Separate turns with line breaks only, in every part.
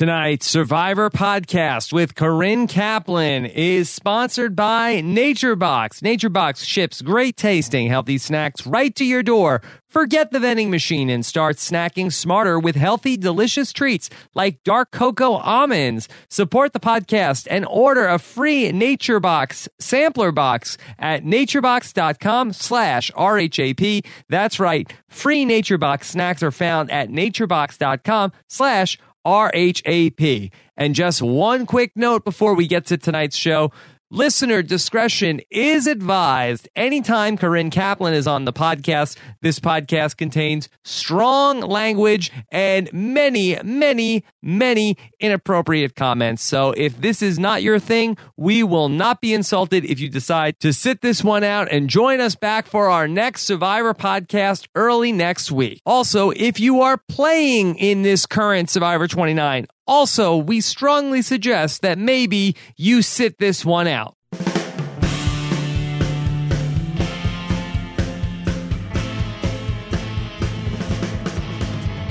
Tonight's Survivor podcast with Corinne Kaplan is sponsored by NatureBox. NatureBox ships great tasting, healthy snacks right to your door. Forget the vending machine and start snacking smarter with healthy, delicious treats like dark cocoa almonds. Support the podcast and order a free NatureBox sampler box at naturebox.com slash RHAP. That's right. Free NatureBox snacks are found at naturebox.com slash RHAP. And just one quick note before we get to tonight's show. Listener discretion is advised. Anytime Corinne Kaplan is on the podcast, this podcast contains strong language and many, many, many inappropriate comments. So if this is not your thing, we will not be insulted if you decide to sit this one out and join us back for our next Survivor podcast early next week. Also, if you are playing in this current Survivor 29, also, we strongly suggest that maybe you sit this one out.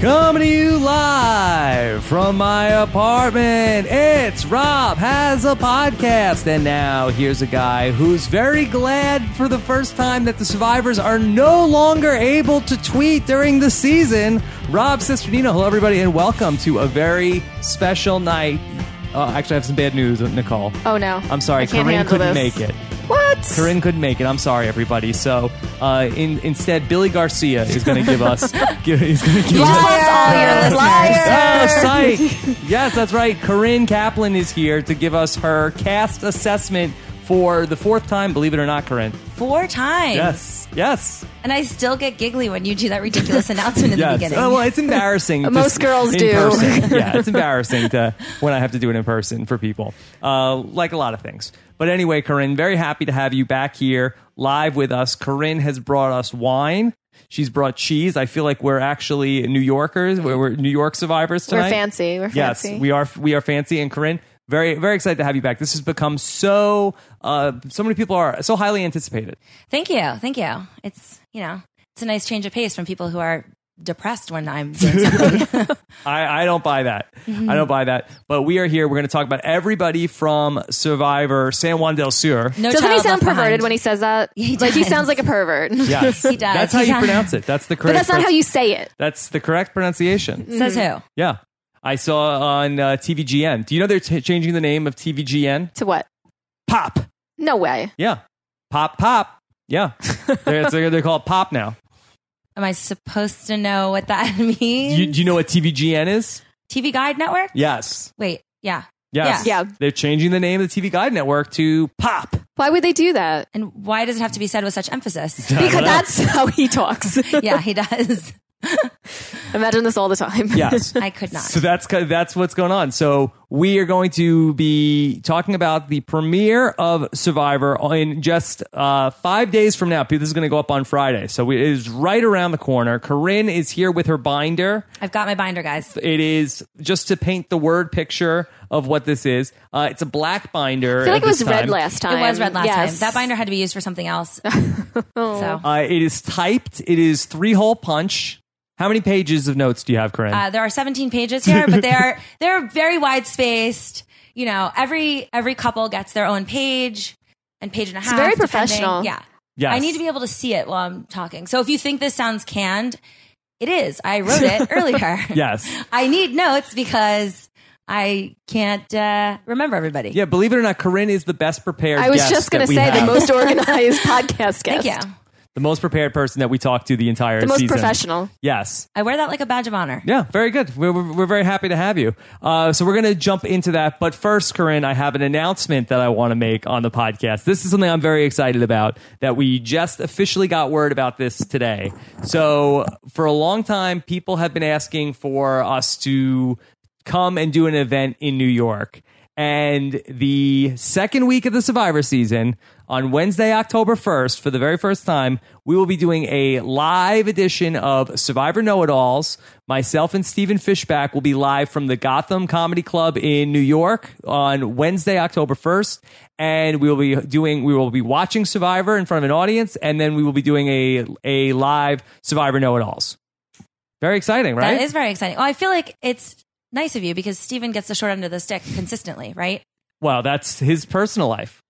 Coming to you live from my apartment, it's Rob Has a Podcast. And now here's a guy who's very glad for the first time that the survivors are no longer able to tweet during the season. Rob Sisternino, hello everybody, and welcome to a very special night. Uh, actually, I have some bad news, Nicole.
Oh no.
I'm sorry,
I can't
Corinne
handle
couldn't
this.
make it.
What?
Corinne couldn't make it. I'm sorry, everybody. So uh, in, instead, Billy Garcia is going to give us. give, he's going to give us. Oh, psych! yes, that's right. Corinne Kaplan is here to give us her cast assessment for the fourth time. Believe it or not, Corinne.
Four times.
Yes, yes,
And I still get giggly when you do that ridiculous announcement in the
yes.
beginning.
Oh, well, it's embarrassing. to-
Most girls
in
do.
person. yeah, it's embarrassing to when I have to do it in person for people, uh, like a lot of things. But anyway, Corinne, very happy to have you back here live with us. Corinne has brought us wine. She's brought cheese. I feel like we're actually New Yorkers. We're, we're New York survivors
We're
tonight.
fancy. We're
Yes,
fancy.
we are. We are fancy, and Corinne, very very excited to have you back. This has become so uh, so many people are so highly anticipated.
thank you, thank you. It's you know, it's a nice change of pace from people who are depressed when I'm doing something.
I, I don't buy that. I don't buy that. But we are here. We're going to talk about everybody from Survivor San Juan del Sur.
Doesn't he
No child
sound
left behind.
perverted when he says that?
he
like he
does.
sounds like a pervert.
Yes,
He does.
That's how
He
you
does.
pronounce it. That's the
But
correct.
that's not how you say it.
That's the correct pronunciation.
says
Mm-hmm.
who?
Yeah, I saw on uh, TVGN. Do you know they're t- changing the name of TVGN?
To what?
Pop.
No way.
Yeah, pop pop. Yeah, they're, they're, they're called Pop now.
Am I supposed to know what that means?
You, do you know what TVGN is?
TV Guide Network?
Yes.
Wait, yeah.
Yes.
Yeah. Yeah.
They're changing the name of the TV Guide Network to Pop.
Why would they do that?
And why does it have to be said with such emphasis?
Because that's how he talks.
yeah, he does.
Imagine this all the time.
Yes.
I could not.
so that's ki- that's what's going on. So we are going to be talking about the premiere of Survivor in just uh, five days from now. This is going to go up on Friday, so it is right around the corner. Corinne is here with her binder.
I've got my binder, guys.
It is just to paint the word picture of what this is. Uh, it's a black binder.
I feel like
at
it was
this
red
time.
last time.
It was red last
Yes.
time. That binder had to be used for something else. So
Uh, it is typed. It is three hole punch. How many pages of notes do you have, Corinne?
Uh, there are 17 pages here, but they are they're very wide spaced. You know, every every couple gets their own page and page and a half.
very
depending.
professional.
Yeah.
Yes.
I need to be able to see it while I'm talking. So if you think this sounds canned, it is. I wrote it earlier.
yes.
I need notes because I can't uh, remember everybody.
Yeah, believe it or not, Corinne is the best prepared.
I was
guest
just going
that
to
we
say the
have.
most organized podcast guest.
Thank you.
the most prepared person that we talked to the entire
The most
season.
professional.
Yes.
I wear that like a badge of honor.
Yeah, very good. We're, we're, we're very happy to have you. Uh, so we're going to jump into that. But first, Corinne, I have an announcement that I want to make on the podcast. This is something I'm very excited about that we just officially got word about this today. So for a long time, people have been asking for us to come and do an event in New York. And the second week of the Survivor season, on Wednesday, October 1st, for the very first time, we will be doing a live edition of Survivor Know It Alls. Myself and Stephen Fishback will be live from the Gotham Comedy Club in New York on Wednesday, October 1st. And we will be doing, we will be watching Survivor in front of an audience, and then we will be doing a, a live Survivor Know It Alls. Very exciting, right?
That is very exciting. Oh, I feel like it's nice of you because Steven gets the short end of the stick consistently, right?
Well, that's his personal life.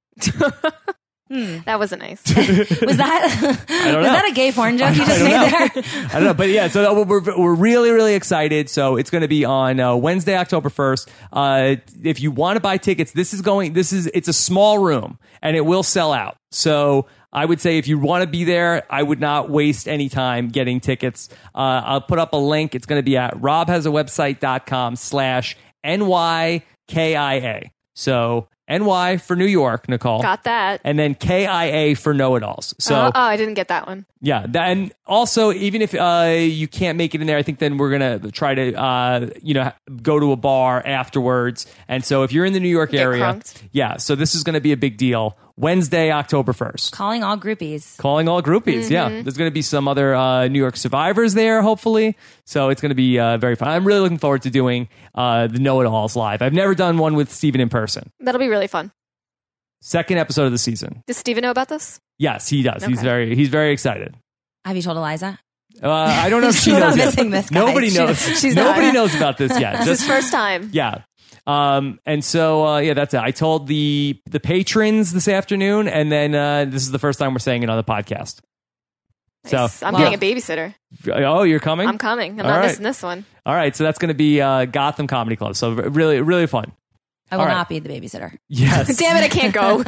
Hmm.
That wasn't nice.
Was that was
don't know.
that a gay porn joke you
I
just
don't
made
know.
there?
I don't know, but yeah, so that- we're we're really really excited. So it's going to be on uh, Wednesday, October first. Uh, if you want to buy tickets, this is going. This is it's a small room, and it will sell out. So I would say if you want to be there, I would not waste any time getting tickets. Uh, I'll put up a link. It's going to be at robhasawebsite.com slash nykia. So ny for New York, Nicole.
Got that.
and then KIA for know it alls. So
Uh-huh.
oh, oh, I didn't get that one.
yeah, that, and also even if uh, you can't make it in there, I think then we're gonna try to uh, you know go to a bar afterwards. And so if you're in the New York
Get
area,
crunked.
yeah, so this is gonna be a big deal. Wednesday, October first.
Calling all groupies.
Calling all groupies. Yeah,
Mm-hmm.
there's gonna be some other uh, New York survivors there, hopefully. So it's gonna be uh, very fun. I'm really looking forward to doing uh, the Know It Alls live. I've never done one with Steven in person.
That'll be really fun.
Second episode of the season.
Does Steven know about this?
Yes, he does. He's
Okay.
very he's very excited.
Have you told Eliza?
Uh, I don't know if she
She's
knows.
not
yet.
missing this, guys.
Nobody
She-
knows.
she's not.
Nobody knows about this yet.
This
Just
is first time.
yeah. Um, and so uh, yeah, that's it. I told the the patrons this afternoon, and then uh, this is the first time we're saying it on the podcast.
Nice.
So
I'm
yeah.
getting a babysitter.
oh, you're coming.
I'm coming. I'm
All
not
right.
missing this one.
All right, so that's going to be uh, Gotham Comedy Club. So r- really, really fun.
I will
All right.
not be the babysitter.
Yes.
Damn it, I can't go.
All
not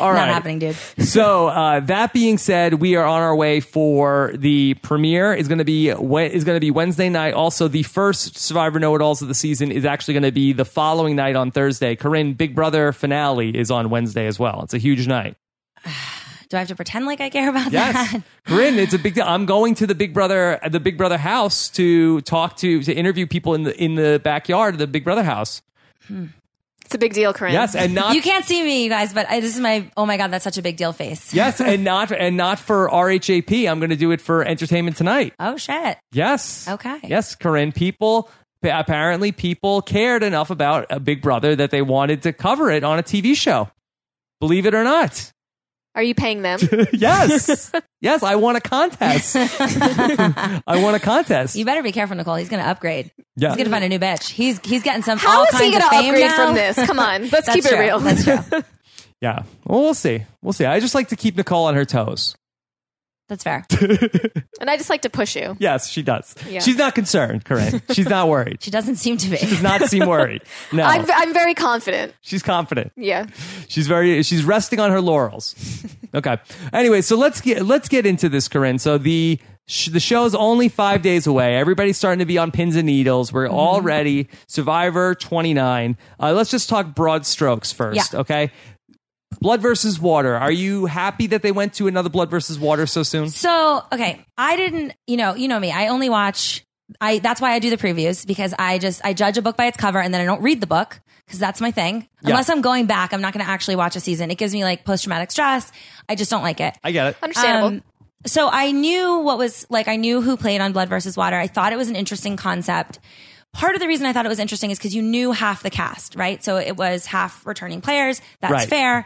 right.
happening, dude.
so uh, that being said, we are on our way for the premiere. is going to be we- is going to be Wednesday night. Also, the first Survivor Know It Alls of the season is actually going to be the following night on Thursday. Corinne, Big Brother finale is on Wednesday as well. It's a huge night.
Do I have to pretend like I care about
Yes,
that?
Corinne, it's a big deal. I'm going to the Big Brother the Big Brother house to talk to to interview people in the in the backyard of the Big Brother house.
it's a big deal, Corinne.
Yes, and not
You can't see me, you guys, but I, this is my oh my god, that's such a big deal face.
yes, and not and not for RHAP. I'm going to do it for Entertainment Tonight.
Oh shit.
Yes.
Okay.
Yes, Corinne. People apparently people cared enough about a Big Brother that they wanted to cover it on a TV show. Believe it or not.
Are you paying them?
yes. yes, I want a contest. I want a contest.
You better be careful, Nicole. He's gonna upgrade.
Yeah.
He's gonna find a new bitch. He's he's getting some
How
all
is he
kinds
going
of
to
fame
upgrade
now.
from this? Come on, let's
That's
keep it
true.
real.
That's true.
yeah. Well, we'll see. We'll see. I just like to keep Nicole on her toes.
That's fair.
and I just like to push you.
Yes, she does.
Yeah.
She's not concerned, Corinne. She's not worried.
She doesn't seem to be.
She does not seem worried. No.
I'm, I'm very confident.
she's confident.
Yeah.
She's very she's resting on her laurels. Okay. Anyway, so let's get let's get into this, Corinne. So the sh- the show's only five days away. Everybody's starting to be on pins and needles. We're all ready. Survivor twenty nine. Uh, let's just talk broad strokes first.
Yeah.
Okay. Blood versus water. Are you happy that they went to another blood versus water so soon?
So okay, I didn't. You know, you know me. I only watch. I that's why I do the previews because I just I judge a book by its cover and then I don't read the book because that's my thing. Unless I'm going back, I'm not going to actually watch a season. It gives me like post traumatic stress. I just don't like it.
I get it.
Understandable.
Um, so I knew what was like. I knew who played on Blood versus Water. I thought it was an interesting concept. Part of the reason I thought it was interesting is because you knew half the cast, right? So it was half returning players. That's
Right.
fair.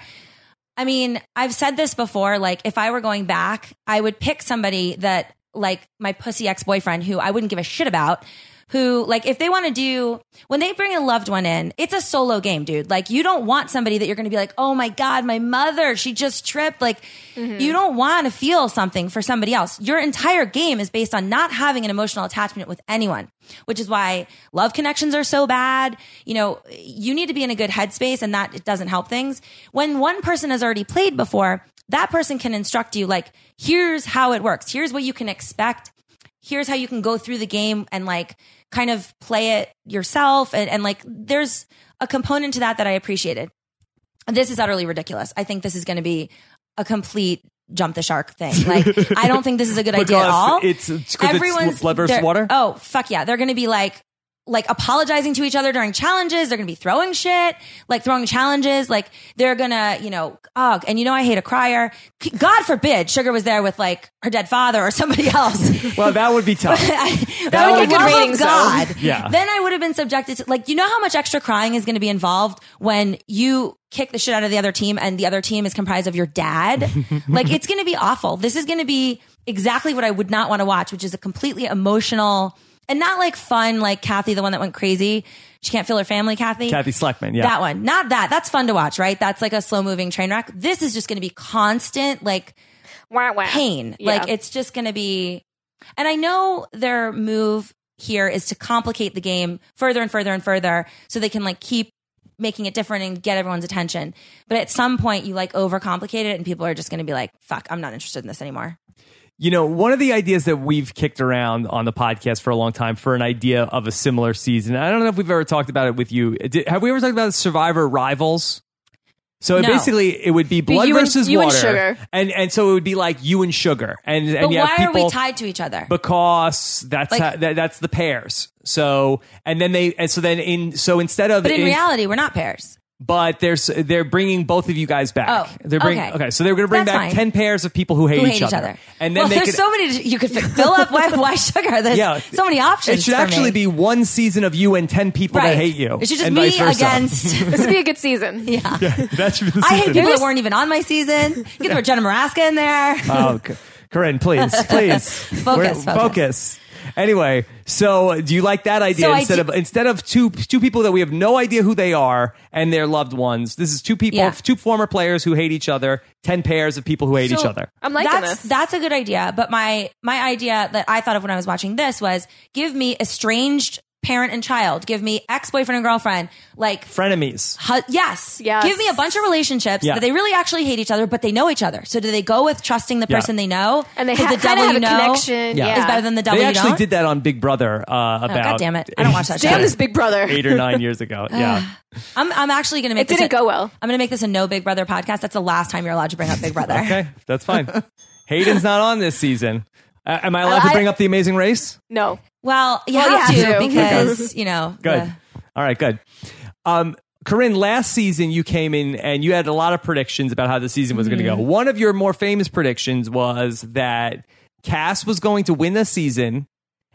I mean, I've said this before. Like, if I were going back, I would pick somebody that, like, my pussy ex boyfriend, who I wouldn't give a shit about. Who, like, if they want to do, when they bring a loved one in, it's a solo game, dude. Like, you don't want somebody that you're going to be like, oh my God, my mother, she just tripped. Like, you don't want to feel something for somebody else. Your entire game is based on not having an emotional attachment with anyone, which is why love connections are so bad. You know, you need to be in a good headspace and that it doesn't help things. When one person has already played before, that person can instruct you like, here's how it works. Here's what you can expect. Here's how you can go through the game and like kind of play it yourself. And, and like, there's a component to that that I appreciated this is utterly ridiculous. I think this is going to be a complete jump the shark thing. Like, I don't think this is a good idea at
Because
all.
it's- it's 'cause it's blood versus
they're-
water?
Oh fuck yeah! They're going to be like, like apologizing to each other during challenges. They're going to be throwing shit, like throwing challenges. Like they're gonna, you know, oh, and you know I hate a crier. C- God forbid Sugar was there with like her dead father or somebody else.
Well, that would be tough.
I,
That
for
would
the
get
love
good
of
ratings, though.
God.
Yeah.
Then I would have been subjected to like you know how much extra crying is going to be involved when you kick the shit out of the other team and the other team is comprised of your dad. like it's going to be awful. This is going to be exactly what I would not want to watch, which is a completely emotional and not like fun, like Kathy, the one that went crazy. She can't feel her family, Kathy.
Kathy Sleckman. Yeah.
That one, not that. That's fun to watch, right? That's like a slow moving train wreck. This is just going to be constant, like
Wah, wah.
pain.
Yeah.
Like it's just going to be. And I know their move here is to complicate the game further and further and further so they can like keep making it different and get everyone's attention. But at some point you like overcomplicate it and people are just going to be like, fuck, I'm not interested in this anymore.
You know, one of the ideas that we've kicked around on the podcast for a long time for an idea of a similar season. I don't know if we've ever talked about it with you. Did, have we ever talked about Survivor Rivals? So it
No.
basically, it would be blood
you and-
versus
you and
water,
Sugar.
and and so it would be like you and sugar, and
But
and you have
why are
people
we tied to each other?
because that's
Like-
how, that, that's the pairs. So and then they and so then in so instead of
but in
in-
reality, we're not pairs.
but they're s- they're bringing both of you guys back.
Oh,
they're bringing
okay.
so they're going to bring
That's
back
fine.
ten pairs of people who hate,
Who hate each other.
and then
well,
they
there's
could,
so many you could fill up. Why, why sugar? There's
Yeah.
so many options.
It should
for
actually
me.
be one season of you and ten people
right.
that hate you.
It should just
and
be
vice versa.
against.
This would be a good season.
yeah.
that should be the
I hate
season.
people that weren't even on my season. Get the Jenna Maraska in there.
Oh, C- Corinne, please, please,
Focus,
We're-
focus.
focus. Anyway, so do you like that idea
So I
instead
do-
of instead of two two people that we have no idea who they are and their loved ones? This is two people,
Yeah.
two former players who hate each other, ten pairs of people who hate each
So
other.
I'm liking
that's,
this.
That's a good idea. But my my idea that I thought of when I was watching this was give me estranged parent and child. Give me ex boyfriend and girlfriend. Like.
Frenemies.
Hu- yes.
Yes.
Give me a bunch of relationships
Yeah.
that they really actually hate each other, but they know each other. So do they go with trusting the
Yeah.
person they know?
And they
'Cause
ha-
the
kind
double
of have
you
a
know
connection.
Yeah.
Yeah.
Is better than the double
They
you
actually
don't.
did that on Big Brother uh, about.
goddamn Oh, it. I don't watch that
Damn
show.
this big brother.
Eight or nine years ago. Yeah.
I'm I'm actually gonna make
It
this
didn't
a-
go well.
I'm gonna make this a no Big Brother podcast. That's the last time you're allowed to bring up Big Brother.
Okay, that's fine. Hayden's not on this season. Uh, am I allowed to
I-
bring up the Amazing Race?
No.
Well, you,
Well,
have,
you
to,
have to.
because you know.
Good.
the-
All right, good. Um, Corinne, last season you came in and you had a lot of predictions about how the season was going to go.
Mm-hmm.
One of your more famous predictions was that Cass was going to win the season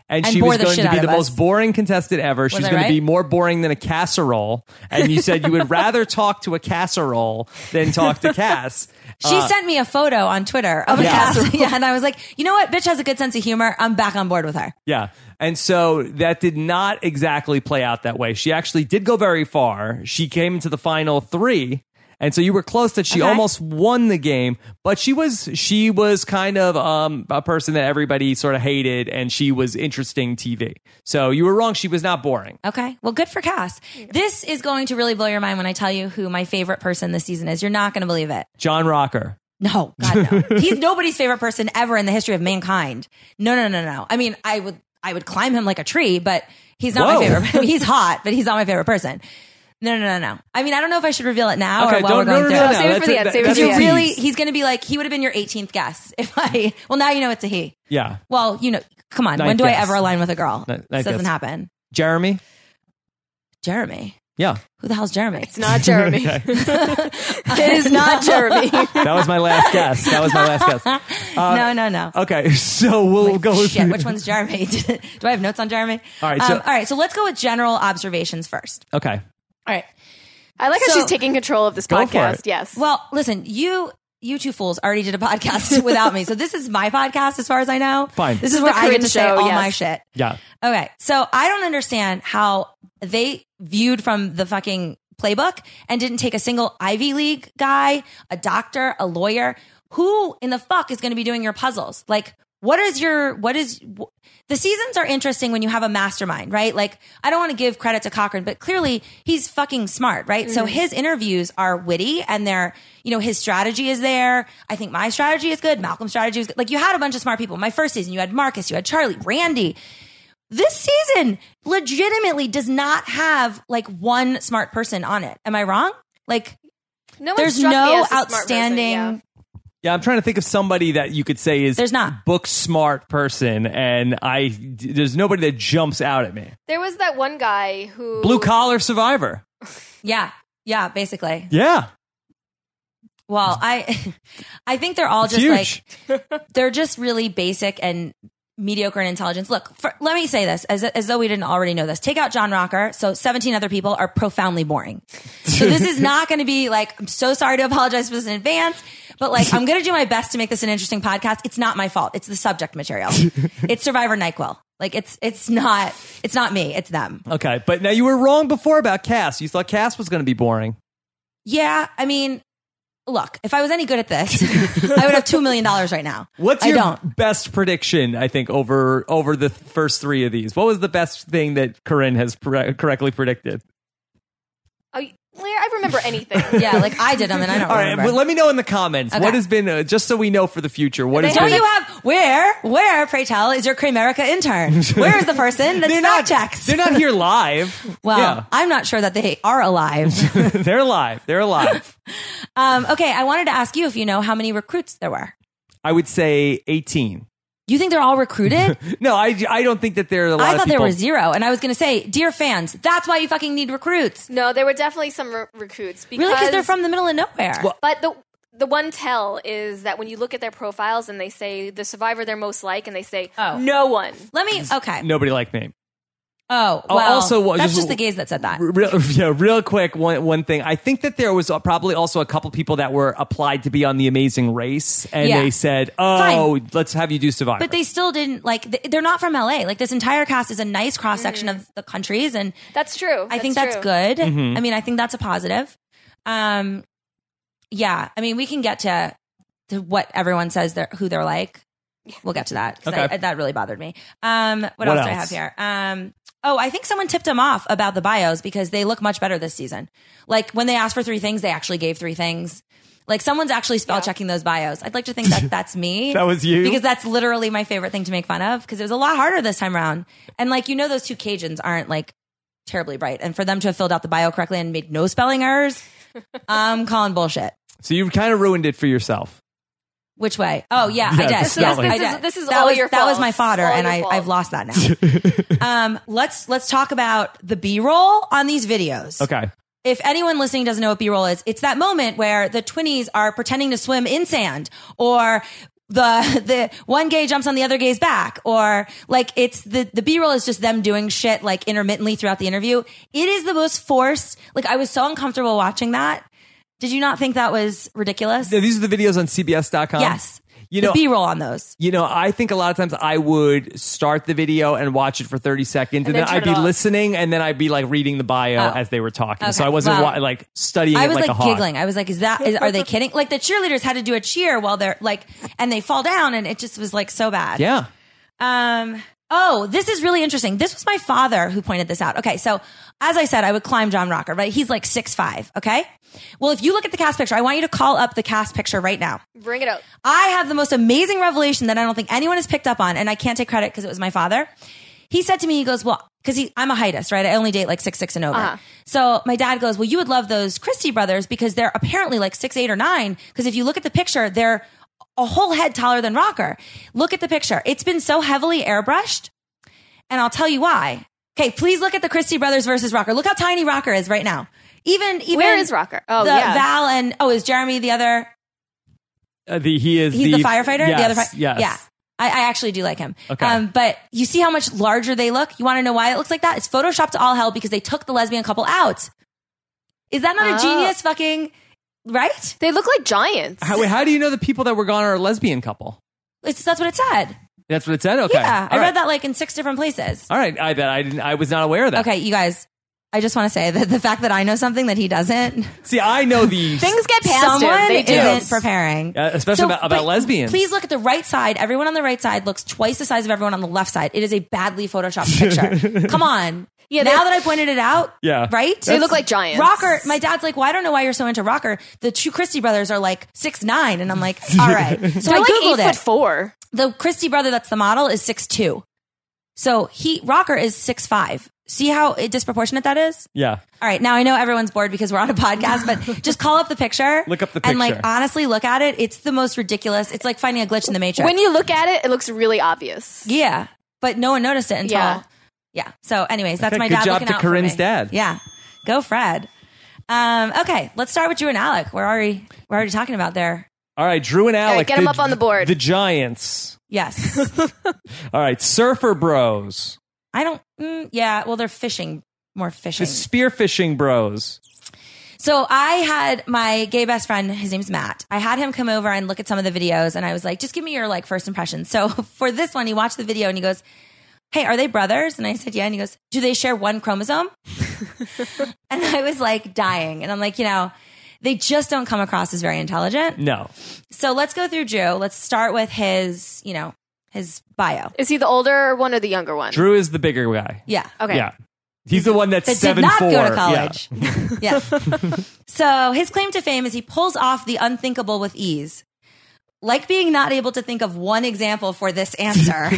and,
And
she
bore
was
the
going
shit
to be
out
the
of us.
most boring contestant ever. She was
I
going to be
right?
more boring than a casserole. And you said you would rather talk to a casserole than talk to Cass. Uh,
she
Uh,
sent me a photo on Twitter of a
yeah.
casserole. Yeah, and I was like, you know what? Bitch has a good sense of humor. I'm back on board with her.
Yeah. And so that did not exactly play out that way. She actually did go very far. She came into the final three. And so you were close that she
Okay.
almost won the game, but she was she was kind of um, a person that everybody sort of hated, and she was interesting TV. So you were wrong; she was not boring.
Okay. Well, good for Cass. This is going to really blow your mind when I tell you who my favorite person this season is. You're not going to believe it.
John Rocker,
No, God, no. He's nobody's favorite person ever in the history of mankind. No, no, no, no. I mean, I would, I would climb him like a tree, but he's
Whoa.
not my favorite. I mean, he's hot, but he's not my favorite person. No, no, no, no. I mean, I don't know if Oh, I should reveal it now or while we're going through.
no. Save it for the end, save it
that's
Because
for
a
you
the
tease.
end.
really, he's going to be like, he would have been your 18th guess if I, well, now you know it's a he.
yeah,
Well, you know, come on.
Ninth
when do
guess.
I ever align with a girl?
Ninth- ninth
this doesn't
guess.
happen.
Jeremy,
Jeremy.
yeah,
Who the hell's Jeremy?
It's not Jeremy. it is not Jeremy.
that was my last guess. That was my last guess.
no, no, no.
Okay, so Uh, we'll
Like,
go.
shit, which one's Jeremy? Do I have notes on Jeremy? Um,
All right, so-
all right. So let's go with general observations first.
Okay,
All right.
I like how
So-
she's taking control of this
Go for it.
podcast. Yes.
Well, listen, you you two fools already did a podcast without me, so this is my podcast as far as I know.
Fine.
This is
is
where
the
I get
Corinne
to say
show,
all
yes.
my shit.
yeah.
Okay. So I don't understand how they viewed from the fucking playbook and didn't take a single Ivy League guy, a doctor, a lawyer. Who in the fuck is going to be doing your puzzles? Like, what is your, what is, wh- the seasons are interesting when you have a mastermind, right? Like, I don't want to give credit to Cochran, but clearly he's fucking smart, right? So his interviews are witty and they're, you know, his strategy is there. I think my strategy is good. Malcolm's strategy is good. Like, you had a bunch of smart people. My first season, you had Marcus, you had Charlie, Randy this season legitimately does not have like one smart person on it. Am I wrong? Like
no one
there's
struck me
no
as a smart person,
outstanding
yeah.
Yeah, I'm trying to think of somebody that you could say is
There's not.
book smart person, and I there's nobody that jumps out at me.
There was that one guy who
Blue collar survivor.
Yeah. Yeah, basically.
Yeah,
Well, I I think they're all
It's
just
huge.
like they're just really basic and mediocre in intelligence. Look, for, let me say this as as though we didn't already know this. Take out John Rocker, so 17 other people are profoundly boring. So this is not going to be like I'm so sorry to apologize for this in advance, but like I'm going to do my best to make this an interesting podcast. It's not my fault. It's the subject material. it's Survivor NyQuil. Like it's it's not it's not me. It's them.
Okay, but now you were wrong before about Cass. You thought Cass was going to be boring.
Yeah, I mean, look, if I was any good at this, I would have two million dollars right now.
What's
I
your
don't.
best prediction? I think over over the first three of these, what was the best thing that Corinne has pre- correctly predicted?
I, Oh, I remember anything.
Yeah, like I did them, and I don't
All right,
remember.
well, let me know in the comments
Okay.
what has been uh, just so we know for the future. What has
They
been?
don't you have where where pray tell is your Crimerica intern? Where is the person that's
they're
fact
not
checks?
They're not here live.
well, I'm not sure that they are alive.
yeah, they're live. They're alive.
um, okay, I wanted to ask you if you know how many recruits there were.
I would say eighteen.
You think they're all recruited?
No, I, I don't think that there are a lot
I
of
thought
people.
there were zero, and I was going to say, dear fans, that's why you fucking need recruits.
No, there were definitely some re- recruits because
Really, because they're from the middle of nowhere.
Well,
But the the one tell is that when you look at their profiles and they say the survivor they're most like, and they say
Oh.
no one.
Let me. Okay.
Nobody liked me.
Oh,
Oh,
well,
also, what-
that's
just-
just, the gays that said that.
Real, yeah, real quick, one, one thing. I think that there was uh, probably also a couple people that were applied to be on The Amazing Race, and
Yeah.
they said, "Oh, let's have you do Survivor."
But they still didn't like. th- They're not from LA. Like this entire cast is a nice cross section of the countries, and
That's true.
I think that's
true.
good.
Mm-hmm.
I mean, I think that's a positive. Um, yeah. I mean, we can get to, to what everyone says they're who they're like. We'll get to that. 'cause I-
Okay.
that really bothered me. Um, what,
What
else, do I
else?
have here? Um, oh, I think someone tipped them off about the bios because they look much better this season. Like when they asked for three things, they actually gave three things. Like someone's actually spell checking those bios. I'd like to think that that's me.
That was you?
because that's literally my favorite thing to make fun of because it was a lot harder this time around. And like you know, those two Cajuns aren't like terribly bright, and for them to have filled out the bio correctly and made no spelling errors, I'm calling bullshit.
so you kind of ruined it for yourself.
Which way? Oh yeah,
Yeah,
I did.
it's Yes, spelling.
I
this is-
did.
this is
that
all
was,
your
That was
fault.
my fodder,
All
and
your
I,
fault.
I've lost that now. um, let's let's talk about the B roll on these videos.
Okay,
If anyone listening doesn't know what B roll is, it's that moment where the twinnies are pretending to swim in sand, or the the one gay jumps on the other gay's back, or like it's the the B roll is just them doing shit like intermittently throughout the interview. It is the most forced. Like I was so uncomfortable watching that. Did you not think that was ridiculous?
Now, these are the videos on CBS.com.
Yes.
you
the
know.
B roll on those.
you know, I think a lot of times I would start the video and watch it for 30 seconds and,
then
then, I'd
turn
be
it off.
listening and then I'd be like reading the bio
Oh.
as they were talking. So
Okay.
I wasn't
Well,
wa- like studying
I
it
was
like,
like,
a hog.
giggling. I was like, "Is that? Is, are they kidding?" Like the cheerleaders had to do a cheer while they're like, and they fall down, and it just was like so bad.
Yeah.
Um. Oh, this is really interesting. This was my father who pointed this out. Okay, so as I said, I would climb John Rocker, right? He's like six five. Okay. Well, if you look at the cast picture, I want you to call up the cast picture right now.
Bring it up.
I have the most amazing revelation that I don't think anyone has picked up on, and I can't take credit because it was my father. He said to me, he goes, Well, because he I'm a heightist, right? I only date like six six and over.
Uh-huh.
So my dad goes, Well, you would love those Christie brothers because they're apparently like six, eight, or nine. Because if you look at the picture, they're a whole head taller than Rocker. Look at the picture. It's been so heavily airbrushed, and I'll tell you why. Okay, please look at the Christie brothers versus Rocker. Look how tiny Rocker is right now. Even even
Where is Rocker? Oh
the
yeah.
Val and oh, is Jeremy the other
Uh, the, he is
he's the, firefighter.
Yes,
the other, fi-
yes.
yeah. I, I actually do like him.
Okay.
Um, but you see how much larger they look. You want to know why it looks like that? It's photoshopped to all hell because they took the lesbian couple out. Is that not a
Oh.
genius fucking right?
they look like giants.
How, wait, how do you know the people that were gone are a lesbian couple?
It's, that's what it said.
That's what it said. Okay.
Yeah, I
All
read
right.
that like in six different places.
All right, I bet I didn't. I was not aware of that.
Okay, you guys. I just want to say that the fact that I know something that he doesn't,
See, I know the
Things get past him.
someone
They do.
isn't preparing.
uh, especially
So,
about, about
but
lesbians.
Please look at the right side. Everyone on the right side looks twice the size of everyone on the left side. It is a badly photoshopped picture. Come on. Yeah.
they-
Now that I pointed it out,
Yeah.
right?
They look like giants.
Rocker. My dad's like, well, I don't know why you're so into Rocker. The two Christie brothers are like six nine, and I'm like, all right. So
They're
I
like
googled
eight foot
it.
four.
the Christie brother that's the model is six two. So he Rocker is six five. See how eh, disproportionate that is?
yeah.
All right, now I know everyone's bored because we're on a podcast, but just call up the picture.
Look up the
And like
picture.
honestly look at it. It's the most ridiculous. It's like finding a glitch in the matrix.
When you look at it, it looks really obvious.
yeah, but no one noticed it until
Yeah.
yeah. So anyways, that's
Okay,
my
good
dad
job
looking
to
out for
Corinne's
me.
dad.
Yeah. Go Fred. Um, okay, let's start with you and Alec. We're already we're already talking about their
All right, Drew and Alec.
right, get 'em up on the board.
The Giants.
yes.
All right, Surfer Bros.
I don't mm, yeah, well they're fishing more
The
fishing.
Spearfishing Bros.
So I had my gay best friend, his name's Matt. I had him come over and look at some of the videos and I was like, just give me your like first impression. So for this one, he watched the video and he goes, hey, are they brothers? And I said, yeah. And he goes, do they share one chromosome? and I was like dying. And I'm like, you know, they just don't come across as very intelligent.
No.
So let's go through Drew. Let's start with his, you know, his bio.
Is he the older one or the younger one?
Drew is the bigger guy.
Yeah.
Okay.
Yeah. He's the one that's
That did
seven
not
four.
go
Yeah.
to college. Yeah. so his claim to fame is he pulls off the unthinkable with ease. Like being not able to think of one example for this answer.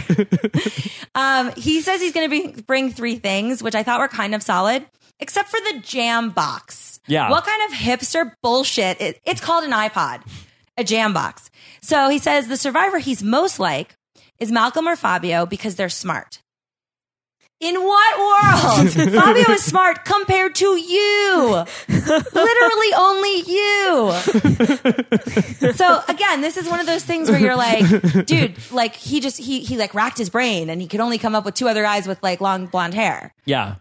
um, he says he's going to be, bring three things, which I thought were kind of solid, except for the jam box.
Yeah.
What kind of hipster bullshit? It, it's called an iPod, a jam box. So he says the survivor he's most like is Malcolm or Fabio because they're smart. In what world? Fabio is smart compared to you. Literally only you. so again, this is one of those things where you're like, dude, like he just he he like racked his brain and he could only come up with two other guys with like long blonde hair.
Yeah.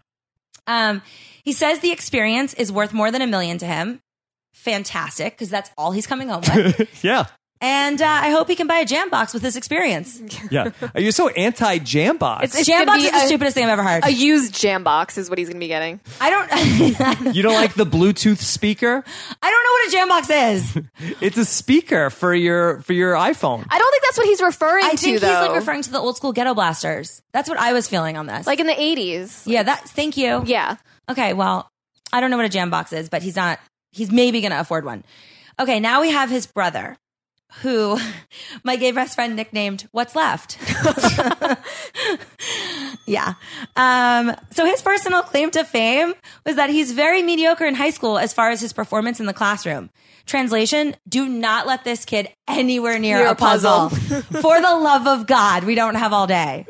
Um he says the experience is worth more than a million to him. Fantastic, because that's all he's coming home with.
Yeah.
and uh, I hope he can buy a jam box with this experience.
Yeah. Are you so anti Jambox?
It's-
Jam
gonna
box
be
is the
a-
stupidest thing I've ever heard.
A used jam box is what he's going to be getting.
I don't.
you don't like the Bluetooth speaker?
I don't know what a jam box is.
It's a speaker for your for your iPhone.
I don't think that's what he's referring
I
to,
think he's
though.
like referring to the old school ghetto blasters. That's what I was feeling on this.
Like in the 80s.
yeah, that. Thank you.
Yeah.
Okay. Well, I don't know what a jam box is, but he's not. He's maybe going to afford one. Okay. Now we have his brother, who my gay best friend nicknamed "What's Left." yeah. Um, so his personal claim to fame was that he's very mediocre in high school as far as his performance in the classroom. Translation: Do not let this kid anywhere near
Near
a
a puzzle.
puzzle. For the love of God, we don't have all day.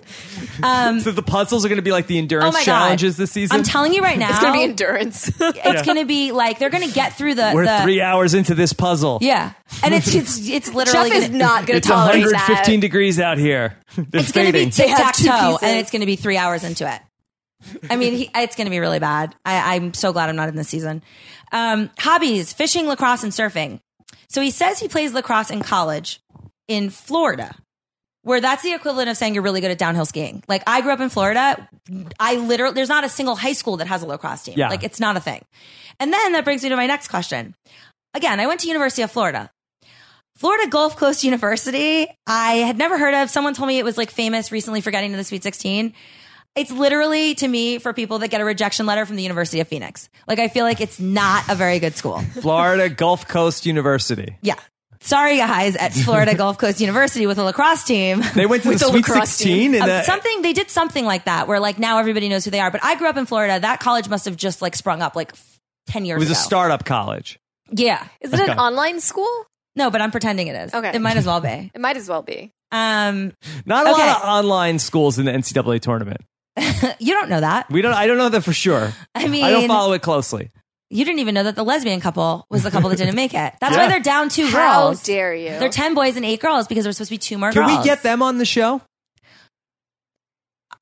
So the puzzles are going to be like the
Um, Oh
endurance
my
challenges
God.
this season.
I'm telling you right now,
It's going to be endurance.
it's gonna be like they're gonna get through the,
We're
the
three hours into this puzzle.
yeah, and it's it's it's
Jeff
literally
is
gonna,
not going
It's
to tolerate that.
115 degrees out here. They're
it's gonna
fading.
be tic
have
tac
two
toe,
pieces.
and it's gonna be three hours into it. I mean, he, it's gonna be really bad. I, I'm so glad I'm not in this season. Um, hobbies: fishing, lacrosse, and surfing. So he says he plays lacrosse in college in Florida. Where that's the equivalent of saying you're really good at downhill skiing. Like I grew up in Florida, I literally there's not a single high school that has a lacrosse team.
Yeah.
Like it's not a thing. And then that brings me to my next question. Again, I went to University of Florida. Florida Gulf Coast University, I had never heard of. Someone told me it was like famous recently for getting to the Sweet 16. It's literally to me for people that get a rejection letter from the University of Phoenix. Like I feel like it's not a very good school.
Florida Gulf Coast University.
Yeah. Sorry guys at Florida Gulf Coast University with a lacrosse team.
They went to the,
With the
Sweet
lacrosse
16
team.
and
Um,
that,
something they did something like that where like now everybody knows who they are. But I grew up in Florida. That college must have just like sprung up like f- ten years
it was
ago.
a startup college.
Yeah.
Is it an online school?
No, but I'm pretending it is.
Okay.
It might as well be.
It might as well be.
Um,
Not a
Okay.
lot of online schools in the NCAA tournament.
you don't know that.
We don't. I don't know that for sure.
I mean,
I don't follow it closely.
you didn't even know that the lesbian couple was the couple that didn't make it. That's
Yeah.
why they're down two
How
girls.
dare you?
They're ten boys and eight girls because there's supposed to be two more
Can
girls.
we get them on the show?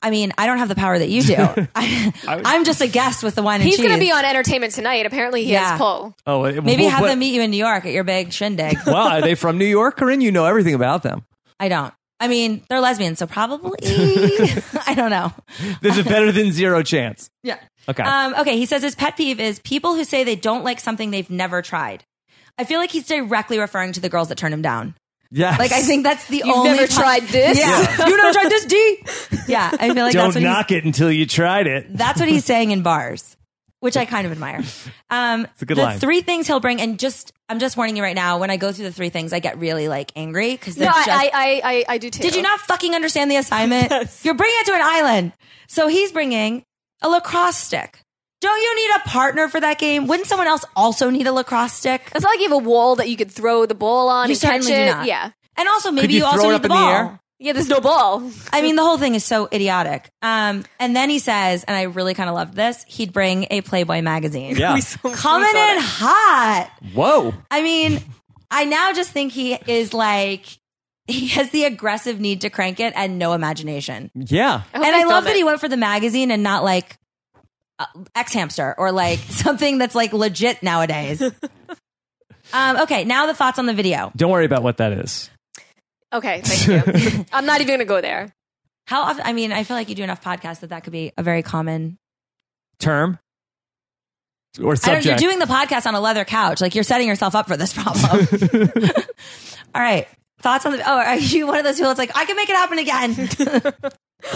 I mean, I don't have the power that you do. I,
I-
I'm just a guest with the wine and
He's
cheese.
going to be on Entertainment Tonight. Apparently, he
Yeah.
has pull.
Oh, it-
Maybe
well,
have
what-
them meet you in New York at your big shindig.
Well, are they from New York, Corinne? You know everything about them.
I don't. I mean, they're lesbians, so probably. I don't know.
There's a better than zero chance.
Yeah.
Okay.
Um, okay. He says his pet peeve is people who say they don't like something they've never tried. I feel like he's directly referring to the girls that turn him down.
yeah.
Like I think that's the only.
never
ti-
tried this?
Yeah. you never tried this, D. Yeah. I feel like that's
don't
what he's
knock it until you tried it.
That's what he's saying in bars, which I kind of admire. Um,
a good
the
line.
three things he'll bring, and just I'm just warning you right now. When I go through the three things, I get really like angry because
No,
just,
I, I, I, I do too.
did you not fucking understand the assignment? You're bringing it to an island, so he's bringing a lacrosse stick. Don't you need a partner for that game? Wouldn't someone else also need a lacrosse stick?
It's not like you have a wall that you could throw the ball on
You
and catch
certainly do
it.
not.
Yeah.
And also, maybe
you
you
throw
also
it
need
up
the
in the
ball.
air?
Yeah, there's no ball.
I mean, the whole thing is so idiotic. Um, and then he says, and I really kind of loved this. He'd bring a Playboy magazine.
Yeah.
coming in hot.
Whoa.
I mean, I now just think he is like he has the aggressive need to crank it and no imagination.
Yeah.
hope
and
they
I
film
love that
it.
he went for the magazine and not like uh, X hamster or like something that's like legit nowadays. um, okay, now the thoughts on the video.
Don't worry about what that is.
Okay, thank you. I'm not even going to go there.
How often? I mean, I feel like you do enough podcasts that that could be a very common.
Term or
I don't, you're
subject?
doing the podcast on a leather couch. Like you're setting yourself up for this problem. All right. Thoughts on the? Oh, are you one of those people that's like, I can make it happen again?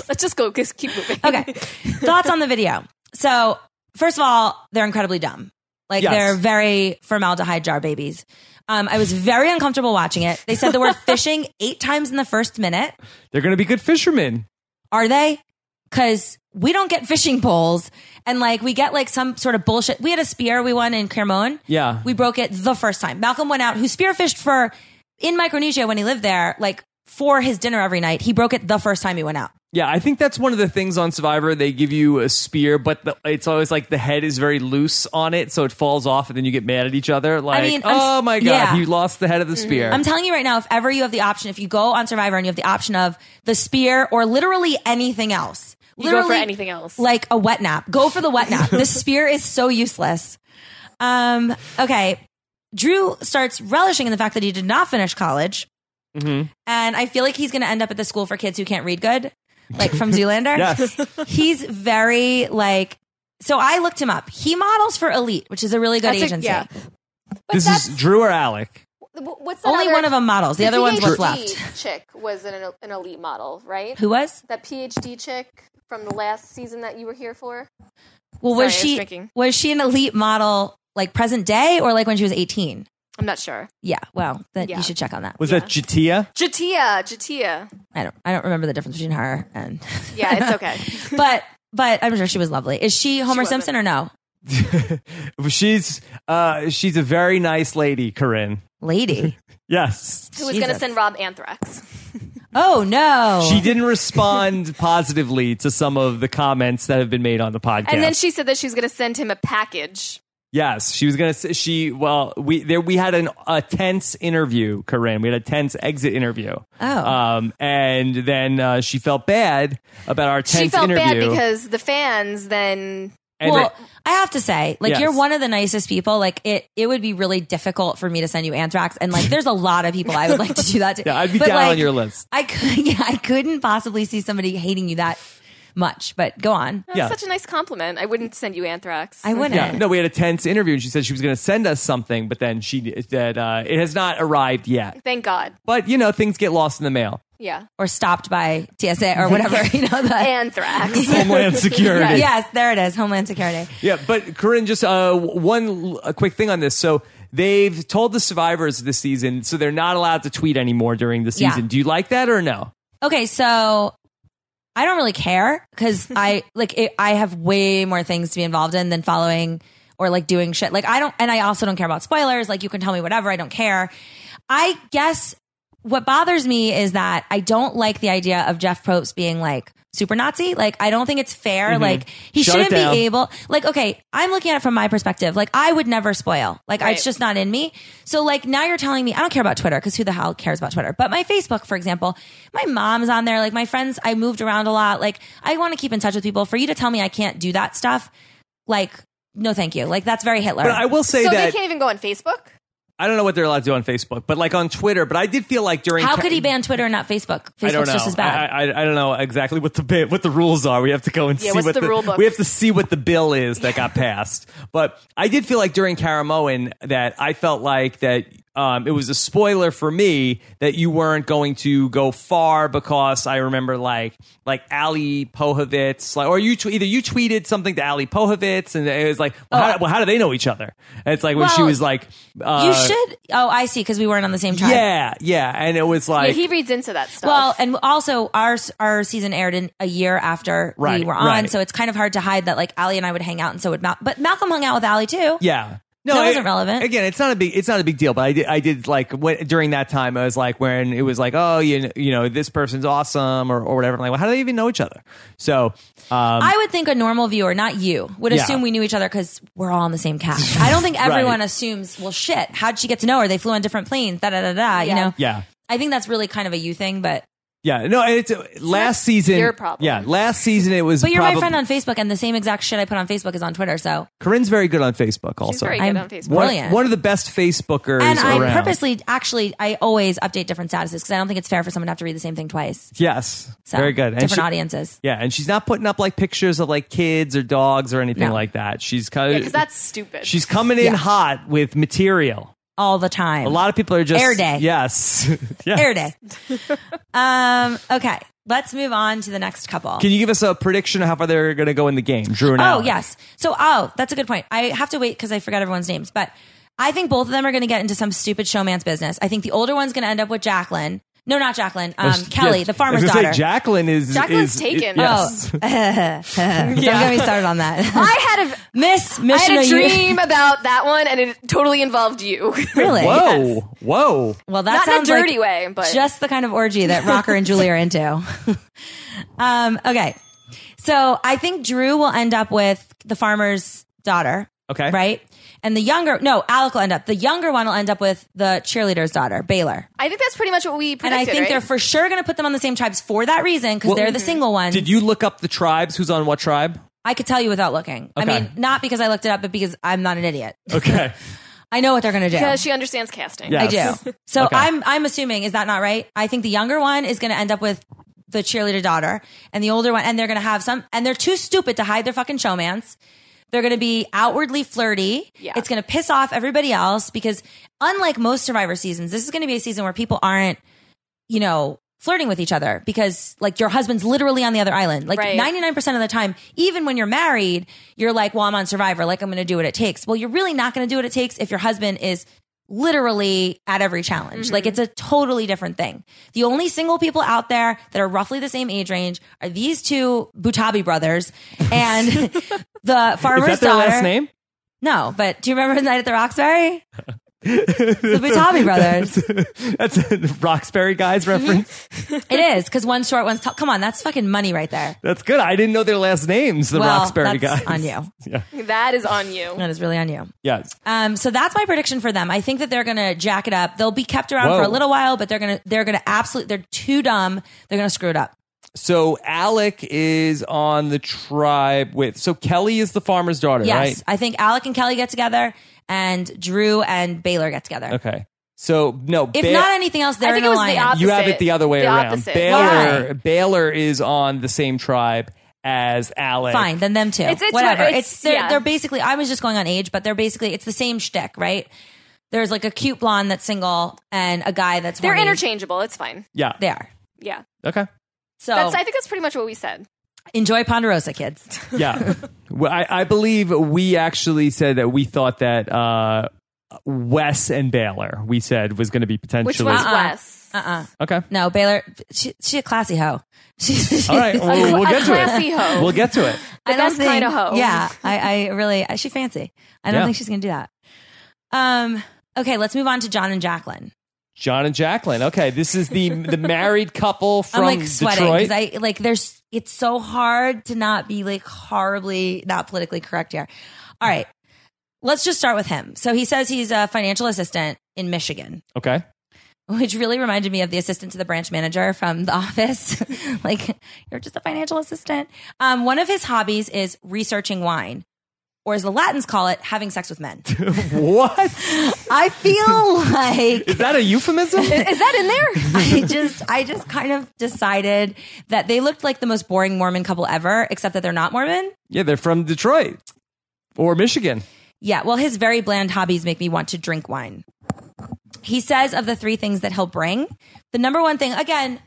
Let's just go. Just keep moving.
Okay. Thoughts on the video? So, first of all, they're incredibly dumb. Like
Yes.
they're very formaldehyde jar babies. Um, I was very uncomfortable watching it. They said the word fishing eight times in the first minute.
They're going to be good fishermen.
Are they? Because we don't get fishing poles, and like we get like some sort of bullshit. We had a spear we won in Cremon.
Yeah.
We broke it the first time. Malcolm went out, who spearfished for in Micronesia when he lived there, like for his dinner every night. He broke it the first time he went out.
Yeah, I think that's one of the things on Survivor. They give you a spear, but the, it's always like the head is very loose on it, so it falls off, and then you get mad at each other. Like,
mean, I'm s-
oh my god,
yeah. Mm-hmm.
you lost the head of the spear.
I'm telling you right now, if ever you have the option, if you go on Survivor and you have the option of the spear or literally anything else,
go for
literally
anything else.
like a wet nap, go for the wet nap. the spear is so useless. Um, okay. Drew starts relishing in the fact that he did not finish college. And I feel like he's going to end up at the school for kids who can't read good, like from Zoolander.
Yes.
He's very like, so I looked him up. He models for Elite, which is a really good
That's a-
agency.
yeah. But
this
that's
is Drew or Alec.
wh- what's that
Only
other-
one of them models. The, other one's what's
PhD
left.
Chick was an, an elite model, right?
Who was?
That PhD chick from the last season that you were here for. Sorry,
Well,
I
was
was
she
drinking.
was she an elite model like present day or like when she was eighteen?
I'm not sure.
Yeah. Well, then
Yeah.
you should check on that.
Was that Jatia?
Jatia, Jatia.
I don't. I don't remember the difference between her and.
Yeah, it's okay.
but but I'm sure she was lovely. Is she Homer
wasn't.
Simpson or no?
she's uh, she's a very nice lady, Corinne.
Lady.
Yes,
Who was going to
Jesus.
send Rob anthrax?
oh no.
she didn't respond positively to some of the comments that have been made on the podcast.
And then she said that she's going to send him a package.
Yes, she was gonna. say She well, we there we had an a tense interview, Corinne. We had a tense exit interview.
Oh.
um, and then uh, she felt bad about our tense
she felt
interview.
bad because the fans then.
and
well,
then-
I have to say, like
Yes.
you're one of the nicest people. Like it, it would be really difficult for me to send you anthrax, and like there's a lot of people I would like to do that to.
yeah, I'd be
But,
down
like,
on your list.
I could, yeah, I couldn't possibly see somebody hating you that much. But go on.
That's
Yeah.
such a nice compliment. I wouldn't send you anthrax.
I wouldn't.
Yeah, no, we had a tense interview, and she said she was going to send us something, but then she that uh, it has not arrived yet.
Thank God.
But you know, things get lost in the mail.
Yeah.
or stopped by TSA or whatever, you know. The,
Anthrax.
Homeland Security.
yes, there it is, Homeland Security.
Yeah, but Corinne, just uh, w- one l- a quick thing on this. So they've told the survivors this season, so they're not allowed to tweet anymore during the
Yeah.
season. Do you like that or no?
Okay, so I don't really care because I like it, I have way more things to be involved in than following or like doing shit. Like I don't, and I also don't care about spoilers. Like you can tell me whatever, I don't care. I guess what bothers me is that I don't like the idea of Jeff Probst being like super Nazi. Like I don't think it's fair. Like
Mm-hmm.
he
Shut it
shouldn't
down.
be able. Like okay, I'm looking at it from my perspective. Like I would never spoil. Like
Right.
it's just not in me. So like now you're telling me I don't care about Twitter because who the hell cares about Twitter? But my Facebook, for example, my mom's on there. Like my friends, I moved around a lot. Like I want to keep in touch with people. For you to tell me I can't do that stuff, like no, thank you. Like that's very Hitler.
But I will say
so they
that
can't even go on Facebook?
I don't know what they're allowed to do on Facebook, but like on Twitter. But I did feel like during
How
Ca-
could he ban Twitter and not Facebook? Facebook's
I don't know.
just as bad.
I, I, I don't know exactly what the ba- what the rules are. We have to go and
Yeah,
see
what's
what
the rule book?
we have to see what the bill is that got passed. But I did feel like during Karamoan that I felt like that um, it was a spoiler for me that you weren't going to go far because I remember like like Ali Pohovitz like or you tw- either you tweeted something to Ali Pohovitz and it was like well,
Oh.
how, well how do they know each other? And it's like when she
Well,
was like uh,
you should. Oh, I see. Because we weren't on the same tribe.
yeah yeah and it was
Yeah,
like
he reads into that stuff.
Well, and also our our season aired in a year after
Right,
we were on,
right.
so it's kind of hard to hide that like Ali and I would hang out, and so would Mal- but Malcolm hung out with Ali too.
Yeah. No,
That
I-
wasn't relevant.
Again, it's not a big it's not a big deal, but I did I did like when, during that time I was like when it was like oh you kn- you know this person's awesome or, or whatever I'm like well, how do they even know each other? So um,
I would think a normal viewer, not you, would
Yeah.
assume we knew each other because we're all in the same cast. I don't think everyone assumes. Well, shit, how'd she get to know her? They flew on different planes. Da da da da.
Yeah.
You know.
yeah
I think that's really kind of a you thing, but
Yeah, no, it's uh, last season.
your problem.
Yeah, last season it was.
But you're my
probab-
friend on Facebook, and the same exact shit I put on Facebook is on Twitter. So
Corinne's very good on Facebook. Also,
She's very
I'm
good on Facebook.
one-
One,
Brilliant.
one of the best Facebookers
and I
around.
purposely, actually, I always update different statuses because I don't think it's fair for someone to have to read the same thing twice.
yes,
So
very good. And she-
Different audiences.
Yeah, and she's not putting up like pictures of like kids or dogs or anything
No.
like that. She's kind
Yeah,
of
Uh,
because that's stupid.
she's coming in
Yeah.
hot with material.
all the time.
A lot of people are just
Air day.
Yes, yeah.
Air day. um, okay, let's move on to the next couple.
Can you give us a prediction of how far they're going to go in the game, Drew and
oh
Alex?
yes. So oh, that's a good point. I have to wait because I forgot everyone's names, but I think both of them are going to get into some stupid showman's business. I think the older one's going to end up with Jacqueline. No, not Jacqueline. Um,
Oh, Yeah.
Kelly, the farmer's
I was gonna
daughter. Oh,
Say, Jacqueline is
Jacqueline's
is,
taken.
yes.
Don't get me started on that.
I had a
Miss
I
Mission
had a
of you-
dream about that one, and it totally involved you.
Really?
Whoa, whoa.
Well, that
Not in a
sounds
dirty
like
way, but-
just the kind of orgy that Rocker and Julie are into. um, okay, so I think Drew will end up with the farmer's daughter,
Okay.
right? And the younger, no, Alec will end up. The younger one will end up with the cheerleader's daughter, Baylor.
I think that's pretty much what we
And
predicted.
I think
right?
they're for sure going to put them on the same tribes for that reason because
Well, mm-hmm.
they're the single ones.
Did you look up the tribes? Who's on what tribe?
I could tell you without looking. I
Okay.
mean, not because I looked it up, but because I'm not an idiot.
Okay.
I know what they're going to do.
because she understands casting.
Yeah.
I
Yes.
do. So
Okay.
I'm I'm assuming is that not right? I think the younger one is going to end up with the cheerleader daughter, and the older one, and they're going to have some, and they're too stupid to hide their fucking showmans. They're going to be outwardly flirty.
Yeah.
It's going to piss off everybody else because, unlike most Survivor seasons, this is going to be a season where people aren't, you know, flirting with each other because, like, your husband's literally on the other island. Like,
Right.
99% of the time, even when you're married, you're like, well, I'm on Survivor. Like, I'm going to do what it takes. Well, you're really not going to do what it takes if your husband is literally at every challenge. Like, it's a totally different thing. The only single people out there that are roughly the same age range are these two Butabi brothers and the farmer's
is that their
daughter.
last name?
No, but do you remember Night at the Roxbury? the Butabi brothers.
That's a Roxbury guys reference.
It is because one's short, one's tall. Come on, that's fucking money right there.
That's good. I didn't know their last names. The
well,
Roxbury
that's
guys.
on you.
Yeah.
That is on you.
That is really on you.
Yeah.
Um, so that's my prediction for them. I think that they're going to jack it up. They'll be kept around
Whoa.
for a little while, but they're going to they're going to absolutely they're too dumb. They're going to screw it up.
So Alec is on the tribe with. So Kelly is the farmer's daughter,
Yes,
right?
I think Alec and Kelly get together, and Drew and Baylor get together.
Okay. So no,
If
Ba-
not anything else, they're
I think
in
it was
alliance.
the opposite.
you have it the other way
The
around.
opposite.
Baylor Baylor is on the same tribe as Alec.
Fine, then them too.
It's- it's
Whatever.
what-
It's,
it's-
they're,
yeah.
they're basically. I was just going on age, but they're basically. It's the same shtick, right? There's like a cute blonde that's single and a guy that's
They're
horny.
interchangeable. It's fine.
Yeah.
They are.
Yeah.
Okay.
So
That's. I think that's pretty much what we said.
enjoy Ponderosa, kids.
Yeah. well, I, I believe we actually said that we thought that uh, Wes and Baylor we said was going to be
Which
potentially
one's
Uh-uh.
Wes?
Uh uh
okay.
No, Baylor. She she a classy hoe. She, she,
All right,
A
we'll,
cl-
we'll
a
get to
classy
it.
hoe.
We'll get to it.
I don't
best
think-
kind of hoe.
Yeah, I, I really she fancy. I don't
Yeah.
think she's gonna do that. Um. Okay, let's move on to John and Jacqueline.
John and Jacqueline. Okay, this is the the married couple from
I'm like sweating
Detroit.
because I like there's it's so hard to not be like horribly not politically correct here. All right. Let's just start with him. So he says he's a financial assistant in Michigan,
okay,
which really reminded me of the assistant to the branch manager from the office. like, you're just a financial assistant. Um, one of his hobbies is researching wine, or as the Latins call it, having sex with men.
what
I feel like
is that a euphemism?
Is that in there?
I just I just kind of decided that they looked like the most boring Mormon couple ever, except that they're not Mormon.
yeah, they're from Detroit or Michigan.
Yeah, well, his very bland hobbies make me want to drink wine. He says of the three things that he'll bring, the number one thing, again,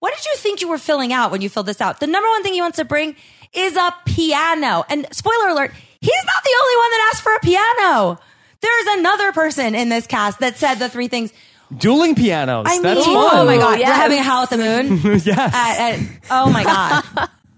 what did you think you were filling out when you filled this out? The number one thing he wants to bring is a piano. And spoiler alert, he's not the only one that asked for a piano. There's another person in this cast that said the three things.
Dueling pianos.
I mean,
That's fun.
oh my God,
yes.
we're having a howl at the moon.
yes.
at, at- oh my god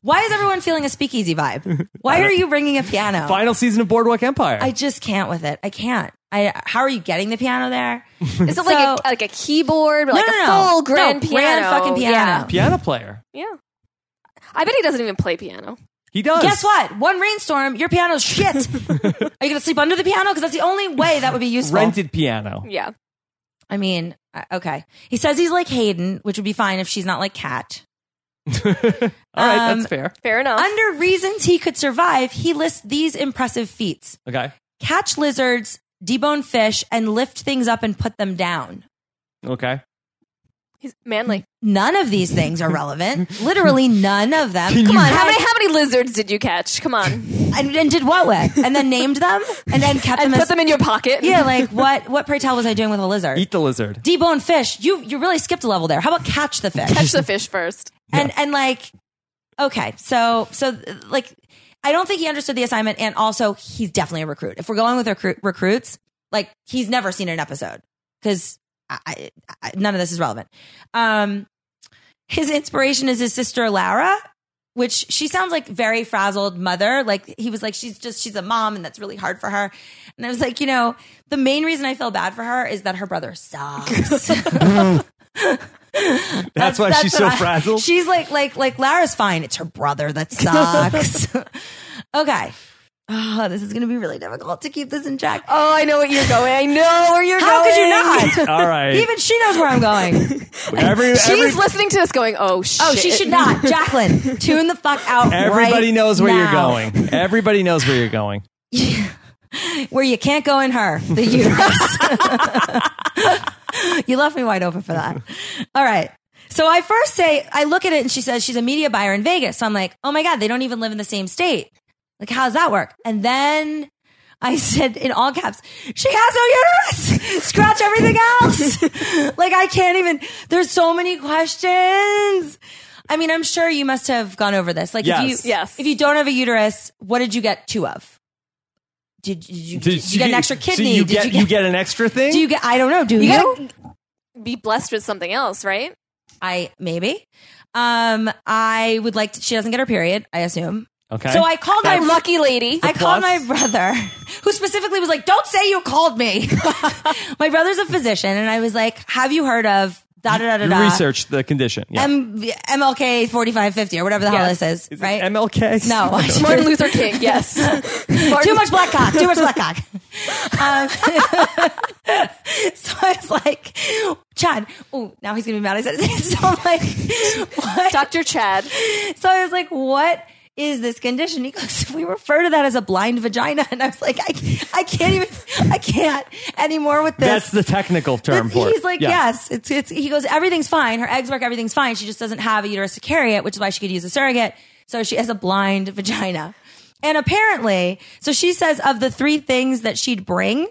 why is everyone feeling a speakeasy vibe why are you bringing a piano
Final season of Boardwalk Empire.
i just can't with it i can't i how are you getting the piano there
Is it like
So-
a, like a keyboard, or
No,
like
no,
a
no.
full
No,
grand piano?
grand fucking piano.
piano player.
Yeah. yeah. I bet he doesn't even play piano.
He does.
guess what one rainstorm your piano's shit are you gonna sleep under the piano because that's the only way that would be useful
Rented piano.
Yeah.
i mean Uh, okay. He says he's like Hayden, which would be fine if she's not like Kat.
All right,
Um,
that's fair.
Fair enough.
Under reasons he could survive, he lists these impressive feats
Okay.
catch lizards, debone fish, and lift things up and put them down.
Okay.
He's manly.
None of these things are relevant. Literally none of them.
Can
Come
you-
on,
How
how
many how many lizards did you catch? Come on.
many? And, and did what with? And then named them, and then kept
and
them.
put
as,
them in your pocket.
yeah, like what? What pray tell was I doing with a lizard?
Eat the lizard.
Debone fish. You you really skipped a level there. How about catch the fish?
Catch the fish first.
and and like okay so so like i don't think he understood the assignment and also he's definitely a recruit if we're going with recruit, recruits like he's never seen an episode because I, I, I, none of this is relevant um his inspiration is his sister lara which she sounds like very frazzled mother like he was like she's just she's a mom and that's really hard for her and i was like you know the main reason i feel bad for her is that her brother sucks
That's why she's so
what I-
frazzled.
She's like, like, like Lara's fine. It's her brother that sucks. okay. Oh, this is going to be really difficult to keep this in check.
Oh, I know what you're going. I know where you're
How
going.
could you not?
All right.
Even she knows where I'm going.
every,
She's
every-
listening to this going, oh shit.
Oh, she should not. Jacqueline, tune the fuck out.
everybody
right
knows where you're
now.
going. Everybody knows where you're going.
Where you can't go in her, the uterus. you left me wide open for that. All right. So I first say, I look at it and she says she's a media buyer in Vegas. So I'm like, oh my God, they don't even live in the same state. Like, how does that work? And then I said in all caps, she has no uterus. Scratch everything else. like, I can't even, there's so many questions. I mean, I'm sure you must have gone over this. Like, if you,
Yes.
Yes.
if you don't have a uterus, what did you get two of? Did, did you, did, you get an extra
so
kidney?
you,
did
get, you,
you get?
get an extra thing?
Do you get? I don't know. Do
you
you?
gotta be blessed with something else, right?
I maybe. Um, I would like. To, she doesn't get her period. I assume.
okay.
So I called my
I'm
luck.
lucky lady.
I called my
plus.
brother, who specifically was like, "Don't say you called me." my brother's a physician, and I was like, "Have you heard of da da da da
you
da?"
research the condition. Yeah.
M- MLK forty five fifty or whatever the hell
Yes.
this is,
Is it
right?
MLK?
no, I just-
Martin Luther King, yes.
too much black cock. Too much black cock. Um, so I was like, Chad. Oh, now he's gonna be mad. I said it. So I'm like, what?
Dr. Chad.
So I was like, what is this condition? He goes, we refer to that as a blind vagina. And I was like, I, I can't even, I can't anymore with this.
That's the technical term
That's-
for it.
he's like, yes, it's, it's, he goes, everything's fine. Her eggs work, everything's fine. She just doesn't have a uterus to carry it, which is why she could use a surrogate. So she has a blind vagina. And apparently, so she says of the three things that she'd bring,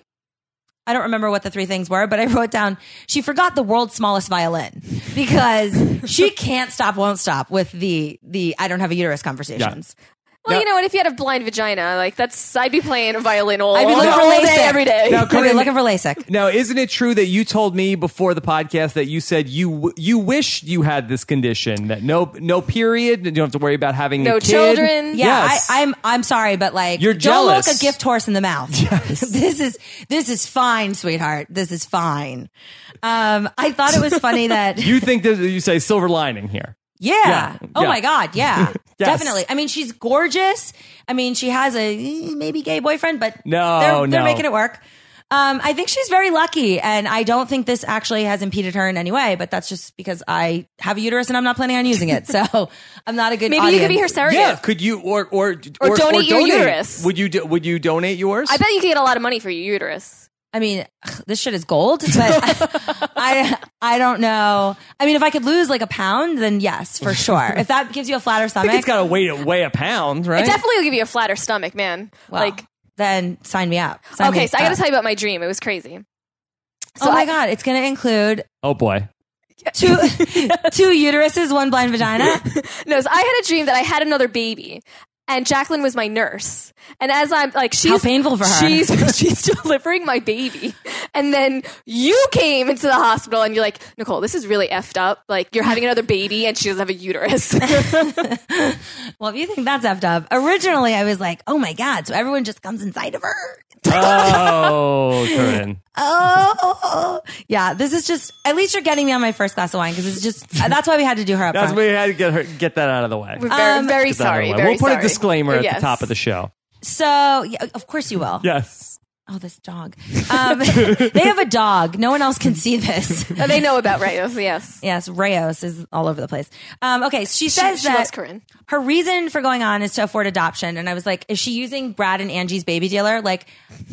I don't remember what the three things were, but I wrote down she forgot the world's smallest violin because she can't stop, won't stop with the the I don't have a uterus conversations.
Well,
Now-
you know what? If you had a blind vagina, like that's, I'd be playing a violin all,
I'd be looking for
all
LASIK.
day, every day.
Now,
I've
Corinne,
been looking for LASIK.
Now, isn't it true that you told me before the podcast that you said you w- you wish you had this condition that no no period, you don't have to worry about having
No
a kid.
children.
Yeah,
yes.
I, I'm I'm sorry, but like
You're
don't
jealous.
look a gift horse in the mouth. this is this is fine, sweetheart. This is fine. Um, I thought it was funny that
you think that you say silver lining here?
Yeah.
Yeah.
Oh
Yeah.
my God. Yeah.
Yes.
Definitely. I mean, she's gorgeous. I mean, she has a eh, maybe gay boyfriend, but
No,
they're, they're
no.
making it work. Um, I think she's very lucky, and I don't think this actually has impeded her in any way. But that's just because I have a uterus and I'm not planning on using it, so I'm not a good.
Maybe you could be her
audience.
surrogate.
Yeah, could you or or
Or donate your uterus.
Would you do, would you donate yours?
I bet you could get a lot of money for your uterus.
I mean, ugh, this shit is gold, but I, I I don't know. I mean, if I could lose like a pound, then yes, for sure. If that gives you a flatter stomach,
I think it's got to weigh weigh a pound, right?
It definitely will give you a flatter stomach, man.
well,
like,
then sign me up. Sign
okay,
me
so I got to
up.
tell you about my dream. It was crazy.
uh, oh my
I-
god, it's going to include
oh boy,
two two uteruses, one blind vagina.
No, so I had a dream that I had another baby, and Jacqueline was my nurse. And as I'm like, she's
painful for her.
She's she's delivering my baby, and then you came into the hospital, and you're like, Nicole, this is really effed up. Like you're having another baby, and she doesn't have a uterus.
Well, if you think that's effed up, originally I was like, oh my god, so everyone just comes inside of her.
oh Corinne,
Oh, yeah. This is just at least you're getting me on my first glass of wine because it's just that's why we had to do her up.
that's
front.
we had to get her get that out of the way.
We're very, very
Um, Get that out of
sorry.
the way.
very
we'll put
sorry.
a disclaimer at
Yes.
the top of the show.
So yeah, of course you will.
Yes.
Oh, this dog. Um, they have a dog. No one else can see this.
Oh, they know about Rayos, yes.
Yes, Rayos is all over the place. Um, okay,
She,
she says
she
that
loves Corinne.
her reason for going on is to afford adoption. And I was like, is she using Brad and Angie's baby dealer? Like,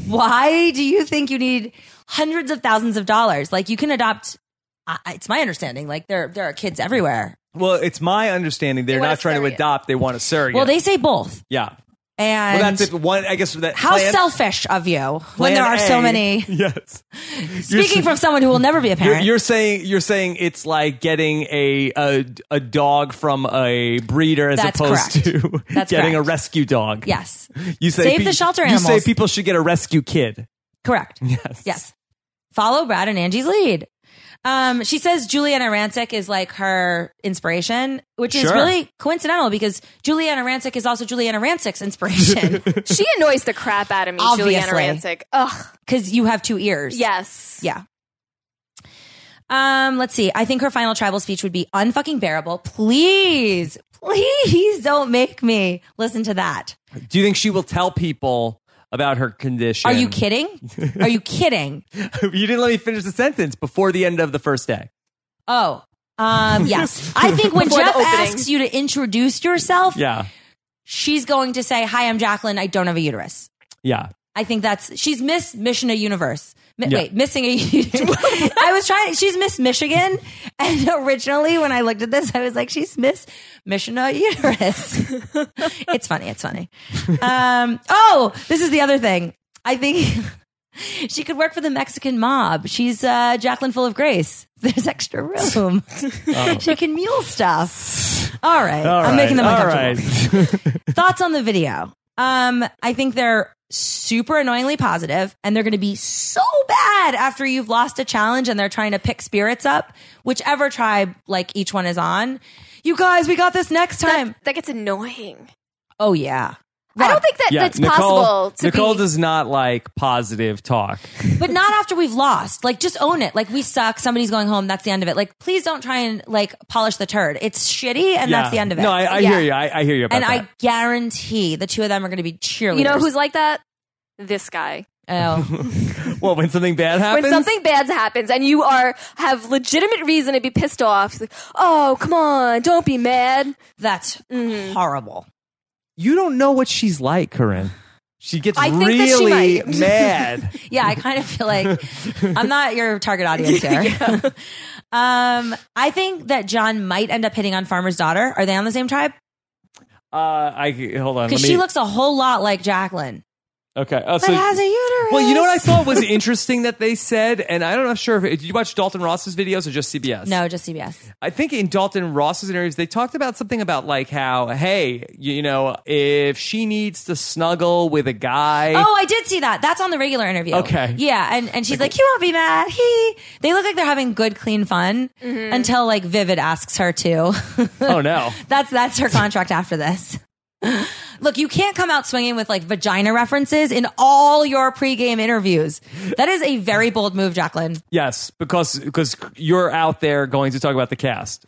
why do you think you need hundreds of thousands of dollars? Like, you can adopt. I I- it's my understanding. Like, there there are kids everywhere.
Well, it's my understanding they're
want
not
a
trying to
surrogate.
adopt; they want a surrogate.
Well, they say both.
yeah.
And
Well, that's if one. I guess that
how
plan-
selfish of you when
plan
there are so
A-
many.
Yes.
Speaking
s-
from someone who will never be a
You're,
parent.
you're saying you're saying it's like getting a a, a dog from a breeder as
That's
opposed
correct.
to
That's
getting
correct.
a rescue dog.
yes,
You say
Save the shelter
You say
animals.
people should get a rescue kid.
correct.
Yes.
Yes. Follow Brad and Angie's lead. Um, she says Juliana Rancic is like her inspiration, which is
Sure.
really coincidental because Juliana Rancic is also Juliana Rancic's inspiration
She annoys the crap out of me, Juliana
Obviously.
Rancic. Ugh,
because you have two ears.
yes.
Yeah. Um, let's see. I think her final tribal speech would be unfucking bearable. Please, please don't make me listen to that.
Do you think she will tell people about her condition?
Are you kidding? Are you kidding?
you didn't let me finish the sentence before the end of the first day.
Oh, um, yes. I think when
Before the
Jeff
opening.
asks you to introduce yourself,
Yeah.
she's going to say, "Hi, I'm Jacqueline. I don't have a uterus."
Yeah.
I think that's she's Miss Mission a Universe. Mi-
Yeah.
Wait, missing a. I was trying. She's Miss Michigan, and originally when I looked at this, I was like, "She's Miss Mission a Uterus." it's funny. It's funny. Um, oh, this is the other thing. I think she could work for the Mexican mob. She's uh, Jacqueline full of grace. There's extra room. she can mule stuff. All right.
Oh. All
I'm making them
right.
uncomfortable
All right.
thoughts on the video um i think they're super annoyingly positive and they're going to be so bad after you've lost a challenge and they're trying to pick spirits up whichever tribe like each one is on you guys we got this next time
That, that gets annoying.
oh yeah
I don't think that
yeah.
that's
Nicole,
possible to
Nicole
be.
does not like positive talk.
but not after we've lost like just own it like we suck somebody's going home that's the end of it like please don't try and like polish the turd it's shitty and
Yeah.
that's the end of it
No, I, I
Yeah.
hear you. I, I hear you about
and
that.
i guarantee the two of them are going to be cheerleaders
you know who's like that? This guy.
oh
well, when something bad happens,
When something bad happens and you are have legitimate reason to be pissed off, it's like, oh come on, don't be mad.
that's
Mm-hmm.
horrible
you don't know what she's like, Corinne. She gets
I think that she
really
might.
mad.
Yeah, I kind of feel like I'm not your target audience here. um, I think that John might end up hitting on Farmer's daughter. Are they on the same tribe?
Uh, I hold on. Let
Because
me,
she looks a whole lot like Jacqueline,
okay. Oh,
but
so-
has a uterus.
well, you know what I thought was interesting that they said, and I don't know, if sure if did you watch Dalton Ross's videos or just CBS?
No, just CBS.
I think in Dalton Ross's interviews, they talked about something about like how, hey, you know, if she needs to snuggle with a guy,
Oh, I did see that. That's on the regular interview.
Okay.
Yeah, and, and she's like, "You won't be mad." He. They look like they're having good, clean fun until like Vivid asks her to.
Mm-hmm. oh no,
That's that's her contract after this. Look, you can't come out swinging with like vagina references in all your pregame interviews. That is a very bold move, Jacqueline.
yes, because because you're out there going to talk about the cast.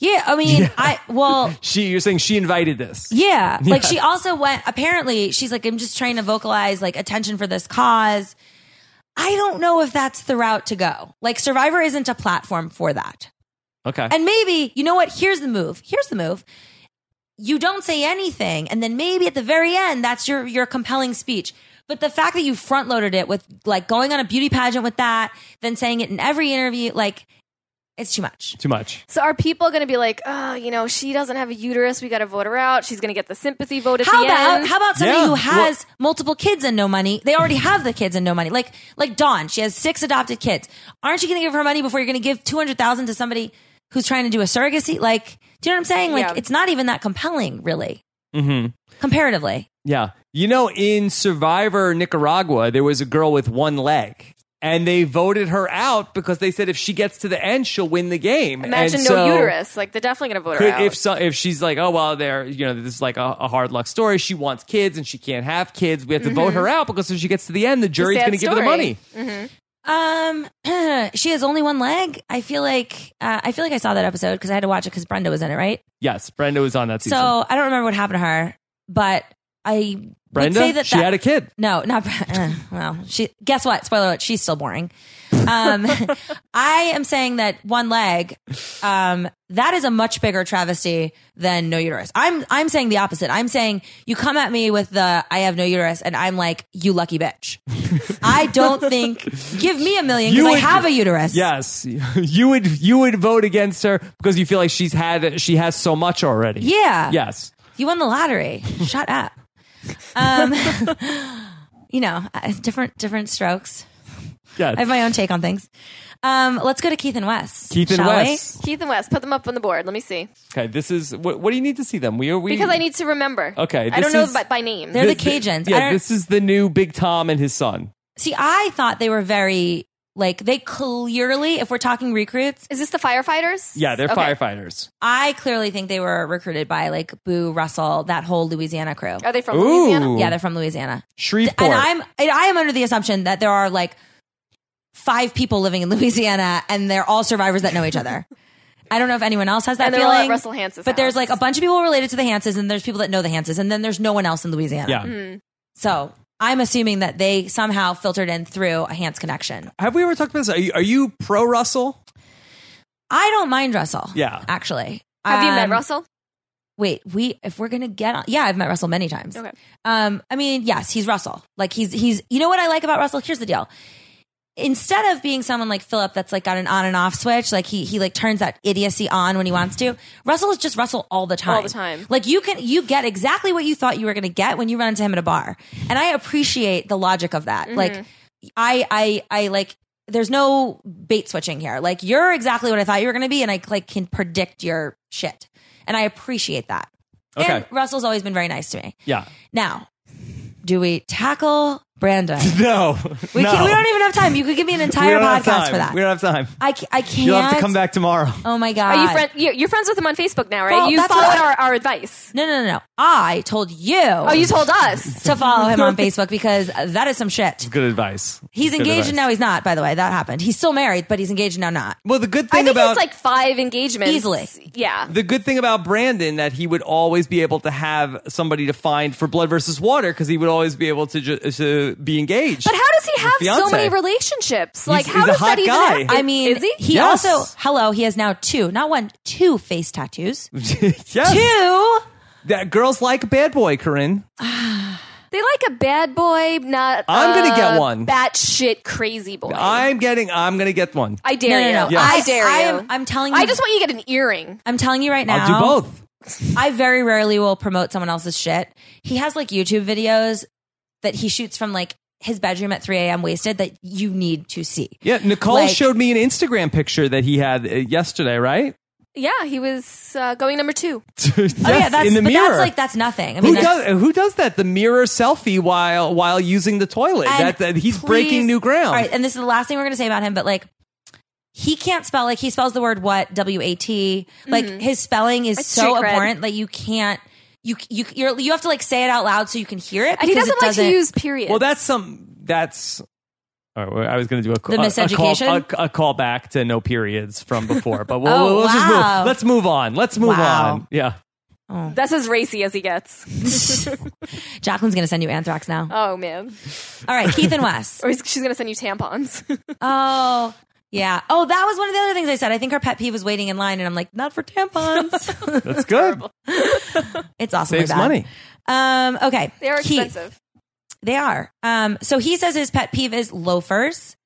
Yeah, I mean, I well,
She, you're saying she invited this.
yeah. Like she also went. Apparently, she's like, I'm just trying to vocalize like attention for this cause. I don't know if that's the route to go. Like Survivor isn't a platform for that.
Okay.
And maybe, you know what? Here's the move. Here's the move. You don't say anything. And then maybe at the very end, that's your, your compelling speech. But the fact that you front loaded it with like going on a beauty pageant with that, then saying it in every interview, like it's too much.
Too much.
So are people going to be like, oh, you know, she doesn't have a uterus, we got to vote her out. She's going to get the sympathy vote at
How
the
about
end.
how about somebody
Yeah.
who has multiple kids and no money? They already have the kids and no money. Like like Dawn, she has six adopted kids. Aren't you going to give her money before you're going to give two hundred thousand to somebody who's trying to do a surrogacy? Like, do you know what I'm saying? Like,
Yeah.
it's not even that compelling, really,
Mm-hmm.
comparatively.
Yeah. You know, in Survivor Nicaragua, there was a girl with one leg. And they voted her out because they said if she gets to the end, she'll win the game.
Imagine
And
no
so-
uterus. Like they're definitely going to vote
Could,
her out.
if so, if she's like, oh well, there, you know, this is like a, a hard luck story. She wants kids and she can't have kids. We have to vote her out because if she gets to the end, the jury's
Mm-hmm. sad
going to give her the
story.
money.
Um, she has only one leg. I feel like uh, I feel like I saw that episode because I had to watch it because Brenda was in it, right?
Yes, Brenda was on that season.
So I don't remember what happened to her, but I would
Brenda,
say that
she
that-
had a kid.
no, not uh, well. She guess what? Spoiler alert: she's still boring. Um, I am saying that one leg, um, that is a much bigger travesty than no uterus. I'm I'm saying the opposite. I'm saying you come at me with the I have no uterus, and I'm like you lucky bitch. I don't think give me a million
You
because I
would-
have a uterus.
Yes, you would you would vote against her because you feel like she's had she has so much already.
Yeah.
Yes.
You won the lottery. Shut up. Um, you know, uh, different different strokes.
Yes.
I have my own take on things. Um, let's go to Keith and West.
Keith and
shall we?
Wes.
Keith and West, put them up on the board. Let me see.
Okay, this is what, what do you need to see them? We are we
Because I need to remember.
Okay,
I
this
don't know
is-
by, by name.
They're the
This- th-
Cajuns. I
Yeah,
don't-
this is the new Big Tom and his son.
See, I thought they were very like they clearly, if we're talking recruits,
Is this the firefighters?
Yeah, they're
Okay.
firefighters.
I clearly think they were recruited by like Boo Russell, that whole Louisiana crew.
Are they from
Ooh.
Louisiana?
Yeah, they're
Mm.
from Louisiana,
Shreveport.
and I'm and I am under the assumption that there are like five people living in Louisiana, and they're all survivors that know each other. I don't know if anyone else has that
And they're all
feeling.
at Russell Hance's
but there's
house.
like a bunch of people related to the Hanses, and there's people that know the Hanses, and then there's no one else in Louisiana.
yeah.
So I'm assuming that they somehow filtered in through a Hans connection.
Have we ever talked about this? Are you, are you pro Russell?
I don't mind Russell.
Yeah.
Actually.
Have you met
Um,
Russell?
Wait, we if we're gonna get on yeah, I've met Russell many times.
Okay.
Um, I mean, yes, he's Russell. Like he's he's you know what I like about Russell? Here's the deal. Instead of being someone like Philip that's like got an on and off switch, like he he like turns that idiocy on when he wants to. Russell is just Russell all the time.
All the time.
Like you can you get exactly what you thought you were gonna get when you run into him at a bar. And I appreciate the logic of
Mm-hmm.
that. Like I I I like there's no bait switching here. Like you're exactly what I thought you were going to be, and I like can predict your shit, and I appreciate that.
Okay.
And Russell's always been very nice to me.
Yeah.
Now, do we tackle Brandon?
No.
We,
no.
can't, we don't even have time. You could give me an entire
We don't have
podcast
time.
for that.
We don't have time.
I, ca- I can't.
You'll have to come back tomorrow.
Oh my god.
Are you friend? You're, you're friends with him on Facebook now, right?
Well,
you
that's what
followed
I-
our, our advice.
No, no, no, no. I told you.
Oh, you told us.
to follow him on Facebook because that is some shit.
Good advice.
He's
Good
engaged
advice.
and now he's not. By the way, that happened. He's still married, but he's engaged and now not.
Well, the good
I
thing
think
about
it's like five engagements
Easily.
Yeah.
the good thing about Brandon that he would always be able to have somebody to find for blood versus water because he would always be able to ju- to be engaged.
But how does he have so
fiance.
many relationships? Like,
He's-
how
he's a
does
hot
that even?
guy.
happen?
I
I mean,
is he?
Yes.
also hello. He has now two, not one, two face tattoos.
yes,
Two.
that girls like a bad boy, Corinne.
They like a bad boy, not.
I'm gonna
a
get one.
Batshit crazy boy. I,
I'm getting. I'm gonna get one.
dare
No, no,
you.
no.
Yes.
I
I-
dare
I
you.
am- I'm telling
I
you-
just want you to get an earring.
I'm telling you right now.
I'll do both.
I very rarely will promote someone else's shit. He has like YouTube videos that he shoots from like his bedroom at 3 a.m. wasted that you need to see.
Yeah, Nicole
Like-
showed me an Instagram picture that he had uh, yesterday, right?
Yeah, he was uh, going number two.
Oh yeah, that's
in the
but
mirror.
that's like that's nothing. I mean,
who
that's,
does who does that? The mirror selfie while while using the toilet.
and
That, that he's
please-
breaking new ground.
All right, and this is the last thing we're going to say about him, but like. He can't spell like he spells the word what W A T like his spelling is
Mm-hmm. It's
so
street cred.
abhorrent that you can't you you you're, you have to like say it out loud so you can hear it
And he
because
doesn't
it
like to use periods.
Well, that's some. That's. all right, well, I was going to do a, a,
The
a call a,
miseducation?
a call back to no periods from before, but we'll,
Oh,
we'll- let's just
wow.
move. Let's move on. Let's move
Wow.
on. Yeah.
that's as racy as he gets.
Jacqueline's going to send you anthrax now.
Oh man,
All right, Keith and Wes.
or he's, she's gonna send you tampons.
Oh, yeah. Oh, that was one of the other things I said. I think her pet peeve was waiting in line, and I'm like, not for tampons.
That's good.
it's awesome.
Saves money.
Um, okay.
they are
Keith.
expensive.
They are. Um, so he says his pet peeve is loafers,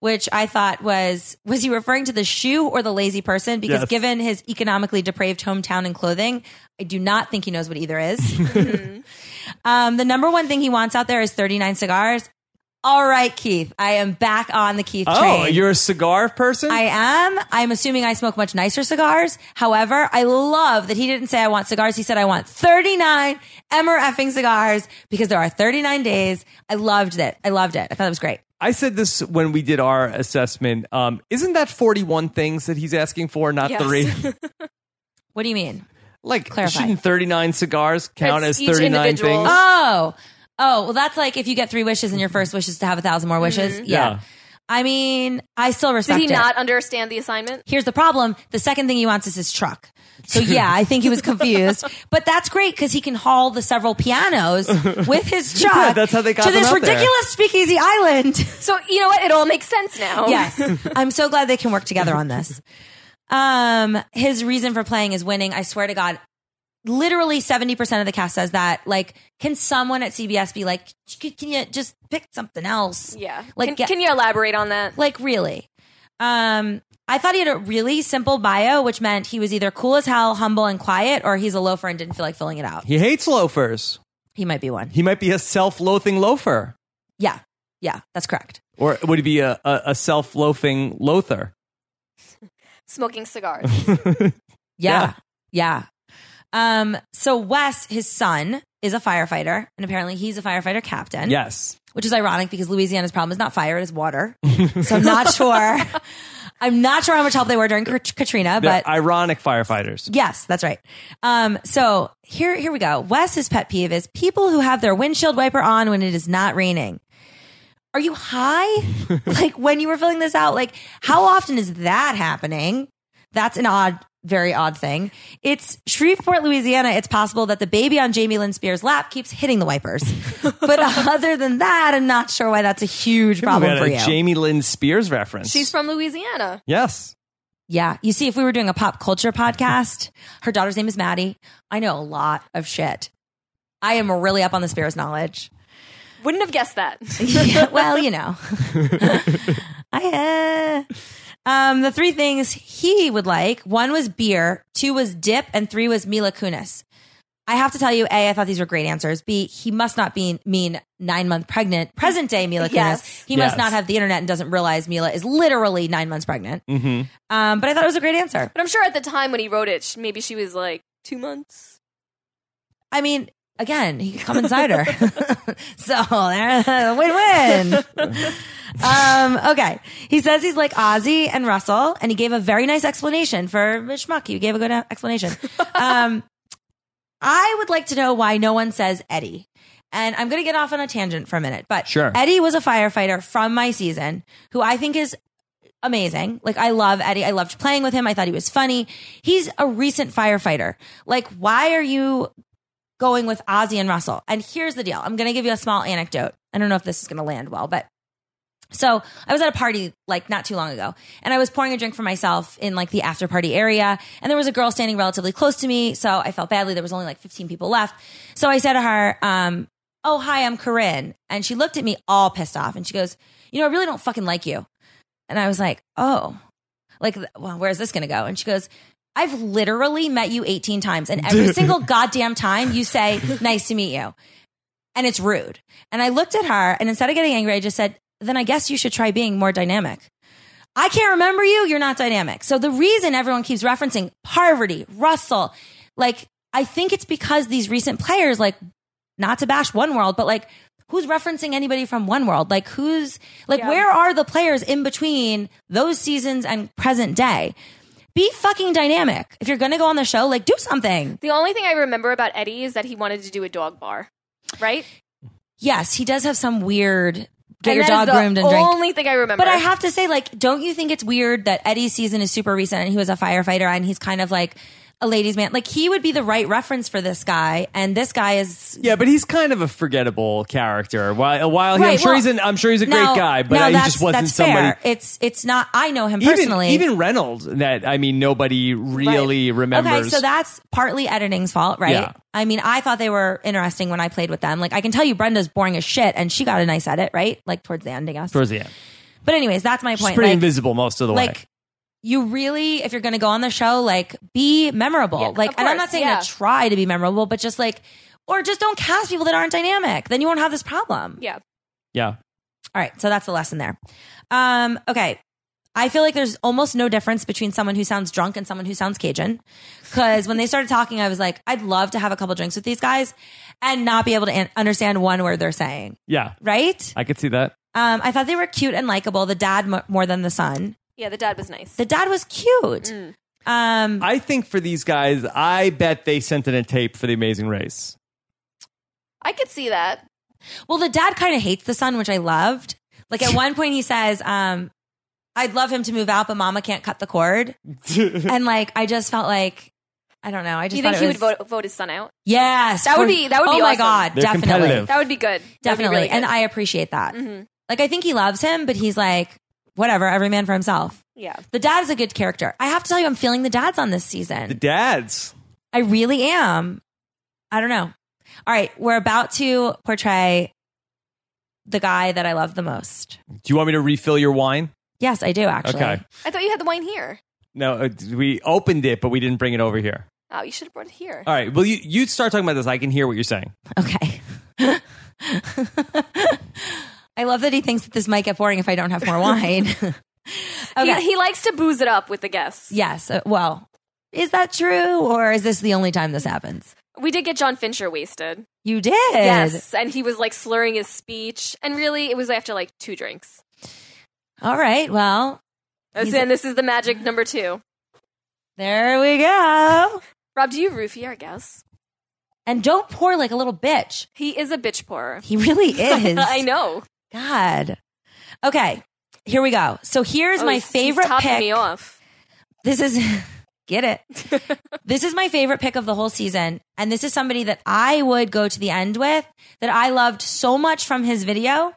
which I thought was was he referring to the shoe or the lazy person? Because
Yes.
given his economically depraved hometown and clothing, I do not think he knows what either is. um, the number one thing he wants out there is 39 cigars. All right, Keith. I am back on the Keith train.
Oh, you're a cigar person.
I am. I'm assuming I smoke much nicer cigars. However, I love that he didn't say I want cigars. He said I want 39 Emmer effing cigars because there are 39 days. I loved it. I loved it. I thought it was great.
I said this when we did our assessment. Um, isn't that 41 things that he's asking for, not
Yes.
three?
What do you mean?
Like,
Clarify.
shouldn't 39 cigars count
It's
as
each
39
individual.
things?
Oh, oh, well, that's like if you get three wishes and your first wish is to have a thousand more wishes. Yeah.
Yeah.
I mean, I still
Mm-hmm. Did
respect
he
it.
not understand the assignment?
Here's the problem. The second thing he wants is his truck. So yeah, I think he was confused, but that's great because he can haul the several pianos with his truck.
Yeah, that's how they got
to
them
this
out there.
ridiculous speakeasy island.
So you know what? It all makes sense
Oh.
now.
Yes. I'm so glad they can work together on this. Um, his reason for playing is winning. I swear to God, literally 70% of the cast says that. Like, can someone at CBS be like, "C- can you just pick something else?
Yeah.
Like,
can,
get-
can you elaborate on that?
Like, really? Um, I thought he had a really simple bio, which meant he was either cool as hell, humble, and quiet, or he's a loafer and didn't feel like filling it out.
He hates loafers.
He might be one.
He might be a self-loathing loafer,
Yeah. Yeah. That's correct.
or would he be a, a, a self-loafing loather?
Smoking cigars.
Yeah. Yeah. Um, so Wes, his son, is a firefighter, and apparently he's a firefighter captain.
yes.
Which is ironic because Louisiana's problem is not fire, it is water. so I'm not sure. I'm not sure how much help they were during Kat- Katrina,
They're
but
ironic firefighters.
yes, that's right. Um, so here, here we go. Wes's pet peeve is people who have their windshield wiper on when it is not raining. Are you high? like when you were filling this out, like how often is that happening? That's an odd, very odd thing. It's Shreveport, Louisiana. It's possible that the baby on Jamie Lynn Spears' lap keeps hitting the wipers. but other than that, I'm not sure why that's a huge
we
problem
had
for
a
you.
Jamie Lynn Spears reference.
She's from Louisiana.
yes.
Yeah. You see, if we were doing a pop culture podcast, her daughter's name is Maddie. I know a lot of shit. I am really up on the Spears knowledge.
Wouldn't have guessed that.
Yeah, well, you know. I, uh, um, the three things he would like one was beer, two was dip, and three was Mila Kunis. I have to tell you, A, I thought these were great answers. B, he must not be mean nine month pregnant, present day Mila Kunis.
Yes.
He
Yes.
must not have the internet and doesn't realize Mila is literally nine months pregnant.
Mm-hmm.
Um, but I thought it was a great answer.
But I'm sure at the time when he wrote it, sh- maybe she was like two months.
I mean, again, he could come inside her. so win win. um, okay. He says he's like Ozzy and Russell, and he gave a very nice explanation for Schmuck. You gave a good uh, explanation. Um, I would like to know why no one says Eddie. And I'm going to get off on a tangent for a minute, but
Sure.
Eddie was a firefighter from my season who I think is amazing. Like I love Eddie. I loved playing with him. I thought he was funny. He's a recent firefighter. Like why are you going with Ozzy and Russell? And here's the deal. I'm going to give you a small anecdote. I don't know if this is going to land well, but so I was at a party like not too long ago and I was pouring a drink for myself in like the after party area and there was a girl standing relatively close to me. So I felt badly. There was only like 15 people left. So I said to her, um, Oh, hi, I'm Corinne. And she looked at me all pissed off and she goes, You know, I really don't fucking like you. And I was like, Oh, like, th- well, where's this going to go? And she goes, I've literally met you 18 times and every single goddamn time you say, Nice to meet you and it's rude. And I looked at her, and instead of getting angry, I just said, Then I guess you should try being more dynamic. I can't remember you. You're not dynamic. So the reason everyone keeps referencing Harvard, Russell, like, I think it's because these recent players, like, not to bash One World, but like, who's referencing anybody from One World? Like, who's, like,
Yeah.
where are the players in between those seasons and present day? Be fucking dynamic. If you're going to go on the show, like, do something.
The only thing I remember about Eddie is that he wanted to do a dog bar, right?
Yes, he does have some weird. Get
And
your
that is
dog
the
groomed and drink.
Only thing I remember.
But I have to say, like, don't you think it's weird that Eddie's season is super recent and he was a firefighter and he's kind of like a ladies' man? Like, he would be the right reference for this guy, and this guy is
Yeah, but he's kind of a forgettable character. While, uh, while he, I'm
Right,
sure
well,
he's an, I'm sure he's a
now-
great guy, but uh,
now
he
that's-
just wasn't
that's
somebody.
Fair. It's it's not. I know him
Even
personally.
even Reynolds, that I mean, nobody really remembers.
Okay, so that's partly editing's fault, right?
Yeah.
I mean, I thought they were interesting when I played with them. Like, I can tell you Brenda's boring as shit, and she got a nice edit, right? Like, towards the end, I guess.
towards the end.
but, anyways, that's my
She's
point.
pretty
Like,
invisible most of the way.
like you really if you're going to go on the show like be memorable
Yeah,
like
of
and i'm
course,
not saying
yeah.
to try to be memorable but just like or just don't cast people that aren't dynamic then you won't have this problem
Yeah.
Yeah,
all right so that's the lesson there um okay I feel like there's almost no difference between someone who sounds drunk and someone who sounds Cajun. Cause when they started talking, I was like, I'd love to have a couple drinks with these guys and not be able to an- understand one word they're saying.
yeah,
Right?
I could see that.
Um, I thought they were cute and likable, the dad mo- more than the son.
Yeah, the dad was nice.
The dad was cute.
Mm.
Um,
I think for these guys, I bet they sent in a tape for The Amazing Race.
I could see that.
Well, the dad kind of hates the son, which I loved. Like at one point, he says, um, "I'd love him to move out, but Mama can't cut the cord." and like, I just felt like I don't know. I just
you think
thought it
he
was-
would vote, vote his son out?
Yes,
That would be- that would
oh
be
my
awesome.
god,
They're
definitely,
competitive.
That would be good. That'd be
definitely,
really
and
good.
I appreciate that.
Mhm.
Like I think he loves him, but he's like whatever, every man for himself.
Yeah.
The dad is a good character. I have to tell you, I'm feeling the dads on this season.
The dads.
I really am. I don't know. All right, we're about to portray the guy that I love the most.
Do you want me to refill your wine?
Yes, I do actually.
Okay.
I thought you had the wine here.
No, uh, we opened it, but we didn't bring it over here.
Oh, you should have brought it here.
All right. Well, you you start talking about this. I can hear what you're saying.
Okay. I love that he thinks that this might get boring if I don't have more wine. okay.
He, he likes to booze it up with the guests.
yes. uh, Well, is that true or is this the only time this happens?
We did get John Fincher wasted.
You did.
Yes, and he was like slurring his speech, and really, it was after like two drinks.
All right. Well,
And
He's-
this is the magic number two.
there we go.
Rob, do you roofie our guests?
And don't pour like a little bitch.
He is a bitch pourer.
He really is.
I know.
God. Okay. Here we go. So here's
Oh,
my
he's- he's
favorite
topping
pick.
me off.
This is get it. this is my favorite pick of the whole season. And this is somebody that I would go to the end with that I loved so much from his video.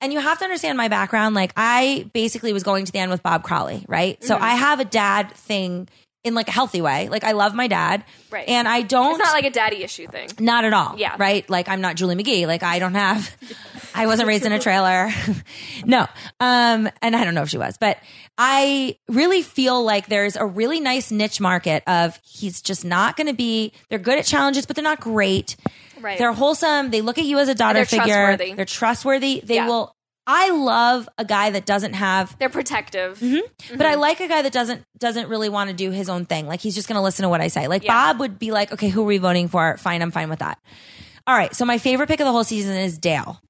And you have to understand my background. Like I basically was going to the end with Bob Crowley, right? So
Mm-hmm.
I have a dad thing in like a healthy way. Like I love my dad.
Right.
And I don't
It's not like a daddy issue thing.
not at all.
Yeah.
Right? Like I'm not Julie McGee. Like I don't have I wasn't raised in a trailer. no. Um and I don't know if she was, but I really feel like there's a really nice niche market of he's just not going to be they're good at challenges but they're not great.
Right.
They're wholesome. They look at you as a daughter
they're
figure.
trustworthy.
They're trustworthy. They
Yeah.
will I love a guy that doesn't have
They're protective.
but I like a guy that doesn't doesn't really want to do his own thing. Like he's just going to listen to what I say. Like
Yeah.
Bob would be like, "Okay, who are we voting for? Fine, I'm fine with that." All right, so my favorite pick of the whole season is Dale,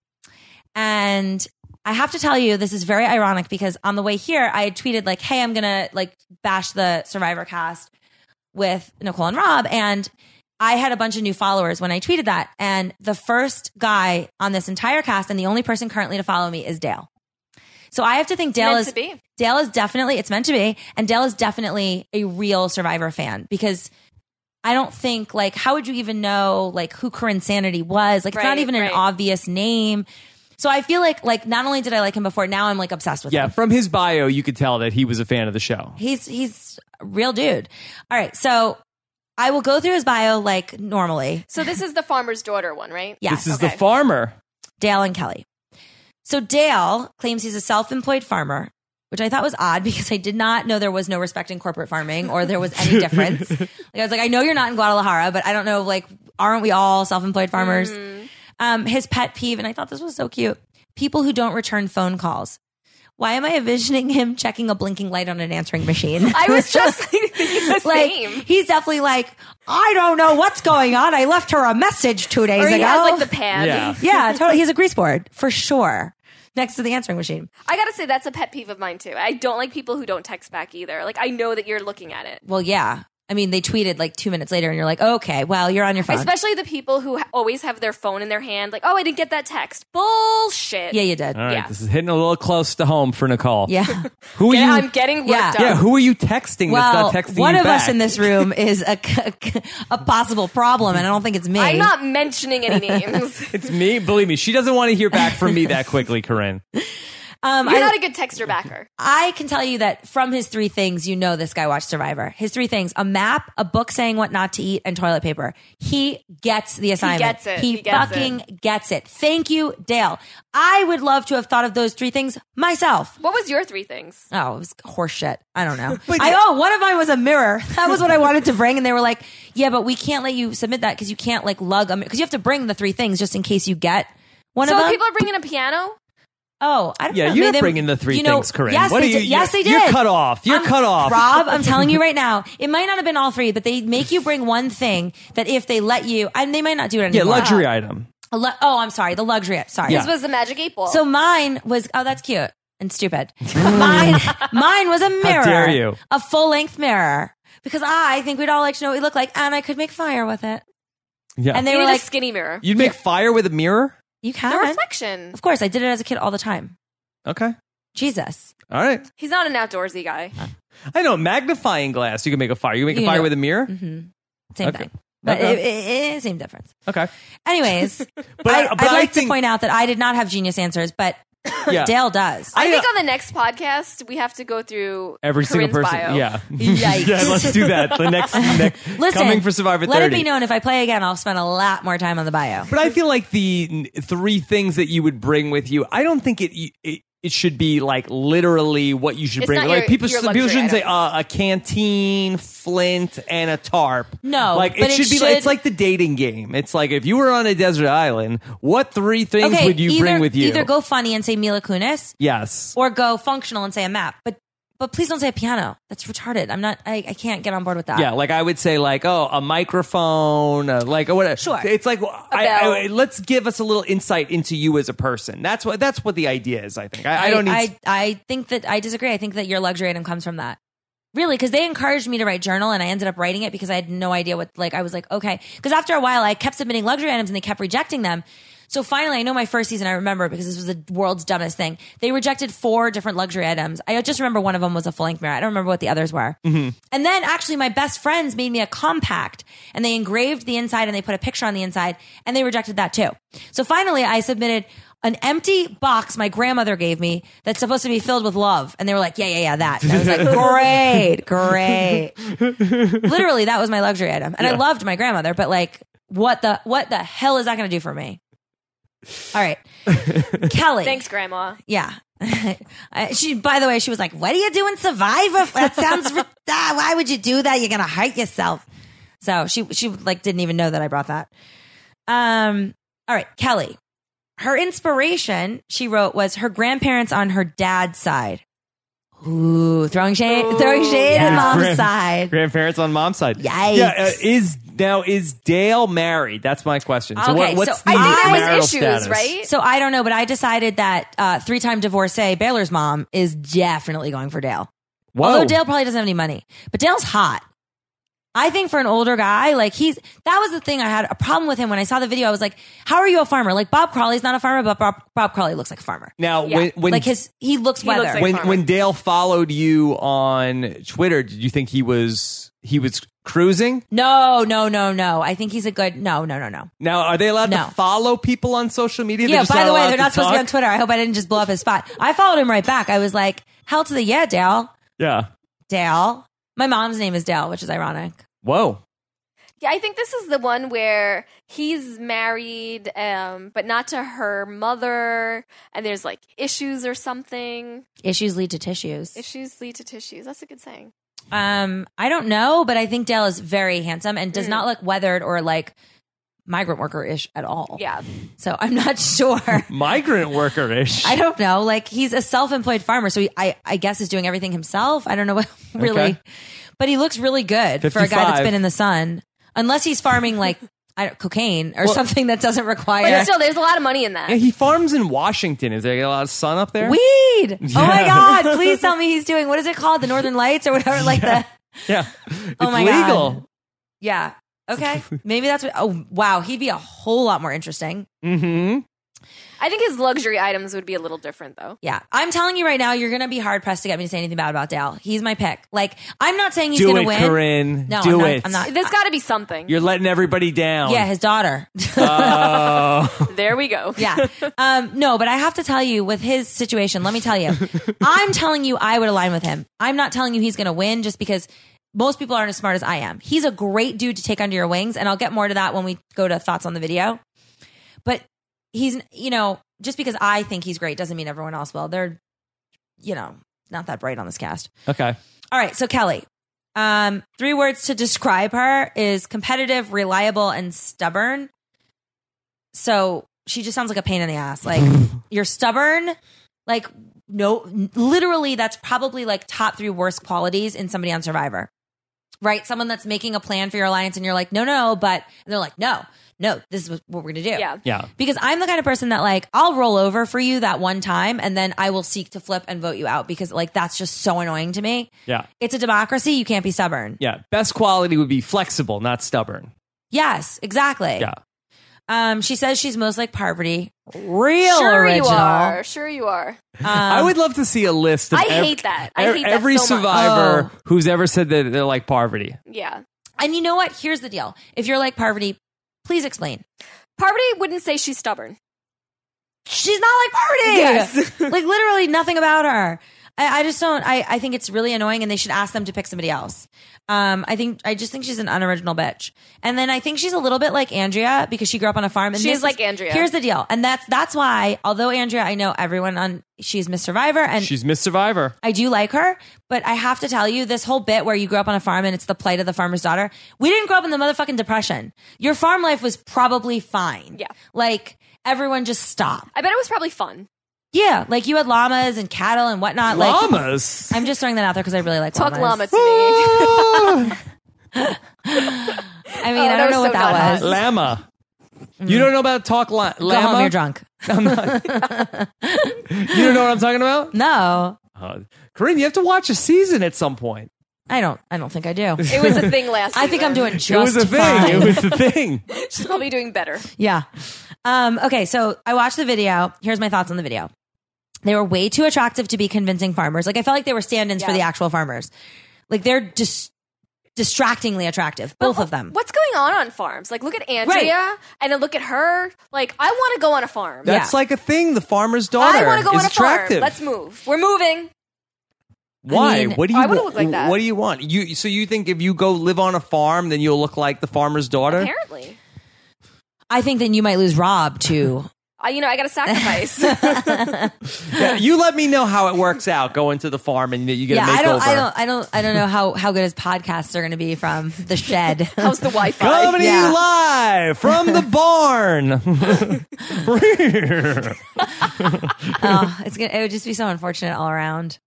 and I have to tell you this is very ironic because on the way here I had tweeted like, "Hey, I'm gonna like bash the Survivor cast with Nicole and Rob," and I had a bunch of new followers when I tweeted that, and the first guy on this entire cast and the only person currently to follow me is Dale. So I have to think Dale
meant
is
to be.
Dale is definitely, it's meant to be. And Dale is definitely a real Survivor fan because I don't think, like, how would you even know, like, who Corinne Sanity was? Like, it's not
Right,
even an
right.
obvious name. So I feel like, like, not only did I like him before, now I'm like obsessed with
Yeah,
him.
from his bio, you could tell that he was a fan of the show.
He's, he's a real dude. All right. So I will go through his bio like normally.
So this is the farmer's daughter one, right?
Yeah.
This is the
Okay.
farmer.
Dale and Kelly. So Dale claims he's a self-employed farmer, which I thought was odd because I did not know there was no respect in corporate farming or there was any difference. like I was like, I know you're not in Guadalajara, but I don't know, like, aren't we all self-employed farmers?
Mm-hmm.
Um, his pet peeve, and I thought this was so cute: people who don't return phone calls. Why am I envisioning him checking a blinking light on an answering machine?
I was just thinking the
like
same.
he's definitely like, I don't know what's going on. I left her a message two days
Or he
ago.
has like the pad.
Yeah.
Yeah, totally. He's a grease board for sure. Next to the answering machine.
I gotta say that's a pet peeve of mine too. I don't like people who don't text back either. Like I know that you're looking at it.
Well, yeah. I mean, they tweeted like two minutes later, and you're like, okay, well, you're on your phone.
Especially the people who ha- always have their phone in their hand, like, oh, I didn't get that text. Bullshit.
yeah, you did.
All right,
Yeah.
this is hitting a little close to home for Nicole.
Yeah.
Who are
Yeah,
you?
I'm getting worked
Yeah.
up.
yeah, who are you texting
Well,
that's not texting
one
you
of
back?
us in this room is a, a possible problem, and I don't think it's me.
I'm not mentioning any names.
It's me. Believe me, she doesn't want to hear back from me that quickly, Corinne.
Um,
You're
I,
not a good texter backer.
I can tell you that from his three things, you know this guy watched Survivor. His three things: a map, a book saying what not to eat, and toilet paper. He gets the assignment.
gets it. He gets
fucking gets it. Thank you, Dale. I would love to have thought of those three things myself.
What was your three things?
Oh, it was horseshit. I don't know. I oh, one of mine was a mirror. That was what I wanted to bring, and they were like, "Yeah, but we can't let you submit that because you can't like lug them because you have to bring the three things just in case you get one
So
of them."
people are bringing a piano.
oh, I don't
Yeah,
know.
you're
Maybe they-
bringing the three
you know,
things, Corinne.
Yes,
what
they
do you,
did. Yes, they
you're-
did.
You're cut off. You're
I'm-
cut off.
Rob, I'm telling you right now, it might not have been all three, but they make you bring one thing that if they let you, and they might not do it
yeah,
anymore.
luxury item.
A lu- oh, I'm sorry, the luxury. Sorry.
Yeah.
This was the magic eight ball.
So mine was oh, that's cute and stupid. mine, mine was a mirror.
dare you.
A full length mirror. Because I think we'd all like to know what we look like, and I could make fire with it.
Yeah,
And
they
they
you
were
need
like,
a skinny mirror.
you'd make fire with a mirror.
"You
the
can."
reflection.
Of course, I did it as a kid all the time.
Okay,
Jesus.
All right.
He's not an outdoorsy guy.
I know magnifying glass. You can make a fire. You make a
You
fire
know- Mm-hmm.
with a mirror.
Same
Okay.
thing. But
Okay.
it, it, it- same difference.
Okay.
Anyways,
But
I,
I- but
would
I
like
think-
to point out that I did not have genius answers, but
Yeah.
Dale does.
I,
I,
think
uh,
on the next podcast we have to go through
Every single
Corinne's
person.
bio.
Yeah.
Yikes.
yeah. Let's do that. The next, next
Listen,
coming for Survivor
let
30.
it be known if I play again, I'll spend a lot more time on the bio.
But I feel like the n- three things that you would bring with you, I don't think it it, it should be like literally what you should
It's
bring.
not
like
your-
people,
your
should, people
luxury
shouldn't say
items.
uh, a canteen, flint, and a tarp.
No,
like
but it
should be. like It's
should-
like the dating game. It's like if you were on a desert island, what three things
Okay,
would you
either,
bring with you?
Either go funny and say Mila Kunis,
yes.
or go functional and say a map. But but please don't say a piano. That's retarded. I'm not. I, I can't get on board with that.
Yeah, like I would say, like oh, a microphone, uh, like or whatever.
Sure.
It's like I,
bell.
I, let's give us a little insight into you as a person. That's what that's what the idea is. I think I, I don't need
I, I think that I disagree. I think that your luxury item comes from that. Really, because they encouraged me to write journal, and I ended up writing it because I had no idea what. Like, I was like, okay, because after a while, I kept submitting luxury items, and they kept rejecting them. So finally, I know my first season. I remember because this was the world's dumbest thing. They rejected four different luxury items. I just remember one of them was a full length mirror. I don't remember what the others were.
Mm-hmm.
And then actually, my best friends made me a compact, and they engraved the inside and they put a picture on the inside, and they rejected that too. So finally, I submitted an empty box my grandmother gave me that's supposed to be filled with love. And they were like, yeah, yeah, yeah, that. And I was like, great, great. Literally, that was my luxury item. And I loved my grandmother, but like, what the what the hell is that going to do for me? All right, Kelly.
Thanks, Grandma.
Yeah. I- she, by the way, she was like, "What are you doing, Survivor? That sounds. ri- ah, why would you do that? You're gonna hurt yourself." So she, she like didn't even know that I brought that. Um. All right, Kelly. Her inspiration, she wrote, was her grandparents on her dad's side. Ooh, throwing shade, throwing shade at
yeah.
mom's
Grand-
side.
Grandparents on mom's side.
Yikes.
Yeah, uh, is now is Dale married? That's my question. So
Okay,
what, what's
so
the
I think there was
marital
issues,
status?
right?
So I don't know, but I decided that uh, three-time divorcee Baylor's mom is definitely going for Dale.
Whoa.
Although Dale probably doesn't have any money, but Dale's hot. I think for an older guy, like he's that was the thing I had a problem with him when I saw the video. I was like, "How are you a farmer?" Like Bob Crawley's not a farmer, but Bob, Bob Crawley looks like a farmer.
now
Yeah,
when when
like his he looks
He
weather.
looks like-
when
farmer.
when Dale followed you on Twitter, did you think he was he was cruising?
no, no, no, no. I think he's a good. No, no, no, no.
Now are they allowed
No.
to follow people on social media? They're
Yeah.
just
By the way,
allowed
they're
to
not supposed to be on
talk?
Twitter. I hope I didn't just blow up his spot. I followed him right back. I was like, "Hell to the yeah, Dale,
Yeah.
Dale." My mom's name is Dale, which is ironic.
Whoa.
Yeah, I think this is the one where he's married, um, but not to her mother, and there's like issues or something.
Issues lead to tissues.
Issues lead to tissues. That's a good saying.
Um, I don't know, but I think Dale is very handsome and does
Mm.
not look weathered or like migrant worker ish at all.
Yeah,
So I'm not sure.
Migrant worker ish.
I don't know. Like he's a self employed farmer, so he, I I guess is doing everything himself. I don't know what really,
Okay.
but he looks really good for a guy that's
55.
been in the sun, unless he's farming like I don't, cocaine or something that doesn't
but
require.
still, there's a lot of money in that.
Yeah, he farms in Washington. Is there a lot of sun up there?
Weed! Oh my
Yeah.
God! Please tell me he's doing what is it called? The Northern Lights or whatever, like the
yeah.
Oh
it's
my God.
legal.
yeah. Okay, maybe that's what. Oh wow, he'd be a whole lot more interesting.
Mm-hmm.
I think his luxury items would be a little different, though.
Yeah, I'm telling you right now, you're gonna be hard pressed to get me to say anything bad about Dale. He's my pick. Like, I'm not saying he's
Do
gonna
it,
win.
Corinne.
No,
Do
I'm not-
it.
I'm not.
There's got to be something.
You're letting everybody down.
Yeah, his daughter.
Uh. Oh.
there we go.
yeah. Um, no, but I have to tell you, with his situation, let me tell you, I'm telling you, I would align with him. I'm not telling you he's gonna win just because most people aren't as smart as I am. He's a great dude to take under your wings, and I'll get more to that when we go to thoughts on the video. But he's, you know, just because I think he's great doesn't mean everyone else will. They're, you know, not that bright on this cast.
okay.
All right, so Kelly, um, three words to describe her is competitive, reliable, and stubborn. So she just sounds like a pain in the ass. Like you're stubborn, like no, literally, that's probably like top three worst qualities in somebody on Survivor. Right, someone that's making a plan for your alliance, and you're like, no, no, but and they're like, no, no, this is what we're gonna do.
Yeah.
Yeah.
Because I'm the kind of person that like I'll roll over for you that one time and then I will seek to flip and vote you out because like that's just so annoying to me.
Yeah.
It's a democracy, you can't be stubborn.
Yeah. Best quality would be flexible, not stubborn.
Yes, exactly.
Yeah.
Um, she says she's most like poverty. Real
sure
original.
you are. Sure you are.
Um,
I would love to see a list of
I
ev-
hate that. I
ev-
hate that
every
so much.
survivor
Oh.
who's ever said that they're like poverty.
Yeah.
And you know what? Here's the deal. If you're like poverty, please explain.
Poverty wouldn't say she's stubborn.
She's not like poverty.
Yes.
like literally nothing about her. I, I just don't. I, I think it's really annoying, and they should ask them to pick somebody else. Um, I think I just think she's an unoriginal bitch, and then I think she's a little bit like Andrea because she grew up on a farm. And
She
this
is like Andrea.
Here's the deal, and that's that's why. Although Andrea, I know everyone on she's Miss Survivor, and
She's Miss Survivor.
I do like her, but I have to tell you, this whole bit where you grew up on a farm and it's the plight of the farmer's daughter. We didn't grow up in the motherfucking depression. Your farm life was probably fine.
Yeah.
Like everyone just stopped.
I bet it was probably fun.
Yeah. Like you had llamas and cattle and whatnot. Like
Llamas.
I'm just throwing that out there because I really like
Talk
llamas.
llama to me.
Ah.
I mean,
Oh,
I
that
don't
was
know
so
what
not
that
hot.
was.
Llama. You don't know about talk li-
Mm. Go home,
llama.
you're drunk.
You don't know what I'm talking about.
No,
Uh, Corinne, you have to watch a season at some point.
I don't. I don't think I do.
It was a thing last
I think I'm
season.
doing just
it was a thing.
fine.
It was the thing.
She's probably doing better.
Yeah. Um, okay, so I watched the video. Here's my thoughts on the video. They were way too attractive to be convincing farmers. Like I felt like they were stand-ins for
Yeah.
the actual farmers. Like they're just distractingly attractive, both of them.
What's going on on farms? Like, look at Andrea and then look at her. Like, I want to go on a farm.
That's
Yeah.
like a thing. The farmer's daughter
I want to go
is
on a
attractive.
farm. Let's move. We're moving.
Why?
I mean,
what do you
I wouldn't
wa-
look like that.
What do you want? You so you think if you go live on a farm, then you'll look like the farmer's daughter?
Apparently.
I think then you might lose Rob too.
I, you know, I got to sacrifice.
Yeah, you let me know how it works out going to the farm and that you get
yeah,
a makeover.
I don't I don't I don't I don't know how how good his podcasts are gonna be from the shed.
How's the Wi Fi?
Coming to
Yeah.
you live from the barn.
oh, it's gonna it would just be so unfortunate all around.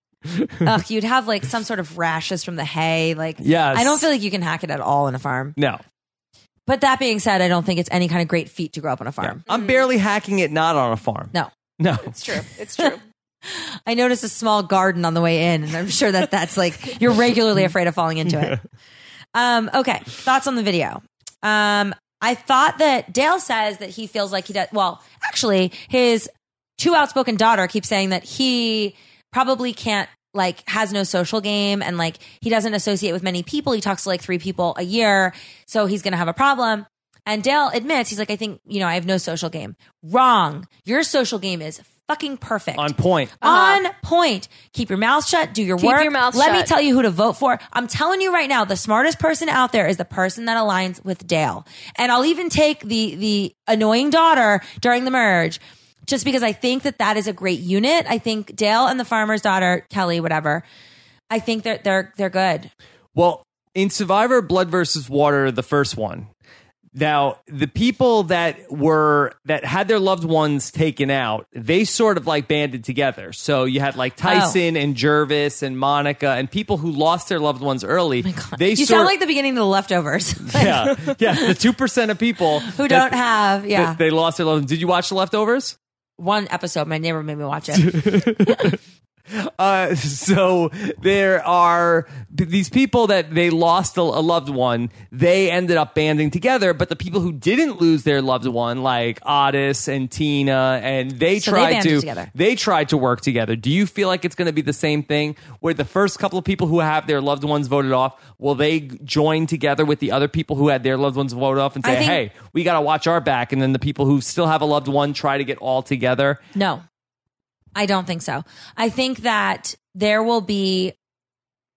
Ugh, you'd have like some sort of rashes from the hay. Like
Yes.
I don't feel like you can hack it at all in a farm.
no,
But that being said, I don't think it's any kind of great feat to grow up on a farm.
I'm barely hacking it. Not on a farm.
Mm. No.
no.
It's true. It's true.
I noticed a small garden on the way in, and I'm sure that that's like you're regularly afraid of falling into it. Um, okay, thoughts on the video. Um, I thought that Dale says that he feels like he does. Well, actually, his too outspoken daughter keeps saying that he probably can't like has no social game and like he doesn't associate with many people. He talks to like three people a year, so he's gonna have a problem. And Dale admits he's like, I think you know I have no social game. Wrong. Your social game is fucking perfect
On point.
on point. Keep your mouth shut. Do your
Uh-huh. Keep
work.
your mouth
Let me
shut.
tell you who to vote for. I'm telling you right now, the smartest person out there is the person that aligns with Dale. And I'll even take the the annoying daughter during the merge. Just because I think that that is a great unit. I think Dale and the farmer's daughter, Kelly, whatever. I think they're they're they're good.
Well, in Survivor Blood versus Water, the first one. Now, the people that were that had their loved ones taken out, they sort of like banded together. So you had
Oh.
like Tyson and Jervis and Monica and people who lost their loved ones early. They
Oh You
sort
sound like the beginning of the leftovers.
yeah, yeah, the two percent of people
Who don't have yeah.
they lost their loved ones. Did you watch the leftovers?
One episode, my neighbor made me watch it.
Uh, so there are th- these people that they lost a, a loved one. They ended up banding together, but the people who didn't lose their loved one, like Otis and Tina, and they
So they
tried
banded
to
together.
they tried to work together. Do you feel like it's going to be the same thing where the first couple of people who have their loved ones voted off will they g- join together with the other people who had their loved ones voted off and
I
say, "Hey,
think-
we got to watch our back," and then the people who still have a loved one try to get all together?
No, I don't think so. I think that there will be.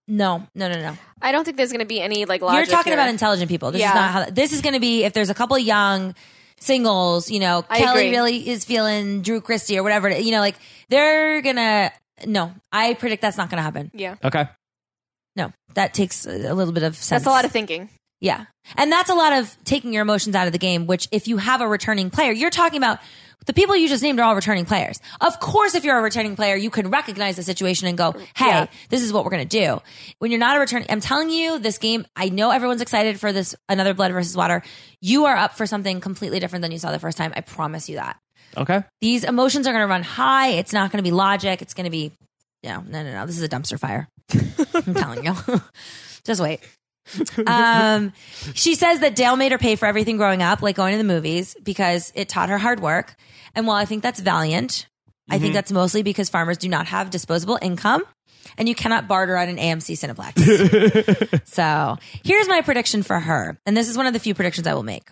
No, no, no, no.
I don't think there's going to be any like logic.
You're talking
here.
about intelligent people. This
Yeah.
is not how. This is going to be if there's a couple of young singles, you know,
I
Kelly
agree.
really is feeling Drew Christie or whatever. You know, like they're gonna. No, I predict that's not gonna happen.
Yeah.
Okay.
No, that takes a little bit of sense.
That's a lot of thinking.
Yeah. And that's a lot of taking your emotions out of the game, which if you have a returning player, you're talking about the people you just named are all returning players. Of course, if you're a returning player, you can recognize the situation and go, hey,
Yeah.
this is what we're going to do. When you're not a returning, I'm telling you, this game, I know everyone's excited for this another blood versus water. You are up for something completely different than you saw the first time. I promise you that.
Okay.
These emotions are going to run high. It's not going to be logic. It's going to be, no, no, no, no. This is a dumpster fire. I'm telling you. just wait. Um, she says that Dale made her pay for everything growing up, like going to the movies, because it taught her hard work. And while I think that's valiant, I think that's mostly because farmers do not have disposable income and you cannot barter on an AMC Cineplex. so here's my prediction for her. And this is one of the few predictions I will make.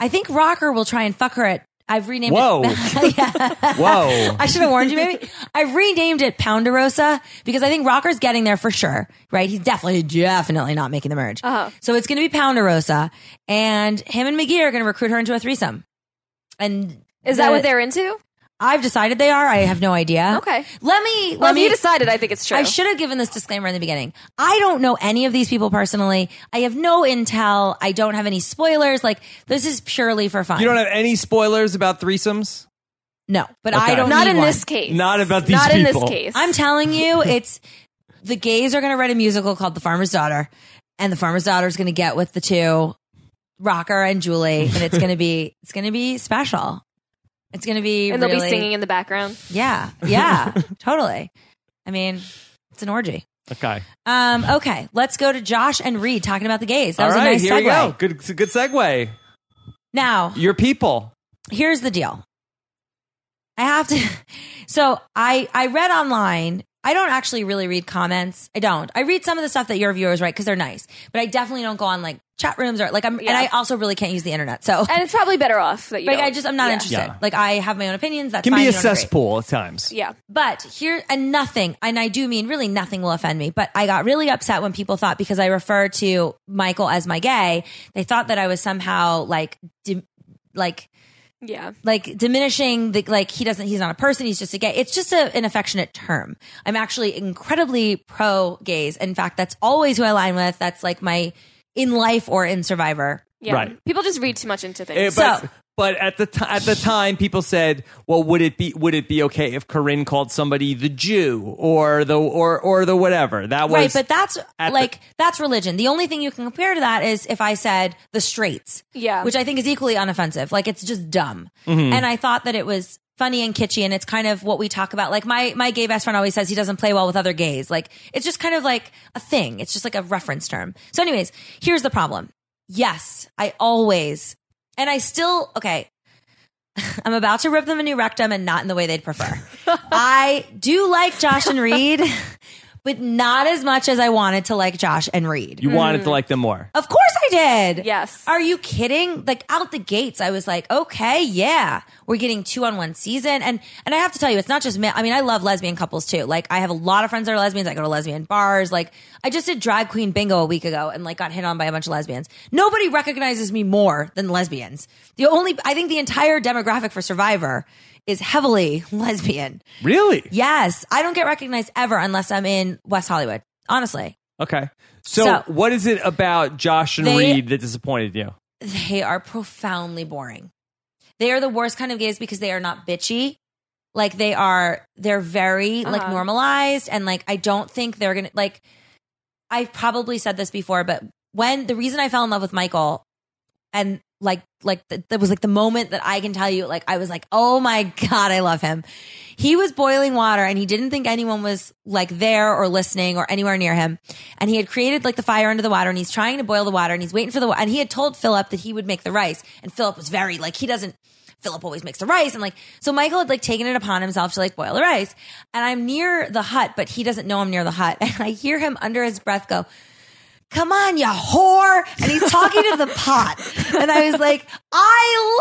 I think Rocker will try and fuck her at. I've renamed
Whoa.
it. Yeah.
Whoa.
I should have warned you, maybe. I've renamed it Ponderosa because I think Rocker's getting there for sure, right? He's definitely, definitely not making the merge.
Uh-huh.
So it's going to be Ponderosa, and him and McGee are going to recruit her into a threesome. And
Is that
the-
what they're into?
I've decided they are. I have no idea.
Okay.
Let me.
Well,
let
if
me.
you decided, I think it's true.
I should have given this disclaimer in the beginning. I don't know any of these people personally. I have no intel. I don't have any spoilers. Like this is purely for fun.
You don't have any spoilers about threesomes?
no, but
Okay.
I don't.
Not
need
in
one.
this case.
Not about these
Not in this
people.
case.
I'm telling you, it's the gays are going to write a musical called The Farmer's Daughter, and The Farmer's Daughter is going to get with the two, Rocker and Julie, and it's going to be it's going to be special. It's going to be
and they'll
really-
be singing in the background.
Yeah, yeah, totally. I mean, it's an orgy.
Okay.
Um, okay, let's go to Josh and Reed talking about the gays. That was
All
a
right,
nice
here
segue.
we go. Good, good segue.
Now,
Your people.
here's the deal. I have to. So I I read online. I don't actually really read comments. I don't. I read some of the stuff that your viewers write because they're nice, but I definitely don't go on like chat rooms or like I'm. And
Yeah.
I also really can't use the internet. So
And it's probably better off that you
like I
don't.
just I'm not
Yeah.
interested.
Yeah.
Like I have my own opinions. That's
Can
fine,
be
you
a
don't agree.
cesspool at times.
Yeah.
But here, and nothing, and I do mean really nothing will offend me, but I got really upset when people thought because I refer to Michael as my gay, they thought that I was somehow like, dim like,
Yeah.
like diminishing the like he doesn't he's not a person he's just a gay it's just a, an affectionate term i'm actually incredibly pro gays in fact that's always who i align with that's like my in life or in survivor
Yeah.
Right.
People just read too much into
Eh,
things.
but,
So-
but at the t- at the time, people said, "Well, would it be would it be okay if Corinne called somebody the Jew or the or or the whatever?" That was
right but that's
at the-
like that's religion the only thing you can compare to that is if i said the straights
Yeah.
which i think is equally unoffensive like it's just dumb and i thought that it was funny and kitschy and it's kind of what we talk about like my my gay best friend always says he doesn't play well with other gays like it's just kind of like a thing it's just like a reference term so anyways here's the problem yes i always and i still okay I'm about to rip them a new rectum and not in the way they'd prefer. I do like Josh and Reed, but not as much as I wanted to like Josh and Reed.
you wanted to like them more.
of course I did.
Yes.
Are you kidding? Like out the gates, I was like, okay, yeah, we're getting two on one season. And, and I have to tell you, it's not just men. I mean, I love lesbian couples too. Like I have a lot of friends that are lesbians. I go to lesbian bars. Like I just did drag queen bingo a week ago and like got hit on by a bunch of lesbians. Nobody recognizes me more than lesbians. The only, I think the entire demographic for Survivor is heavily lesbian.
Really?
Yes. I don't get recognized ever unless I'm in West Hollywood. Honestly,
Okay. So,
So-
what is it about Josh and
They-
Reed that disappointed you?
they are profoundly boring. They are the worst kind of gays because they are not bitchy. Like they are, they're very like
Uh-huh.
normalized and like I don't think they're gonna like. I probably said this before, but when the reason I fell in love with Michael and like like th- that was like the moment that I can tell you like I was like oh my god I love him. He was boiling water and he didn't think anyone was like there or listening or anywhere near him. And he had created like the fire under the water and he's trying to boil the water and he's waiting for the wa- and he had told Philip that he would make the rice and Philip was very like he doesn't Philip always makes the rice and like so Michael had like taken it upon himself to like boil the rice and I'm near the hut but he doesn't know I'm near the hut and I hear him under his breath go come on, you whore. And he's talking to the pot. And I was like, I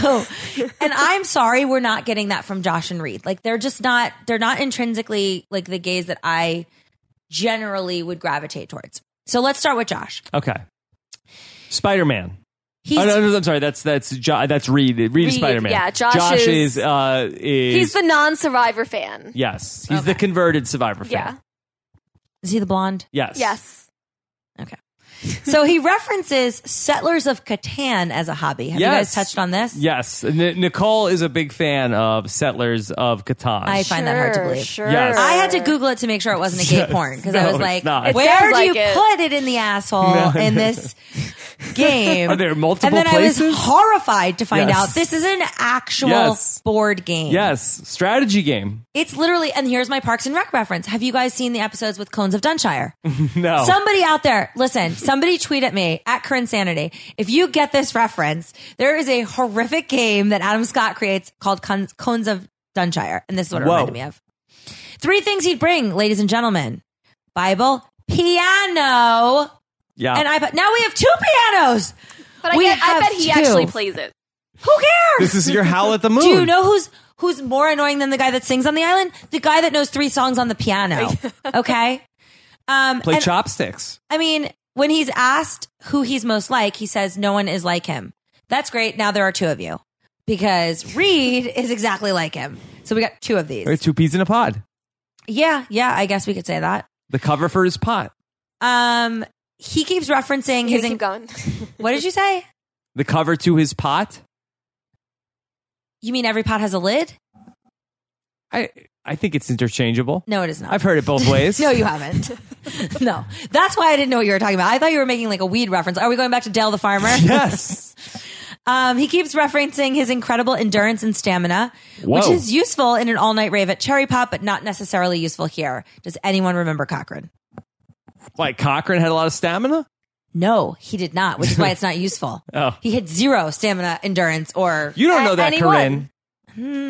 love you. And I'm sorry, we're not getting that from Josh and Reed. Like, they're just not, they're not intrinsically like the gays that I generally would gravitate towards. So let's start with Josh.
Okay. Spider Man.
He's,
Oh, no, no, I'm sorry. That's that's jo- that's Reed. Reed,
Reed,
is Spider Man.
yeah, Josh
is,
is-
uh is
He's the non survivor fan.
yes. He's the
Okay.
converted Survivor fan.
Yeah.
is he the blonde?
Yes.
Yes.
So he references Settlers of Catan as a hobby. Have you
Yes.
guys touched on this?
Yes. N- Nicole is a big fan of Settlers of Catan.
I find that hard to
Sure,
believe.
Sure.
Yes.
I had to Google it to make sure it wasn't a gay
Yes.
porn because
No,
I was
it's
like,
not. It
where do
sounds
you
like it.
put it in the asshole
No.
in this game.
Are there multiple
and then I
places?
was horrified to find
Yes.
out this is an actual
Yes.
board game.
yes, strategy game.
It's literally, and here's my Parks and Rec reference. Have you guys seen the episodes with Cones of Dunshire?
No.
Somebody out there, listen, somebody tweet at me at Current Sanity. If you get this reference, there is a horrific game that Adam Scott creates called Con- Cones of Dunshire. And this is what it
Whoa.
reminded me of. Three things he'd bring, ladies and gentlemen Bible, piano,
yeah.
and iPod. Now we have two pianos.
But I,
We
get, I
have
bet he
two.
actually plays it.
Who cares?
this is your howl at the moon.
Do you know who's who's more annoying than the guy that sings on the island? The guy that knows three songs on the piano. Okay. Um,
Play
and,
chopsticks.
I mean, when he's asked who he's most like, he says no one is like him. That's great. Now there are two of you because Reed is exactly like him. So we got two of these.
Or two peas in a pod.
Yeah, yeah. I guess we could say that.
The cover for his pot.
Um, he keeps referencing
You
his.
can keep
en-
going.
what did you say?
The cover to his pot.
You mean every pot has a lid?
I I think it's interchangeable.
No, it is not.
I've heard it both ways.
No, you haven't. no, that's why I didn't know what you were talking about. I thought you were making like a weed reference. Are we going back to Dale the farmer?
Yes.
Um, he keeps referencing his incredible endurance and stamina, which
Whoa.
is useful in an all-night rave at Cherry Pop, but not necessarily useful here. Does anyone remember Cochrane?
Like Cochrane had a lot of stamina.
No, he did not, which is why it's not useful.
Oh.
He had zero stamina, endurance, or
You don't
A-
know that,
anyone.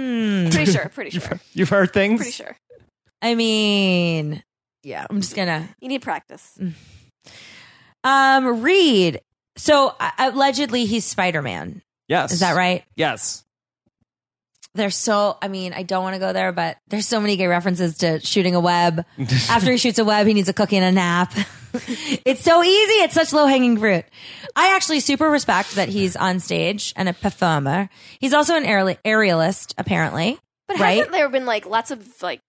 Corinne.
Hmm.
pretty sure. Pretty sure.
You've heard things.
Pretty sure.
I mean, yeah, I'm just gonna
You need practice.
Mm, um read. So uh, allegedly, he's Spider-Man.
Yes.
Is that right?
Yes.
there's so I mean, I don't want to go there, but there's so many gay references to shooting a web. After he shoots a web, he needs a cookie and a nap. it's so easy. It's such low hanging fruit. I actually super respect that he's on stage and a performer. He's also an aerial- aerialist, apparently.
But
Right?
hasn't there been like lots of like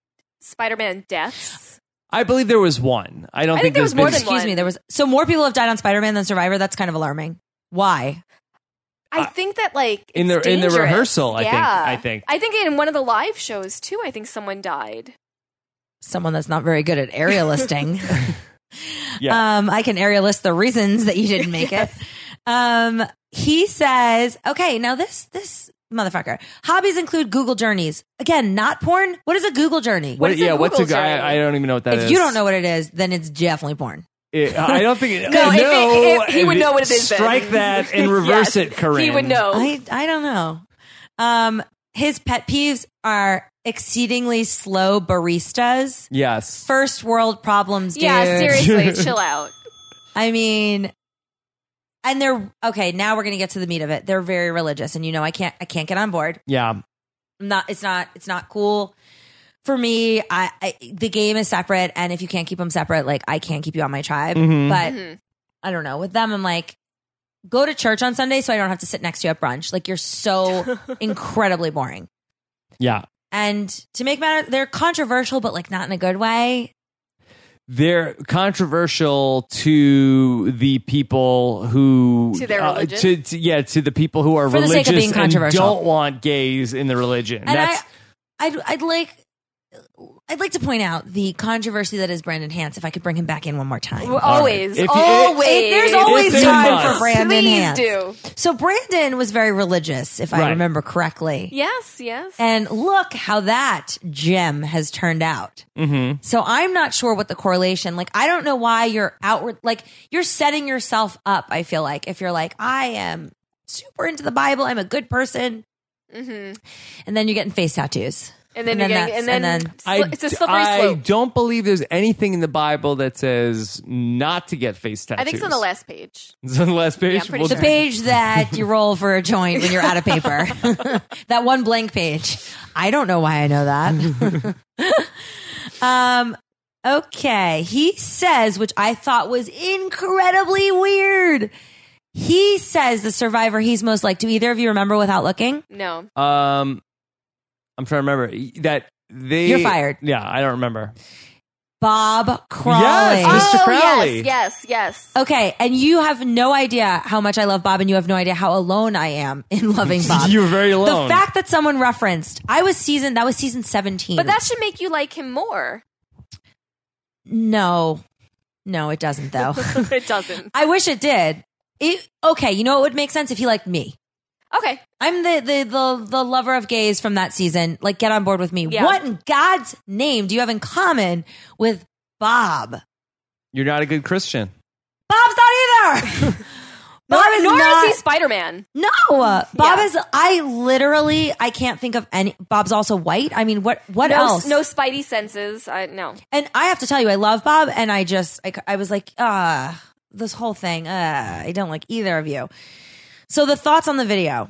Spider-Man deaths?
I believe there was one. I don't
I
think,
think there was
there's
more
been-
than one.
Excuse me. There was so more people have died on Spider Man than Survivor. That's kind of alarming. Why?
I
Uh,
think that like
in the-
it's
in the
dangerous.
rehearsal, I think-
Yeah.
I think.
I think in one of the live shows too. I think someone died.
Someone that's not very good at aerialisting.
Yeah.
Um, I can aerialist the reasons that you didn't make it. Um, he says, okay, now this, this motherfucker. Hobbies include Google journeys. Again, not porn. What is a Google journey?
what,
is a
yeah. What's a
Google
guy?
journey?
I, I don't even know what that is.
if you don't know what it is, then it's definitely porn.
It- I don't think. it-
No, if it-
no,
if- he would know what it is then.
Strike that and reverse
Yes,
it, Corinne.
He would know.
I, I don't know. Um, his pet peeves are exceedingly slow baristas.
Yes.
First world problems, dude.
yeah, seriously, chill out.
I mean, and they're okay. Now we're gonna get to the meat of it. They're very religious, and you know, I can't, I can't get on board.
Yeah.
I'm not, it's not, it's not cool for me. I, I the game is separate, and if you can't keep them separate, like I can't keep you on my tribe.
Mhm.
But
Mhm.
I don't know. With them, I'm like, go to church on Sunday so I don't have to sit next to you at brunch. Like you're so incredibly boring.
Yeah.
And to make matter, they're controversial, but like not in a good way.
they're controversial to the people who uh,
To their religion?
to, to- yeah to the people who are
For the
religious
sake of being
and
controversial.
don't want gays in the religion.
And
That's
I, I'd, I'd like. I'd like to point out the controversy that is Brandon Hance. If I could bring him back in one more time,
Well, oh. always,
If you-
always.
It- there's always
It's a
time
must.
for Brandon
Please
Hans.
do.
So Brandon was very religious, if
Right.
I remember correctly.
Yes, yes.
And look how that gem has turned out.
Mhm.
So I'm not sure what the correlation. Like I don't know why you're outward. Like you're setting yourself up. I feel like if you're like I am super into the Bible, I'm a good person,
Mhm.
and then you're getting face tattoos.
And then
And
you're
then
getting,
that's-
and then,
and then-
sli- it's a slippery
I
slope.
don't believe there's anything in the Bible that says not to get face tattoos.
I think it's on the last page.
It's on the last page.
Yeah, I'm pretty
The
sure.
page that you roll for a joint when you're out of paper. that one blank page. I don't know why I know that. um, okay. He says, which I thought was incredibly weird. He says the survivor he's most like. Do either of you remember without looking?
No,
Um, I'm trying to remember that they.
You're fired.
Yeah, I don't remember.
Bob Crawley.
Yes, Mr.
Oh,
Crowley.
Yes, yes, yes.
Okay, and you have no idea how much I love Bob, and you have no idea how alone I am in loving Bob.
you were very alone.
the fact that someone referenced I was season that was season seventeen.
But that should make you like him more.
No, no, it doesn't though.
it doesn't.
I wish it did. It, okay, you know it would make sense if you liked me.
Okay.
I'm the, the the the lover of gays from that season. Like, get on board with me.
Yeah.
What in God's name do you have in common with Bob?
You're not a good Christian.
Bob's not either.
Nor,
Bob is
nor
not.
is he Spider Man.
no, Bob
Yeah.
is. I literally, I can't think of any. Bob's also white. I mean, what what
no,
else?
No Spidey senses. I no.
And I have to tell you, I love Bob, and I just, I, I was like, ah, this whole thing, ah, I don't like either of you. So the thoughts on the video.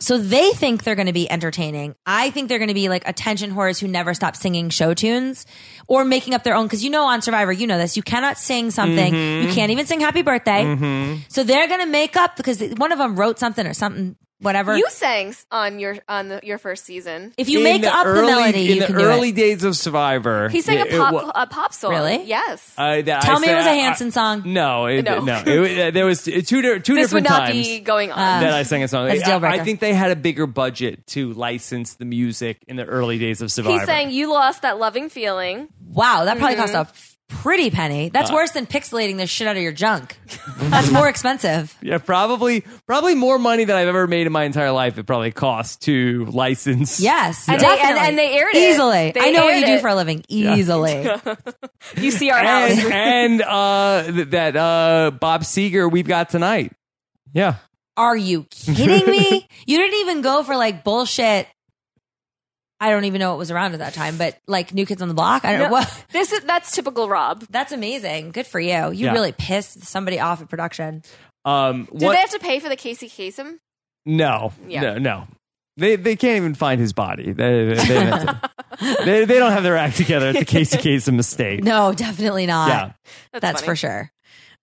So they think they're going to be entertaining. I think they're going to be like attention whores who never stop singing show tunes or making up their own. Because you know, on Survivor, you know this. You cannot sing something.
Mm-hmm.
You can't even sing Happy Birthday. So they're going to make up because one of them wrote something or something, whatever.
You sang s- on your on the, your first season.
if you
In
make up the
early-
melody,
in
you
the
can
early
do it.
days of Survivor.
He sang
it- it
a pop
wa-
a pop song.
Really?
Yes.
Uh, that
Tell
I
me
said-
it was a
I-
Hanson song.
No, it, no,
No.
It- uh, there was uh, two di- two
this would
different
not
times
be going on.
that I sang a song.
uh, That's a deal
I, I
breaker.
think they had a bigger budget to license the music in the early days of Survivor.
he sang "You Lost That Loving Feeling."
Wow, that probably cost a f-
Mm-hmm.
pretty penny. That's
Uh,
worse than pixelating the shit out of your junk. That's more expensive.
Yeah, probably probably more money than I've ever made in my entire life. It probably cost to license.
Yes,
And they- and-
definitely.
and they aired it.
easily.
They
I know what
aired
you do
it.
for a living. Easily,
You see our
and
house.
and uh, th- that uh, Bob Seger we've got tonight. Yeah,
are you kidding me? You didn't even go for like bullshit. I don't even know what was around at that time, but like New Kids on the Block. I don't know
No,
what.
this is that's typical Rob.
That's amazing. Good for you. You
Yeah.
really pissed somebody off at production.
um,
Did
what?
they have to pay for the Casey Kasem?
no,
Yeah.
no, no. They they can't even find his body. They they, they, they, they don't have their act together. It's a case to case of mistake.
No, definitely not.
Yeah.
That's,
That's
funny.
for sure.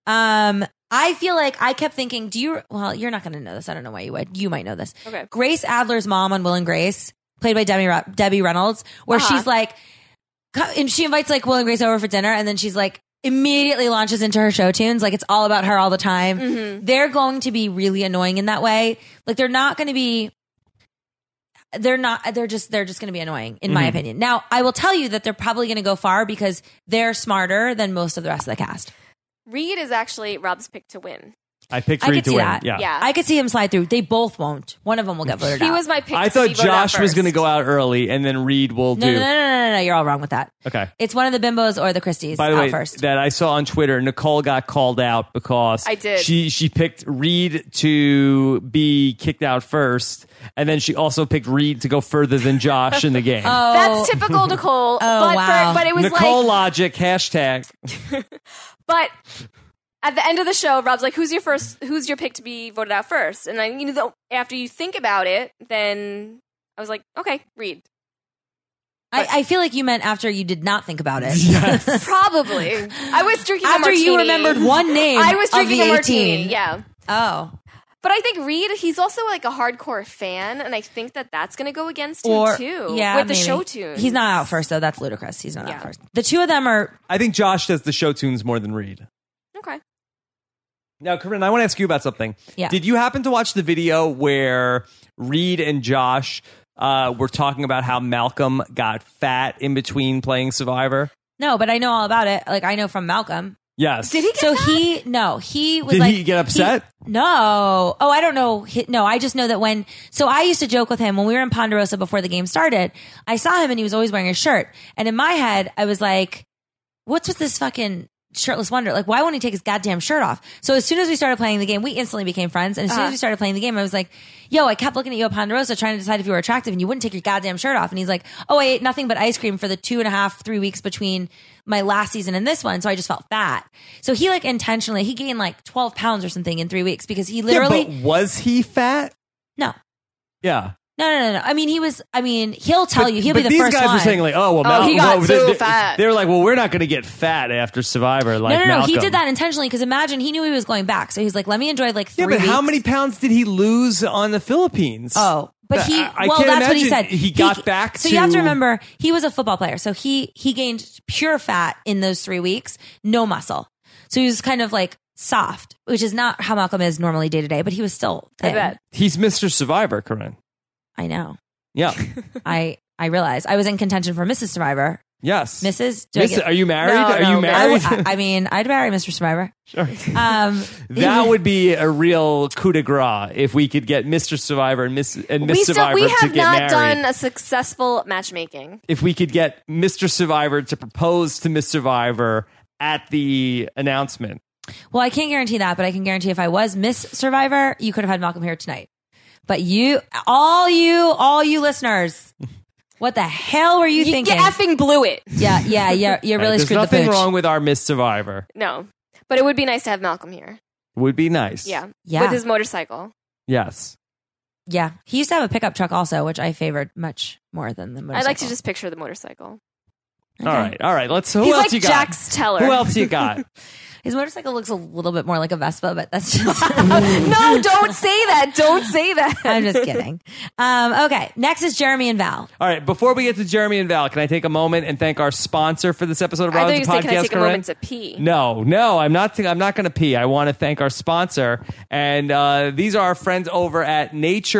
Um, I feel like I kept thinking, do you, well, you're not going to know this. I don't know why you would. You might know this.
Okay.
Grace Adler's mom on Will and Grace, played by Demi, Re- Debbie Reynolds, where
Uh-huh.
she's like, co- and she invites like Will and Grace over for dinner. And then she's like, immediately launches into her show tunes. Like it's all about her all the time.
Mm-hmm.
They're going to be really annoying in that way. Like they're not going to be, they're not they're just they're just going to be annoying in my opinion. Now, I will tell you that they're probably going to go far because they're smarter than most of the rest of the cast.
Reed is actually Rob's pick to win.
I picked
I
Reed
could
to
see
win.
that.
Yeah.
Yeah.
I could see him slide through. They both won't. One of them will get voted
He
out.
was my pick.
I
to
thought
be voted out
Josh was
first.
going to go out early, and then Reed will
no,
do.
no, no, no, no, no, You're all wrong with that.
Okay.
It's one of the bimbos or the Christies
By the
out
way,
first.
that I saw on Twitter, Nicole got called out because
I did.
She she picked Reed to be kicked out first, and then she also picked Reed to go further than Josh in the game.
oh,
That's typical Nicole. but, for-
wow.
but it was
Nicole
like,
logic hashtag.
but at the end of the show, Rob's like, "Who's your first? Who's your pick to be voted out first? And I, you know, the- after you think about it, then I was like, "Okay, Reed,
I, I feel like you meant after you did not think about it.
Yes.
probably." I was drinking a
After you
martini.
remembered one name,
I was
of
drinking
the
a martini.
18.
Yeah.
Oh,
But I think Reed, he's also like a hardcore fan, and I think that that's going to go against him
or
too.
yeah,
with the
maybe.
show tune.
He's not out first though. That's ludicrous. He's not
Yeah.
out first. The two of them are.
I think Josh does the show tunes more than Reed.
okay.
Now, Corinne, I want to ask you about something.
Yeah.
Did you happen to watch the video where Reed and Josh uh, were talking about how Malcolm got fat in between playing Survivor?
No, but I know all about it. Like I know from Malcolm.
Yes.
Did he get
So
that?
he no, he was
Did
like
he get upset?
no. Oh, I don't know. He- No, I just know that when so I used to joke with him when we were in Ponderosa before the game started. I saw him and he was always wearing a shirt, and in my head I was like, "What's with this fucking?" Shirtless wonder, like, why won't he take his goddamn shirt off? So, as soon as we started playing the game, we instantly became friends. And as soon as
Uh.
Uh-huh.
we started playing the game, I was like, Yo, I kept looking at you at Ponderosa trying to decide if you were attractive and you wouldn't take your goddamn shirt off. And he's like, Oh, I ate nothing but ice cream for the two and a half, three weeks between my last season and this one. So I just felt fat. So he like intentionally, he gained like 12 pounds or something in three weeks because he literally,
Yeah, but was he fat?
no,
Yeah.
no, no, no, no. I mean, he was, I mean, he'll tell Oh, you, he'll
but
be the
these
first
guys
one.
were saying like, oh well, Mal-
he got
well, they,
so
they-
fat.
They were like, well, we're not going to get fat after Survivor. Like,
no, no, no. He
Malcolm.
did that intentionally because imagine he knew he was going back. So he's like, Let me enjoy like three
Yeah, but how
weeks."
many pounds did he lose on the Philippines?
Oh, but he.
I- I
well,
can't
that's what he said.
imagine he got back
So you have
to-
to remember, he was a football player, so he he gained pure fat in those three weeks, no muscle. So he was kind of like soft, which is not how Malcolm is normally day to day. But he was still. Thin.
I bet.
He's Mr. Survivor, Corinne.
I know.
Yeah,
I I realized I was in contention for Mrs. Survivor.
Yes.
Mrs. Did I
Miss,
get-
are you married?
No,
are
no,
you
but
married?
I, I mean, I'd marry Mr. Survivor.
Sure.
Um,
that would be a real coup de grace if we could get Mr. Survivor and Miss and Miss
we
Survivor to
we have
get
not
married.
done a successful matchmaking.
if we could get Mr. Survivor to propose to Miss Survivor at the announcement.
well, I can't guarantee that, but I can guarantee if I was Miss Survivor, you could have had Malcolm here tonight. But you, all you, all you listeners, what the hell were you,
You,
thinking?
effing blew it.
yeah, yeah, yeah. You're
Right?
really
There's
screwed the
nothing
pooch.
wrong with our Miss Survivor.
No, but it would be nice to have Malcolm here.
Would be nice.
Yeah,
Yeah.
with his motorcycle.
Yes.
Yeah, he used to have a pickup truck also, which I favored much more than the motorcycle.
I like to just picture the motorcycle.
All right. All right. Let's. Who
He's
else
like
you got?
Jax Teller.
Who else you got?
His motorcycle looks a little bit more like a Vespa, but that's just.
Uh, no, don't say that. Don't say that.
I'm just kidding. Um, okay, next is Jeremy and Val.
All right. Before we get to Jeremy and Val, can I take a moment and thank our sponsor for this episode of
I thought you were
Robin's
saying,
Podcast?
can I take a
Corinne?
moment to pee?
No, no, I'm not. I'm not going to pee. I want to thank our sponsor, and uh, these are our friends over at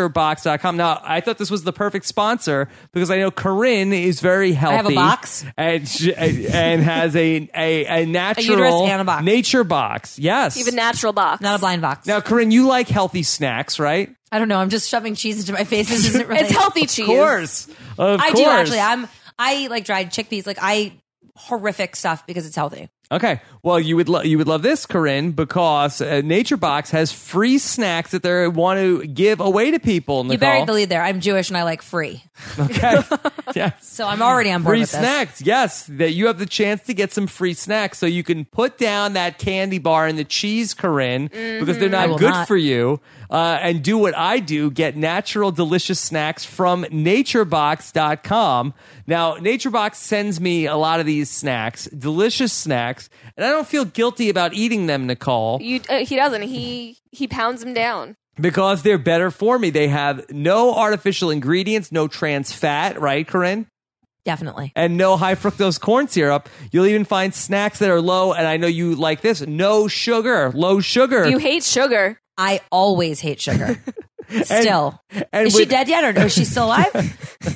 NatureBox.com. Now, I thought this was the perfect sponsor because I know Corinne is very healthy.
have a box.
and she, and has a a, a natural
and a box.
nature box. Yes,
Even natural box.
Not a blind box.
now, Corinne, you like healthy snacks, right?
I don't know. I'm just shoving cheese into my face. This isn't really.
It's healthy cheese.
Of course, of
I
course.
do actually. I'm. I eat like dried chickpeas. Like I horrific stuff because it's healthy.
Okay. Well, you would lo- you would love this, Corinne, because uh, Nature Box has free snacks that they want to give away to people. Nicole.
You buried the lead there. I'm Jewish and I like free,
Okay. yes.
so I'm already on board
Free
with this.
snacks, yes. That you have the chance to get some free snacks, so you can put down that candy bar and the cheese, Corinne, because they're
Mm-hmm. I
not
will
good
not.
for you. Uh, and do what I do: get natural, delicious snacks from NatureBox.com. Now, NatureBox sends me a lot of these snacks, delicious snacks, and I don't feel guilty about eating them, Nicole
You, uh, he doesn't. He he pounds them down.
because they're better for me. They have no artificial ingredients, no trans fat, right, Corinne?
Definitely.
And no high fructose corn syrup. You'll even find snacks that are low, and I know you like this no sugar, low sugar.
You hate sugar.
I always hate sugar.
And-
Still,
and
is she
with-
dead yet, or is she still alive?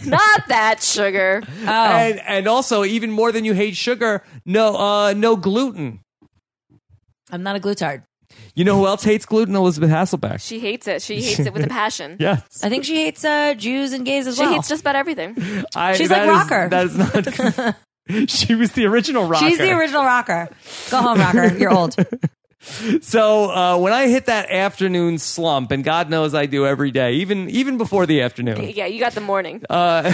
Not that sugar.
Oh,
And, and also, even more than you hate sugar, no, uh, no gluten.
I'm not a glutard.
You know who else hates gluten? Elizabeth Hasselbeck.
She hates it. She hates it with a passion.
Yes,
I think she hates uh, Jews and gays as
She
well.
hates just about everything.
I,
She's
that
like
is-
rocker.
that is not. she was the original rocker.
She's the original rocker. Go home, rocker. You're old.
So uh, when I hit that afternoon slump, and God knows I do every day, even even before the afternoon.
Yeah, you got the morning.
Uh,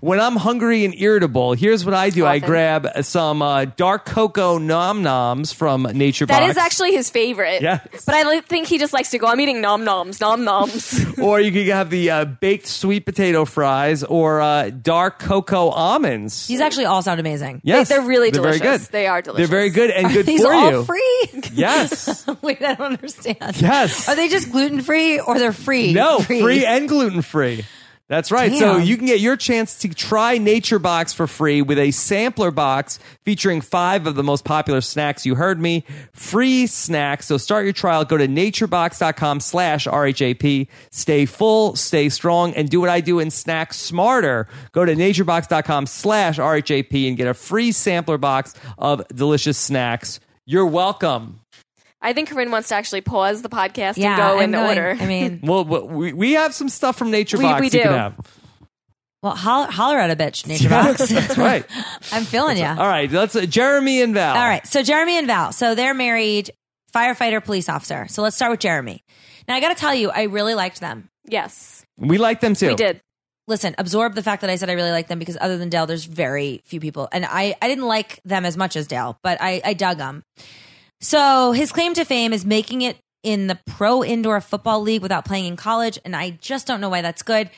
when I'm hungry and irritable, here's what I do: I
Often.
grab some uh, dark cocoa nom noms from Nature
That
Box.
is actually his favorite.
Yes.
But I li- think he just likes to go, I'm eating nom noms, nom noms.
or you could have the uh, baked sweet potato fries or uh, dark cocoa almonds.
These actually all sound amazing.
yes,
they're really
They're very
delicious.
good.
They are delicious.
They're very good and good
These
for
are all
you.
free?
Yes.
Wait, I don't understand.
Yes.
Are they just gluten free or they're free?
No, free, and gluten free. That's right. So
Damn.
you can get your chance to try Nature Box for free with a sampler box featuring five of the most popular snacks you heard me. Free snacks. So start your trial. Go to naturebox.com slash RHAP. Stay full, stay strong, and do what I do and snack smarter. Go to naturebox.com slash RHAP and get a free sampler box of delicious snacks. You're welcome.
I think Corinne wants to actually pause the podcast
Yeah,
and go
I'm
in
going-
order.
I mean,
Well, we, we have some stuff from Nature
We-
Box
we
you can
do.
have.
well, holler, holler at a bitch, Nature Box.
That's right.
I'm feeling you.
All right, let's uh, Jeremy and Val.
All right. So Jeremy and Val. So they're married, firefighter, police officer. So let's start with Jeremy. Now I got to tell you, I really liked them.
yes,
we like them too.
we did.
listen, absorb the fact that I said I really like them because other than Dale, there's very few people. And I, I didn't like them as much as Dale, but I, I dug them. So his claim to fame is making it in the pro indoor football league without playing in college. And I just don't know why that's good.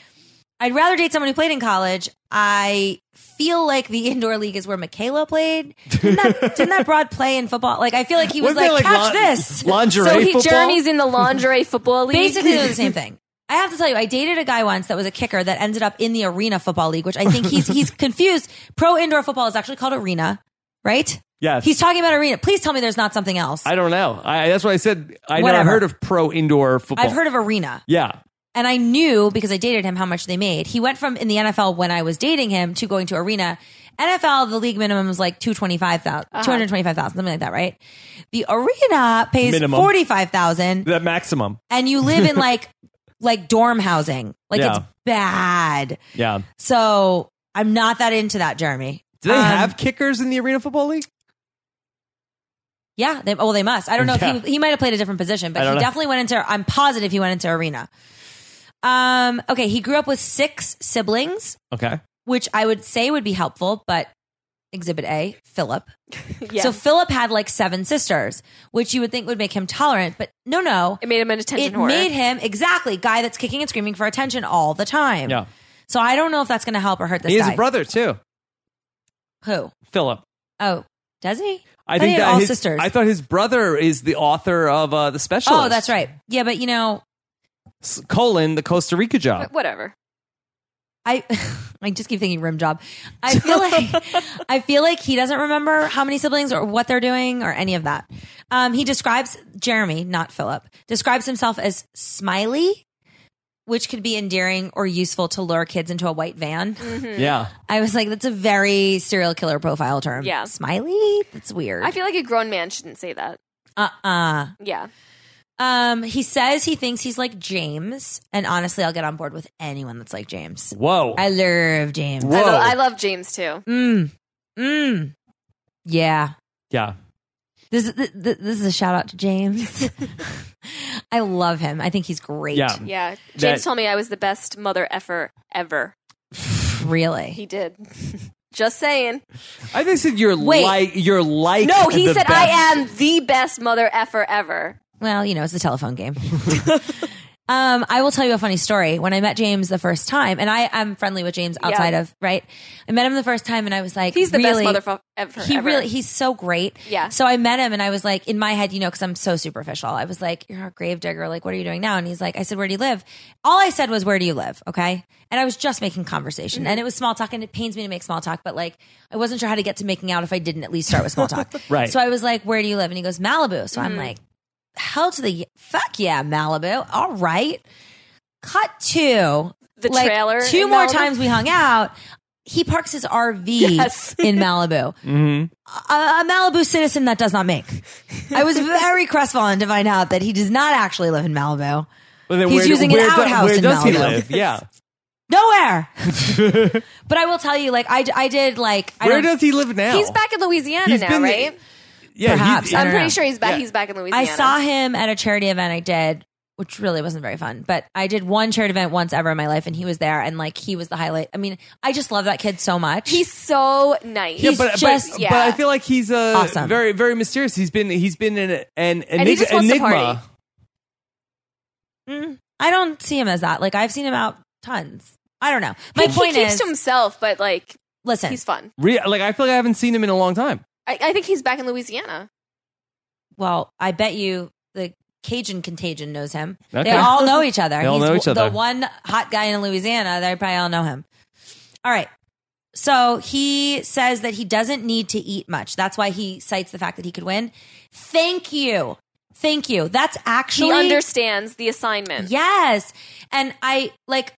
I'd rather date someone who played in college. I feel like the indoor league is where Michaela played. Didn't that, didn't that broad play in football? Like, I feel like he was
Wasn't there,
like, catch
lin-
this.
lingerie
so he
football.
Jeremy's in the lingerie football league.
Basically, they're the same thing. I have to tell you, I dated a guy once that was a kicker that ended up in the arena football league, which I think he's he's confused. Pro indoor football is actually called arena, right?
Yes.
He's talking about arena. Please tell me there's not something else.
I don't know. I, that's what I said. I never
Whatever.
heard of pro indoor football.
I've heard of arena,
Yeah.
and I knew because I dated him how much they made. He went from in the NFL when I was dating him to going to arena, NFL, the league minimum is like 225,000,
Uh-huh.
225,000, something like that, right? The arena pays
Minimum.
45,000
That maximum.
and you live in like like dorm housing. Like
Yeah.
it's bad.
Yeah.
So, I'm not that into that, Jeremy.
Do they
Um,
have kickers in the Arena Football League?
Yeah, they, oh, well, they must. I don't know
Yeah.
if he, he might have played a different
I
position, but he
don't know.
definitely went into. I'm positive he went into arena. Um. Okay, he grew up with six siblings,
Okay.
which I would say would be helpful, but Exhibit A, Philip.
yeah.
So Philip had like seven sisters, which you would think would make him tolerant, but no, no.
it made him an attention
It
whore.
made him exactly guy that's kicking and screaming for attention all the time.
Yeah.
So I don't know if that's going to help or hurt this
He has
guy.
a brother too,
Who?
Philip.
Oh, does he?
I
I
think
think
that
all
his-
sisters.
I thought his brother is the author of uh, the specialist.
Oh, that's right. Yeah, but you know,
S- colon the Costa Rica
But
job.
whatever.
I I just keep thinking rim job. I feel like I feel like he doesn't remember how many siblings or what they're doing or any of that. Um, he describes Jeremy, not Philip, describes himself as smiley, which could be endearing or useful to lure kids into a white van.
Mm-hmm.
Yeah,
I was like, that's a very serial killer profile term.
Yeah.
smiley. That's weird.
I feel like a grown man shouldn't say that.
uh uh
Yeah.
Um, he says he thinks he's like James, and honestly, I'll get on board with anyone that's like James.
whoa.
I love James.
Whoa.
I, lo- I love James too.
Mm. Mm. Yeah.
yeah,
This is, th- th- this is a shout out to James. I love him. I think he's great.
yeah.
Yeah.
That-
James told me I was the best mother effer ever.
Really.
He did. Just saying.
I think said you're
Wait.
like you're like.
No, he
the
said
best.
I am the best mother effer ever.
Well, you know, it's a telephone game. um, I will tell you a funny story. When I met James the first time, and I am friendly with James outside of, right? I met him the first time and I was like,
He's the
really,
best motherfucker ever.
He
ever.
really, he's so great.
Yeah.
So I met him and I was like, in my head, you know, because I'm so superficial, I was like, you're a gravedigger. Like, what are you doing now? And he's like, I said, where do you live? All I said was, where do you live? Okay. And I was just making
Mm-hmm.
conversation and it was small talk and it pains me to make small talk, but like, I wasn't sure how to get to making out if I didn't at least start with small talk.
Right.
So I was like, where do you live? And he goes, Malibu. So
Mm-hmm.
I'm like, hell to the fuck yeah, Malibu. All right. Cut to
the
like
trailer.
two
in
more
Malibu?
times we hung out. He parks his RV
Yes.
in Malibu
Mhm.
a, a Malibu citizen that does not make. I was very crestfallen to find out that he does not actually live in Malibu.
But then
He's
where,
using an
where, do-
outhouse
Where
in
does he
Malibu.
live? Yeah.
Nowhere. but I will tell you, like, I, I did, like, I
Where
don't-
does he live now?
He's back in Louisiana
He's
now,
been-
right?
Yeah.
Perhaps.
He,
I
I'm
don't
pretty
know.
sure he's back.
Yeah.
He's back in Louisiana.
I saw him at a charity event I did, which really wasn't very fun, but I did one charity event once ever in my life and he was there and, like, he was the highlight. I mean, I just love that kid so much.
He's so nice.
yeah,
he's
but,
just-
but,
yeah.
but I feel like he's uh,
Awesome.
very very mysterious. He's been he's been an an,
And he
enig-
just wants to
enigma.
party.
Mm, I don't see him as that. Like, I've seen him out tons. I don't know. My
He-
point
he keeps
is,
to himself, but like
listen,
he's fun.
Re- like I feel like I haven't seen him in a long time.
I, I think he's back in Louisiana.
Well, I bet you the Cajun contagion knows him.
Okay.
They all know each other.
They all
He's
know each
w-
other.
The one hot guy in Louisiana, they probably all know him. All right. So he says that he doesn't need to eat much. That's why he cites the fact that he could win. Thank you. Thank you. That's
He
actually
understands the assignment.
Yes. And I like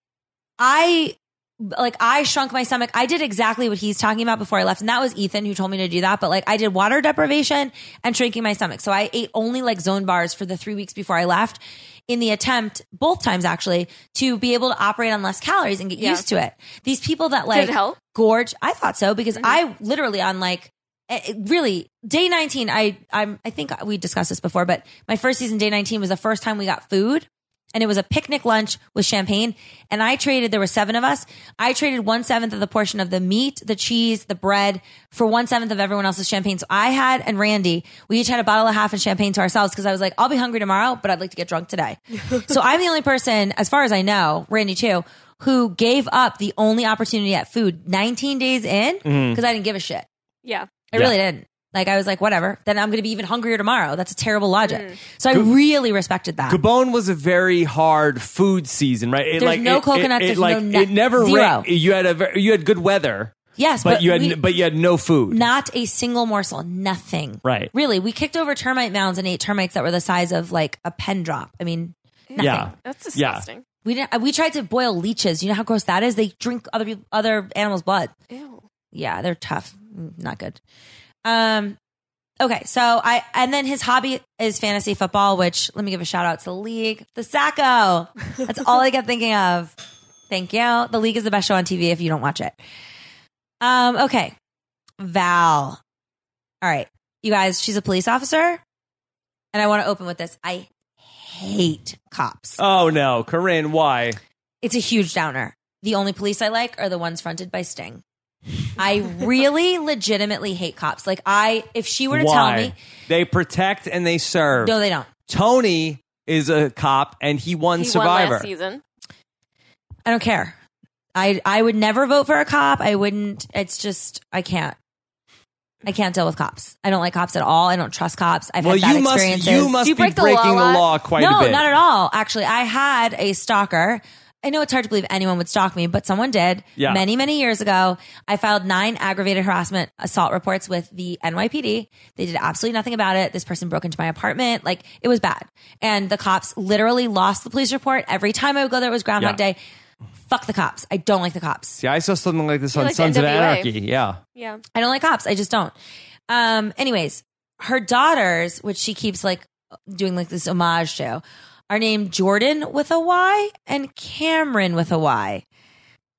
I like I shrunk my stomach. I did exactly what he's talking about before I left. And that was Ethan who told me to do that. But like I did water deprivation and shrinking my stomach. So I ate only like zone bars for the three weeks before I left in the attempt, both times actually, to be able to operate on less calories and get
Yeah.
used to it. These people that
Did
like
it help? Mm-hmm.
gorge. I thought so because I literally on like eh, eh, really day 19 I I'm I think we discussed this before but my first season day 19 was the first time we got food and it was a picnic lunch with champagne and I traded there were 7 of us. I traded one seventh of the portion of the meat, the cheese, the bread for one seventh of everyone else's champagne. So I had and Randy, we each had a bottle and a half of champagne to ourselves because I was like I'll be hungry tomorrow but I'd like to get drunk today. so I'm the only person as far as I know, Randy too, who gave up the only opportunity at food 19 days in because
Mm-hmm.
I didn't give a shit.
Yeah.
I really didn't. Like I was like, whatever. Then I'm going to be even hungrier tomorrow. That's a terrible logic. So I really respected that.
Gabon was a very hard food season, right? It,
There's no coconuts, there's
like,
no nut-
It never
zero.
rained. You had a ver- you had good weather,
Yes,
but,
but,
you had
we-
n- but you had no food.
not a single morsel, nothing.
Right.
Really, we kicked over termite mounds and ate termites that were the size of like a pen drop. I mean, nothing.
Yeah,
That's
Yeah.
disgusting.
We didn't. We tried to boil leeches. You know how gross that is. They drink other peop other animals' blood.
Ew.
yeah, they're tough. Mm, Not good. Um, okay, so I and then his hobby is fantasy football, which let me give a shout out to the league, the Sacco. That's all I kept thinking of. Thank you. The league is the best show on TV if you don't watch it. Um, okay, Val. All right, you guys. She's a police officer, and I want to open with this. I hate cops.
Oh no, Corinne, why?
It's a huge downer. The only police I like are the ones fronted by Sting. I really legitimately hate cops. Like I if she were to
why?
tell me
They protect and they serve.
No, they don't.
Tony is a cop and he won
he
Survivor.
won last season.
I don't care. I I would never vote for a cop. I wouldn't it's just I can't. I can't deal with cops. I don't like cops at all. I don't trust cops. I've
well,
had bad
you must
experiences.
you must
Do you
be
break the
breaking
law a
the
lot?
law quite
no,
a bit.
not at all. Actually, I had a stalker. I know it's hard to believe anyone would stalk me, but someone did.
Yeah.
Many, many years ago, I filed nine aggravated harassment assault reports with the NYPD. They did absolutely nothing about it. This person broke into my apartment. Like, it was bad. And the cops literally lost the police report. Every time I would go there, it was Groundhog
Yeah.
Day. Fuck the cops. I don't like the cops.
See, I saw something like this on
like the
Sons of
NWA.
Anarchy. Yeah.
Yeah.
I don't like cops. I just don't. Um, anyways, her daughters, which she keeps like doing like this homage to, are named Jordan with a Y and Cameron with a Y.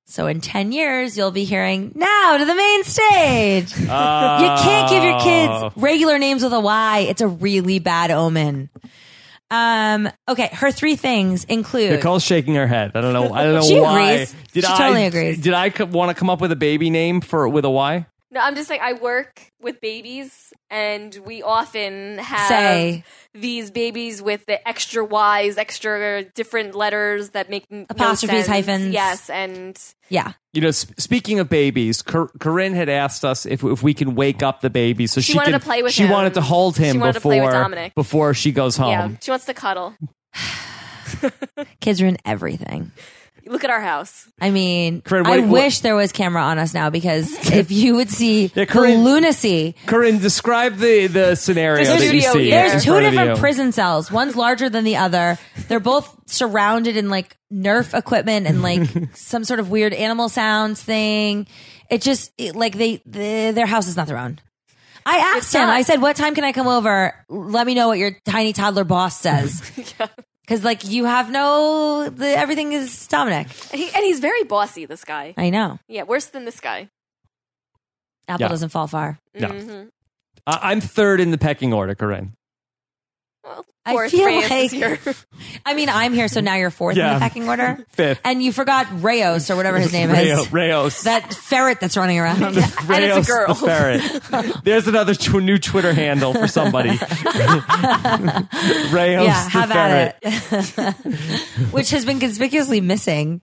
So in 10 years, you'll be hearing now to the main stage. You can't give your
Uh, Oh.
kids regular names with a Y. It's a really bad omen. Um, okay. Her three things include
Nicole's shaking her head. I don't know. I don't know
She
why.
agrees. She totally agrees.
Did I want to come up with a baby name for with a Y?
No, I'm just saying I work with babies, and we often have
Say.
these babies with the extra Y's, extra different letters that make n- no sense.
Apostrophes, hyphens.
Yes, and
yeah.
You know, sp- speaking of babies, Cor- Corinne had asked us if if we can wake up the baby so she,
She wanted
can-
to play with
She
him.
wanted to hold him
She wanted to
before
play with Dominic.
before she goes home.
yeah, she wants to cuddle.
Kids are in everything.
Look at our house.
I mean,
Corinne,
I
what- what-
wish there was camera on us now because if you would see
Yeah,
the
Corinne-
lunacy.
Corinne, describe the the scenario
The
that you
studio
see.
here.
in
There's two
front of
different
you.
prison cells. One's larger than the other. They're both surrounded in like Nerf equipment and like some sort of weird animal sounds thing. It just it- like they, the their house is not their own. I asked him.
not.
I said, "What time can I come over? Let me know what your tiny toddler boss says." Because like you have no, the, everything is Dominic.
And, he, and he's very bossy. This guy.
I know.
Yeah, worse than this guy.
Apple
Yeah.
doesn't fall far.
Yeah.
Mhm.
I- I'm third in the pecking order, Corinne.
Well, of
I
course,
feel
Reyes
like-
is here.
I mean, I'm here, so now you're fourth in
Yeah.
the pecking order.
Fifth.
And you forgot Reyes or whatever his name
Rayo-
is.
Rayos.
That ferret that's running around.
and it's a
Rayos
girl.
The ferret. There's another tw- new Twitter handle for somebody. Rayos
yeah,
the
have
ferret.
at it. Which has been conspicuously missing.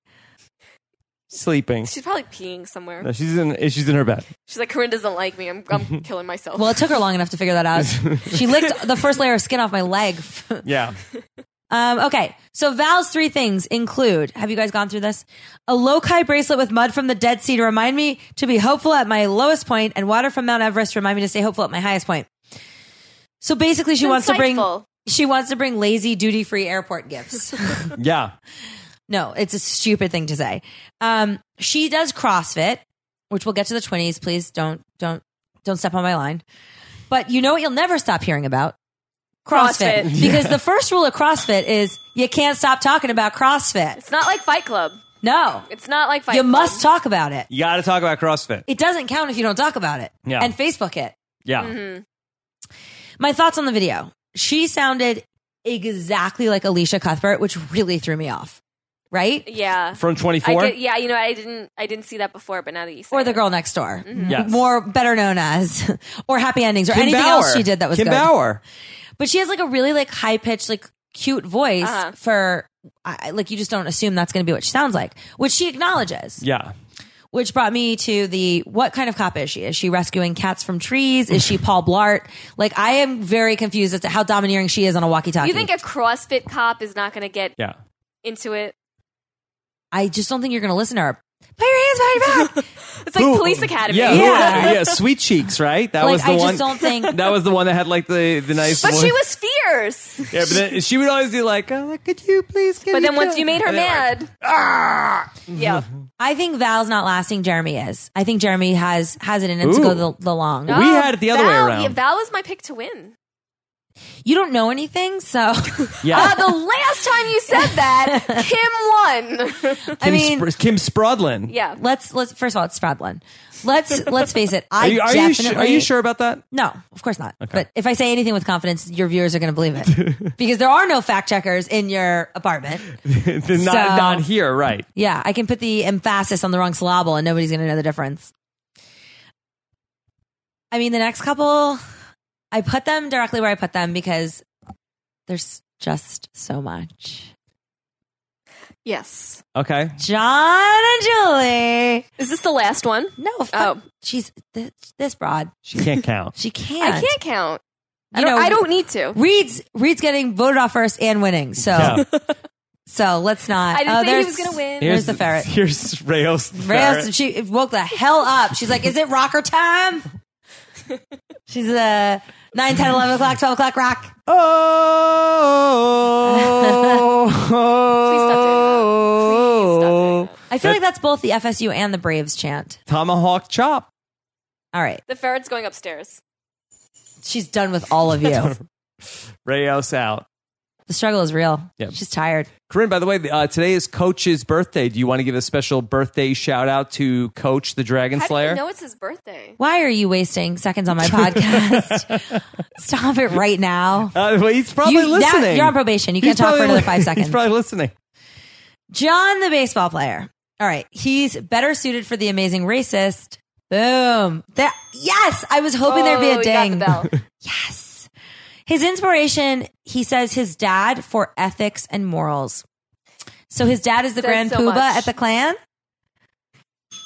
Sleeping.
She's probably peeing somewhere.
No, she's in. She's in her bed.
She's like, Corinne doesn't like me. I'm, I'm killing myself.
Well, it took her long enough to figure that out. She licked the first layer of skin off my leg.
Yeah.
Um, okay, so Val's three things include have you guys gone through this? A loci bracelet with mud from the Dead Sea to remind me to be hopeful at my lowest point, and water from Mount Everest to remind me to stay hopeful at my highest point. So basically, she wants to bring
Insightful.
she wants to bring lazy duty free airport gifts.
Yeah.
no, it's a stupid thing to say. Um, she does CrossFit, which we'll get to the twenties. Please don't don't don't step on my line. But you know what? You'll never stop hearing about CrossFit,
CrossFit.
because the first rule of CrossFit is you can't stop talking about CrossFit.
It's not like Fight Club.
No,
It's not like Fight
you
Club.
must talk about it.
You got to talk about CrossFit.
It doesn't count if you don't talk about it.
Yeah.
and Facebook it.
Yeah.
Mm-hmm.
My thoughts on the video. She sounded exactly like Alicia Cuthbert, which really threw me off. Right?
Yeah.
From
I
24.
get, yeah, you know, I didn't, I didn't see that before, but now that you say
Or the
it.
girl next door.
Mm-hmm.
Yes.
More better known as or happy endings or
Kim
anything
Bauer.
else she did that was
Kim
good.
Bauer.
But she has like a really like high pitched, like cute voice
Uh-huh.
for I, I- like you just don't assume that's gonna be what she sounds like. Which she acknowledges.
Yeah.
Which brought me to the what kind of cop is she? Is she rescuing cats from trees? Is she Paul Blart? Like I am very confused as to how domineering she is on a walkie talkie.
You think a CrossFit cop is not going to get
Yeah.
into it?
I just don't think you're going to listen to her. Put your hands behind your back.
It's like
Who-
Police Academy.
Yeah.
Yeah.
who- yeah. Sweet Cheeks. Right. That
like
was the
I
one.
just don't think.
that was the one that had like the the nice.
But
voice.
she was years.
Yeah, but then she would always be like, oh, could you please get
But then once you made her
And then, like, "Ah!"
mad, yeah,
I think Val's not lasting. Jeremy is. I think Jeremy has has it in him to
Ooh.
go the, the long.
We had it the other way
Val-
around.
Yeah, Val was my pick to win.
You don't know anything, so
Uh,
Yeah.
the last time you said that, Kim won.
I
Kim,
mean,
Spr- Kim Sprodlin.
yeah,
let's let's first of all, it's Spradlin. Let's let's face it. I
Are you, are, you
definitely
su- are you sure about that?
No, of course not. But if I say anything with confidence, your viewers are going to believe it because there are no fact checkers in your apartment.
not, not here, right?
Yeah, I can put the emphasis on the wrong syllable and nobody's going to know the difference. I mean, the next couple, I put them directly where I put them because there's just so much.
yes.
Okay.
John and Julie.
Is this the last one?
No, fuck,
Oh,
she's this, this broad.
She can't count.
She can't.
I can't count. I
You
don't,
know-
I don't need to.
Reed's Reed's getting voted off first and winning. So
Yeah.
so let's not.
I didn't
oh,
think he
there's-
was going to win.
Here's the ferret.
Here's Rayos. the
Reyes,
ferret.
she woke the hell up. She's like, is it rocker time? She's a 9, 10, 11 o'clock, 12 o'clock rock.
Oh.
Please stop doing that. Please stop doing that.
I feel like that's both the FSU and the Braves chant.
Tomahawk chop.
All right.
The ferret's going upstairs.
She's done with all of you.
Rayos out.
the struggle is real.
Yep.
She's tired.
Corinne, by the way, uh, today is Coach's birthday. Do you want to give a special birthday shout out to Coach the Dragon
How do
Slayer?
you know it's his birthday?
Why are you wasting seconds on my podcast? Stop it right now.
Uh, well, he's probably
You- that-
listening.
you're on probation. You
He's
can't talk for
probably
another
li-
five seconds.
He's probably listening.
John, the baseball player. All right, he's better suited for the amazing racist. Boom. There, yes, I was hoping there'd be
Oh,
a
you got the
ding.
bell.
Yes. His inspiration, he says, his dad for ethics and morals. So his dad is the
Says
grand
so
poobah
much.
at the Klan.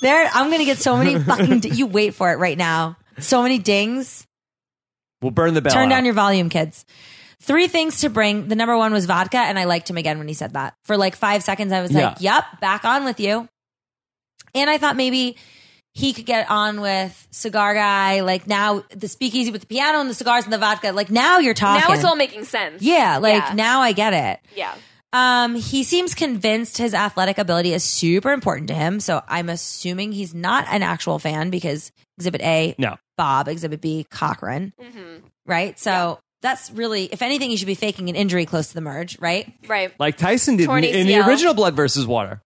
There, I'm gonna get so many fucking. d- you wait for it right now. So many dings.
We'll burn the bell.
Turn
out.
down your volume, kids. Three things to bring. The number one was vodka, and I liked him again when he said that. For like five seconds, I was like, yep, back on with you. And I thought maybe he could get on with cigar guy. Like now, the speakeasy with the piano and the cigars and the vodka. Like now you're talking.
Now it's all making sense.
Yeah, like
Yeah.
now I get it.
Yeah.
Um, he seems convinced his athletic ability is super important to him. So I'm assuming he's not an actual fan because Exhibit A,
No.
Bob, Exhibit B, Cochran
hmm
right? So that's really, if anything, you should be faking an injury close to the merge, right?
Right.
Like Tyson did in,
Torn
in the
ACL.
original Blood versus Water.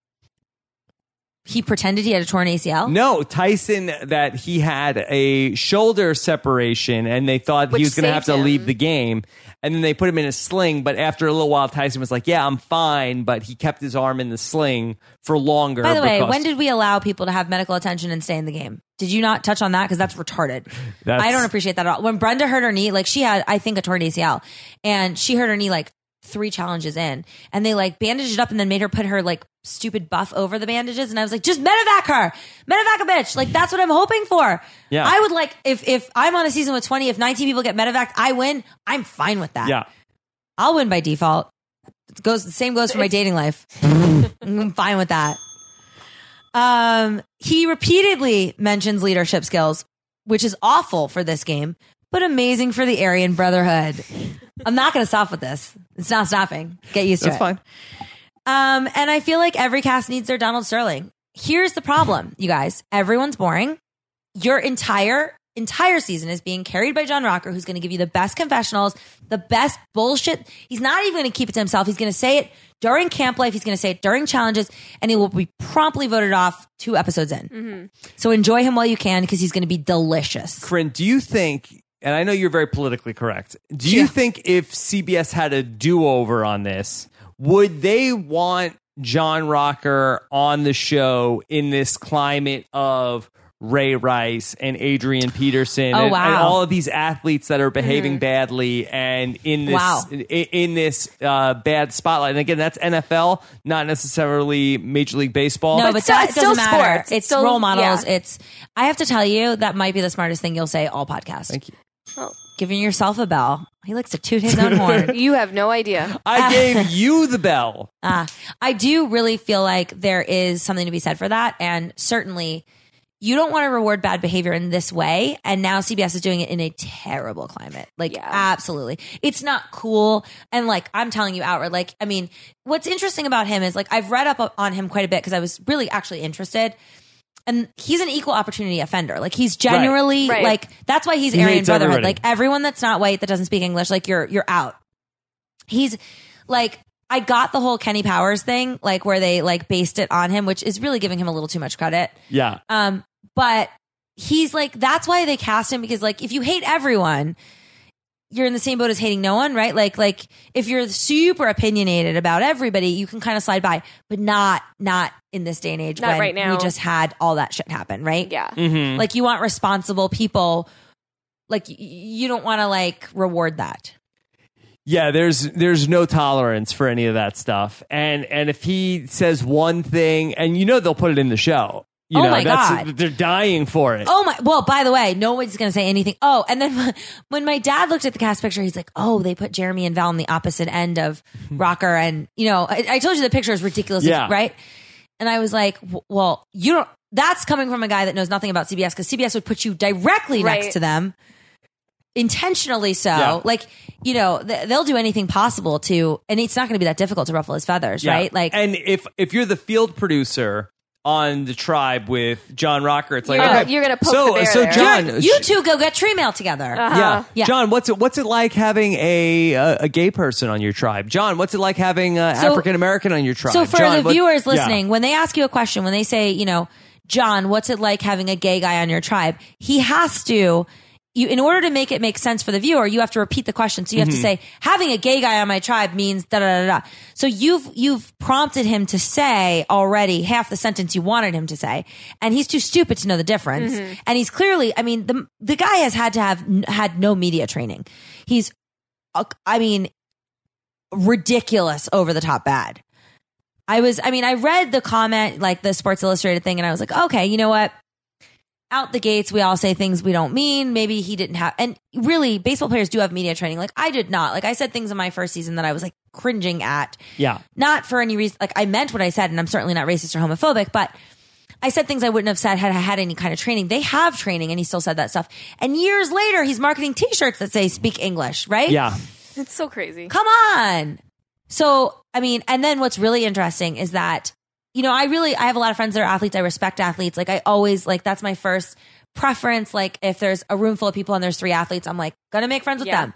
He pretended he had a torn ACL.
No, Tyson that he had a shoulder separation and they thought
Which
he was going to have to
saved him.
leave the game. And then they put him in a sling, but after a little while, Tyson was like, "Yeah, I'm fine," but he kept his arm in the sling for longer.
By the way,
because-
when did we allow people to have medical attention and stay in the game? Did you not touch on that? Because that's retarded.
That's-
I don't appreciate that at all. When Brenda hurt her knee, like she had, I think, a torn ACL, and she hurt her knee like three challenges in, and they like bandaged it up and then made her put her like stupid buff over the bandages, and I was like, just medevac her, medevac a bitch. Like that's what I'm hoping for.
Yeah.
I would like if if I'm on a season with 20, if 19 people get medevac, I win. I'm fine with that.
Yeah,
I'll win by default. It goes the same goes for my dating life. I'm fine with that. Um, he repeatedly mentions leadership skills, which is awful for this game, but amazing for the Aryan Brotherhood. I'm not going to stop with this. It's not stopping. Get used to
that's
it.
fine.
Um, and I feel like every cast needs their Donald Sterling. Here's the problem, you guys. Everyone's boring. Your entire entire season is being carried by John Rocker, who's going to give you the best confessionals, the best bullshit. He's not even going to keep it to himself. He's going to say it during camp life. He's going to say it during challenges, and he will be promptly voted off two episodes in. So enjoy him while you can, because he's going to be delicious.
Corinne, do you think? And I know you're very politically correct. Do you
Yeah.
think if CBS had a do over on this, would they want John Rocker on the show in this climate of Ray Rice and Adrian Peterson
Oh,
and,
wow. Mm-hmm.
and all of these athletes that are behaving badly and in this
Wow.
in, in this uh, bad spotlight? And again, that's NFL, not necessarily Major League Baseball.
No, but,
still-
that
it's still
doesn't matter.
sports.
It's,
It's still-
role models.
yeah.
It's. I have to tell you, that might be the smartest thing you'll say all podcast.
Thank you.
Giving yourself a bell. He likes to toot his own horn.
You have no idea.
I gave you the bell.
Uh, Ah, I do really feel like there is something to be said for that, and certainly. you don't want to reward bad behavior in this way. And now CBS is doing it in a terrible climate. Like,
Yeah.
absolutely. It's not cool. And like, I'm telling you outright, like, I mean, what's interesting about him is like, I've read up on him quite a bit because I was really actually interested. And he's an equal opportunity offender. Like, he's generally,
Right.
like, that's why he's
He
Aryan
hates
Brotherhood.
everybody.
Like, everyone that's not white, that doesn't speak English, like, you're, you're out he's like I got the whole Kenny Powers thing, like where they like based it on him, which is really giving him a little too much credit.
Yeah.
Um, but he's like that's why they cast him because like if you hate everyone, you're in the same boat as hating no one, right? Like like if you're super opinionated about everybody, you can kind of slide by, but not not in this day and age
Not
when
right now.
we just had all that shit happen, right?
Yeah.
Mm-hmm.
Like you want responsible people. Like y- you don't want to like reward that.
yeah there's there's no tolerance for any of that stuff and and if he says one thing and you know they'll put it in the show you
Oh
know
my
that's
God.
they're dying for it
Oh my! Well, by the way, no one's going to say anything. Oh, and then when my dad looked at the cast picture, he's like, "Oh, they put Jeremy and Val on the opposite end of Rocker," and you know, I, I told you the picture is ridiculous,
Mm-hmm. Yeah.
right? And I was like, w- "Well, you don't." That's coming from a guy that knows nothing about CBS because CBS would put you directly
Right.
next to them, intentionally so.
Yeah.
Like, you know, th- they'll do anything possible to, and it's not going to be that difficult to ruffle his feathers,
Yeah.
right? Like,
and if if you're the field producer on the tribe with John Rocker, it's like
You're-
okay,
you're gonna poke
so
the bear
so
there.
John,
you two go get tree mail together.
yeah.
Yeah.
John, what's it what's it like having a a, a gay person on your tribe? John, what's it like having uh,
So-
African American on your tribe?
So for
John,
the
what-
viewers
Yeah.
listening, when they ask you a question, when they say, you know, John, what's it like having a gay guy on your tribe? He has to you in order to make it make sense for the viewer, you have to repeat the question. So you have
Mm-hmm.
to say, having a gay guy on my tribe means da da da da. So you've you've prompted him to say already half the sentence you wanted him to say, and he's too stupid to know the difference. And he's clearly, I mean, the the guy has had to have n- had no media training. He's, uh, I mean, ridiculous over the top bad. I was, I mean, I read the comment, like the Sports Illustrated thing, and I was like, okay, you know what? Out the gates, we all say things we don't mean. Maybe he didn't have, and really, baseball players do have media training. Like I did not. Like I said things in my first season that I was like cringing at,
Yeah.
not for any reason. Like I meant what I said, and I'm certainly not racist or homophobic, but I said things I wouldn't have said had I had any kind of training. They have training, and he still said that stuff. And years later, he's marketing T-shirts that say "Speak English," right?
Yeah.
It's so crazy.
Come on. So, I mean, and then what's really interesting is that, you know, I really, I have a lot of friends that are athletes. I respect athletes. Like, I always, like, that's my first preference. Like, if there's a room full of people and there's three athletes, I'm like, gonna make friends with
Yeah.
them.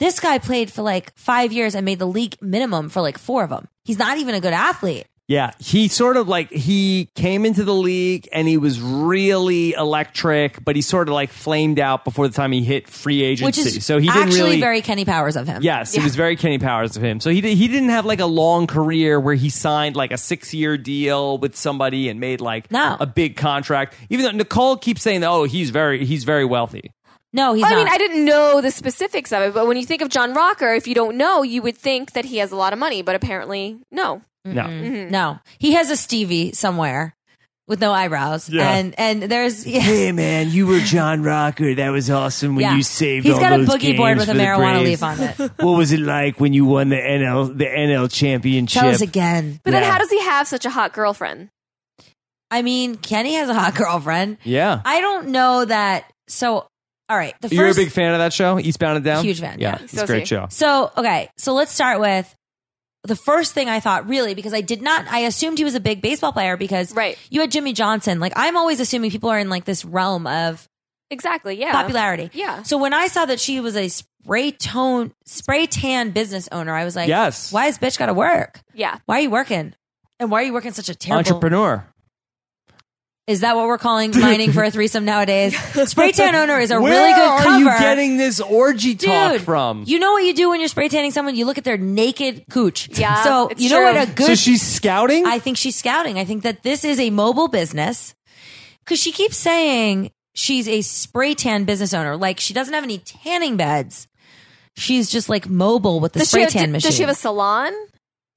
This guy played for like five years and made the league minimum for like four of them. He's not even a good athlete.
Yeah, he sort of like he came into the league and he was really electric, but he sort of like flamed out before the time he hit free agency.
Which is
so he didn't
actually
really
very Kenny Powers of him.
Yes, it was very Kenny Powers of him. So he did, he didn't have like a long career where he signed like a six year deal with somebody and made like
No.
a big contract. Even though Nicole keeps saying, "Oh, he's very he's very wealthy."
No, he's
I
not.
mean, I didn't know the specifics of it, but when you think of John Rocker, if you don't know, you would think that he has a lot of money, but apparently, no.
No,
Mm-hmm. no, he has a Stevie somewhere with no eyebrows.
Yeah.
And, and there's, yeah.
Hey man, you were John Rocker. That was awesome when you saved.
He's
all
got a
those
boogie board
games
with a
for the
marijuana
Braves.
leaf on it.
What was it like when you won the NL the NL championship?
Tell us again.
But
Yeah.
then how does he have such a hot girlfriend?
I mean, Kenny has a hot girlfriend.
yeah,
I don't know that. So, all right. The 1st
you're a big fan of that show, Eastbound and Down.
Huge fan, yeah.
it's
So
a great
see.
show.
So, okay. So let's start with the first thing I thought, really, because I did not, I assumed he was a big baseball player because
Right.
you had Jimmy Johnson. Like, I'm always assuming people are in like this realm of
Exactly, yeah.
popularity.
Yeah.
So when I saw that she was a spray tone, spray tan business owner, I was like,
Yes.
Why is bitch got to work?
Yeah.
Why are you working? And why are you working such a terrible
Entrepreneur.
Is that what we're calling mining for a threesome nowadays? Spray tan owner is a
Where
really good
are
cover.
you getting this orgy talk
Dude,
from?
You know what you do when you're spray tanning someone? You look at their naked cooch.
Yeah,
So
it's
you know
true.
what a good.
so she's scouting.
I think she's scouting. I think that this is a mobile business because she keeps saying she's a spray tan business owner. Like she doesn't have any tanning beds. She's just like mobile with the
Does she,
spray
have,
tan machine.
does she have a salon?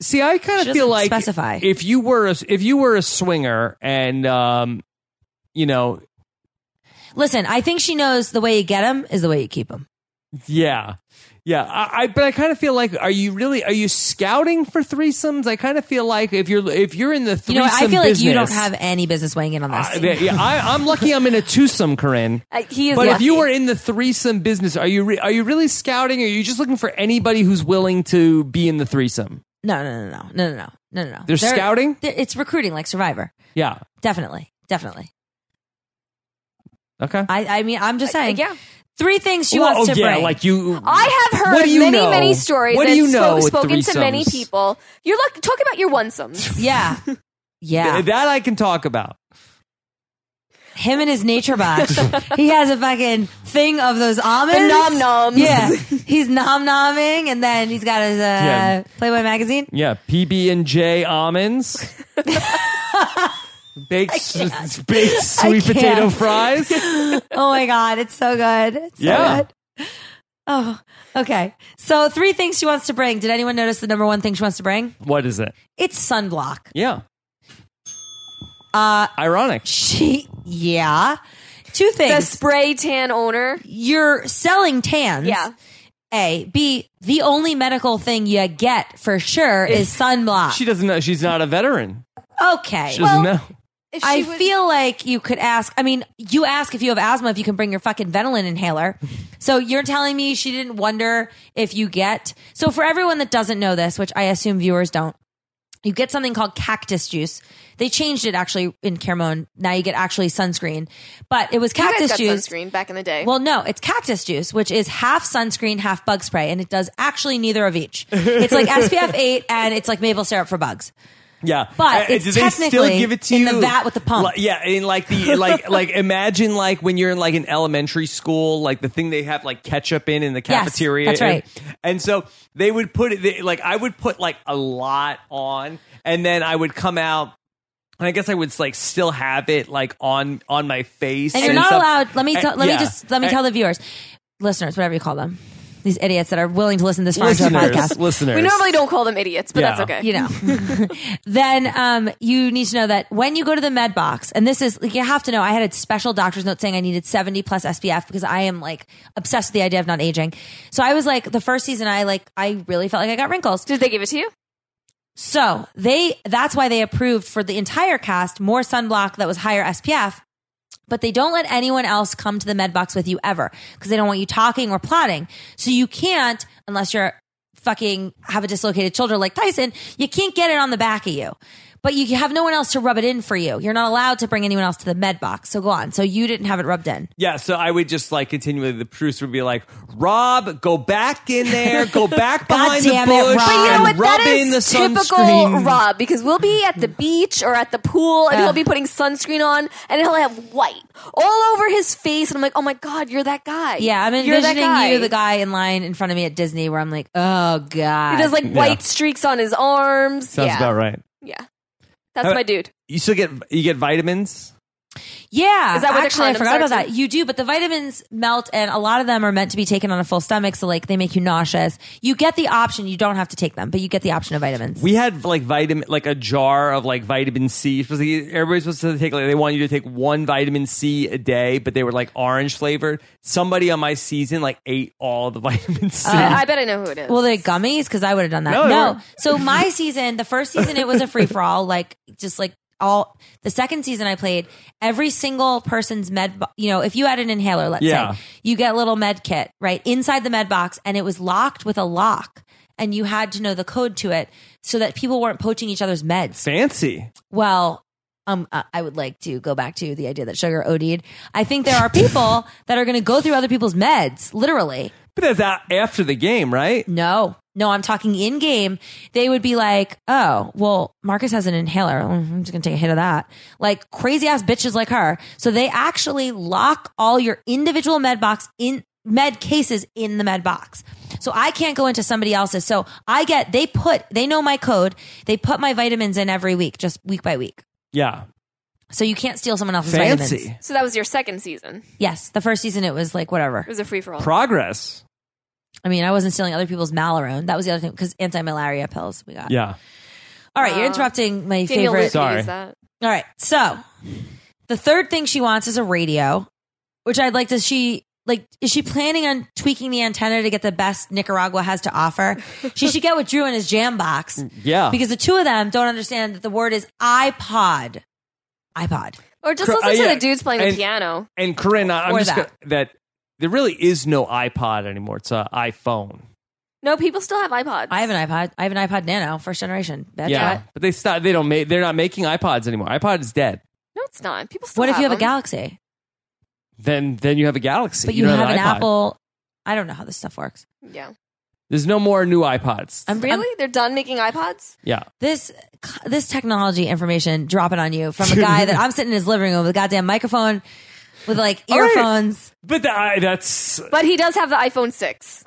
See, I kind
She
of feel
doesn't
like
specify.
if you were a if you were a swinger and um, you know,
Listen, I think she knows the way you get them is the way you keep them.
Yeah, yeah. I, I but I kind of feel like are you really are you scouting for threesomes? I kind of feel like if you're if you're in the
You
threesome
know, what? I feel like you don't
business-
have any business weighing in on this.
I, yeah, I, I'm lucky I'm in a twosome, Corinne.
Uh, he is
But if
lucky.
you were in the threesome business, are you re- are you really scouting? Or are you just looking for anybody who's willing to be in the threesome?
no, no, no, no, no, no, no, no, no.
They're, scouting.
they're- it's recruiting like Survivor.
Yeah.
Definitely, definitely.
Okay.
I, I mean, I'm just saying.
Uh, yeah.
Three things she
Well,
wants
oh,
to
yeah,
bring.
like you.
I have
What
heard
do you
many,
know?
many stories
What do
and
you know
spoke-
with
spoken to many
threesomes?
people. You're lucky. Talk about your onesomes.
yeah, yeah.
Th- That I can talk about.
Him and his nature box. he has a fucking thing of those almonds.
The nom-noms.
Yeah, he's nom nomming, and then he's got his uh,
Yeah.
Playboy magazine.
Yeah, PB and J almonds, baked s- baked sweet
can't.
potato fries.
Oh my god, it's so good. It's so
Yeah.
good. Oh, okay. So three things she wants to bring. Did anyone notice the number one thing she wants to bring?
What is it?
It's sunblock.
Yeah,
Uh,
ironic.
she yeah. Two
The
things.
spray tan owner.
You're selling tans.
Yeah.
A. B. The only medical thing you get for sure is sunblock.
She doesn't know. She's not a veteran.
okay.
She doesn't
Well,
know.
If she
I
was-
feel like you could ask. I mean, you ask if you have asthma if you can bring your fucking Ventolin inhaler. So you're telling me she didn't wonder if you get. So for everyone that doesn't know this, which I assume viewers don't, you get something called cactus juice. They changed it actually in Carmone. Now you get actually sunscreen, but it was
You guys
cactus
got
juice.
sunscreen back in the day.
Well, no, it's cactus juice, which is half sunscreen, half bug spray, and it does actually neither of each. It's like SPF 8 and it's like maple syrup for bugs.
Yeah,
But
Uh,
it's
do they still
technically
give it to
in
you
the vat with the pump.
Li- yeah, in like the like like imagine like when you're in like an elementary school, like the thing they have like ketchup in in the
Yes,
cafeteria.
that's right.
And, and so they would put it they, like I would put like a lot on, and then I would come out. And I guess I would like still have it like on on my face.
and you're not
stuff.
allowed. Let me
And-
tell, let
yeah.
me just let me
And-
tell the viewers, listeners, whatever you call them, these idiots that are willing to listen this far to a
listeners,
podcast.
listeners.
we normally don't call them idiots, but that's
Yeah.
okay.
You know, then um, you need to know that when you go to the med box, and this is like you have to know. I had a special doctor's note saying I needed seventy plus SPF because I am like obsessed with the idea of not aging. So I was like, the first season, I like I really felt like I got wrinkles.
Did they give it to you?
So they that's why they approved for the entire cast more sunblock that was higher SPF. But they don't let anyone else come to the med box with you ever because they don't want you talking or plotting. So you can't, unless you're fucking have a dislocated shoulder like Tyson, you can't get it on the back of you. But you have no one else to rub it in for you. You're not allowed to bring anyone else to the med box. So go on. So you didn't have it rubbed in.
Yeah, so I would just like continually. The producer would be like, "Rob, go back in there, go back
God
behind the
damn it,
bush,
Rob. But
You know
and
what?
rub
That
in the
is typical
sunscreen."
Rob because we'll be at the beach or at the pool and
Ugh.
he'll be putting sunscreen on and he'll have white all over his face and I'm like, oh my god, you're that guy.
Yeah, I'm
You're that
envisioning you, the guy in line in front of me at Disney, where I'm like, oh god,
He does like white streaks on his arms.
Sounds
yeah,
about right.
yeah. That's
How-
my dude.
You still get you get vitamins.
Yeah,
Is that what the
actually I
condoms
forgot
are
about that.
too?
You do, but the vitamins melt, and a lot of them are meant to be taken on a full stomach, so like they make you nauseous. You get the option; you don't have to take them, but you get the option of vitamins.
We had like vitamin, like a jar of like vitamin C. Supposed to get- Everybody's supposed to take like they want you to take one vitamin C a day, but they were like orange flavored. Somebody on my season like ate all the vitamin C.
Uh, I, I bet I know who it is.
well, they're gummies because I would have done that.
No,
No,
they weren't.
so my season, the first season, it was a free for all, like just like all. The second season I played, every single person's med, bo- you know, if you had an inhaler, let's
Yeah.
say, you get a little med kit right inside the med box, and it was locked with a lock, and you had to know the code to it so that people weren't poaching each other's meds.
Fancy.
well, um, I I would like to go back to the idea that sugar OD'd. I think there are people that are going to go through other people's meds, literally.
But that's a- after the game, right?
No, no, I'm talking in game. They would be like, oh, well, Marcus has an inhaler. Mm, I'm just going to take a hit of that. Like crazy ass bitches like her. So they actually lock all your individual med box in med cases in the med box. So I can't go into somebody else's. So I get, they put, they know my code. They put my vitamins in every week, just week by week.
Yeah.
So you can't steal someone else's
Fancy.
vitamins.
so that was your second season.
Yes, the first season it was like whatever.
It was a free for all.
Progress.
I mean, I wasn't stealing other people's Malarone. That was the other thing because anti-malaria pills we got.
Yeah.
All right, you're
Wow.
interrupting my
Daniel
favorite.
Luke
Sorry.
used that.
All right, so the third thing she wants is a radio, which I'd like to. She like is she planning on tweaking the antenna to get the best Nicaragua has to offer? she should get with Drew in his jam box
Yeah.
because the two of them don't understand that the word is iPod. iPod.
Or just
Cor-
listen
uh,
to
yeah.
the dudes playing the
And-
piano.
and Corinne, I- I'm
Or
just
that.
gonna, that there really is no iPod anymore. It's an iPhone.
No, people still have iPods.
I have an iPod. I have an iPod Nano, first generation. That's
yeah,
it.
but they stop. They don't make. They're not making iPods anymore. iPod is dead.
No, it's not. People still
What if you have a
them.
Galaxy,
Then then you have a Galaxy.
but you,
don't
have an
iPod.
Apple? I don't know how this stuff works.
Yeah.
There's no more new iPods.
I'm
Really? They're done making iPods?
yeah,
this this technology information dropping on you from a guy that I'm sitting in his living room with a goddamn microphone with like
All right.
earphones.
but the, I, that's
But he does have the iPhone 6.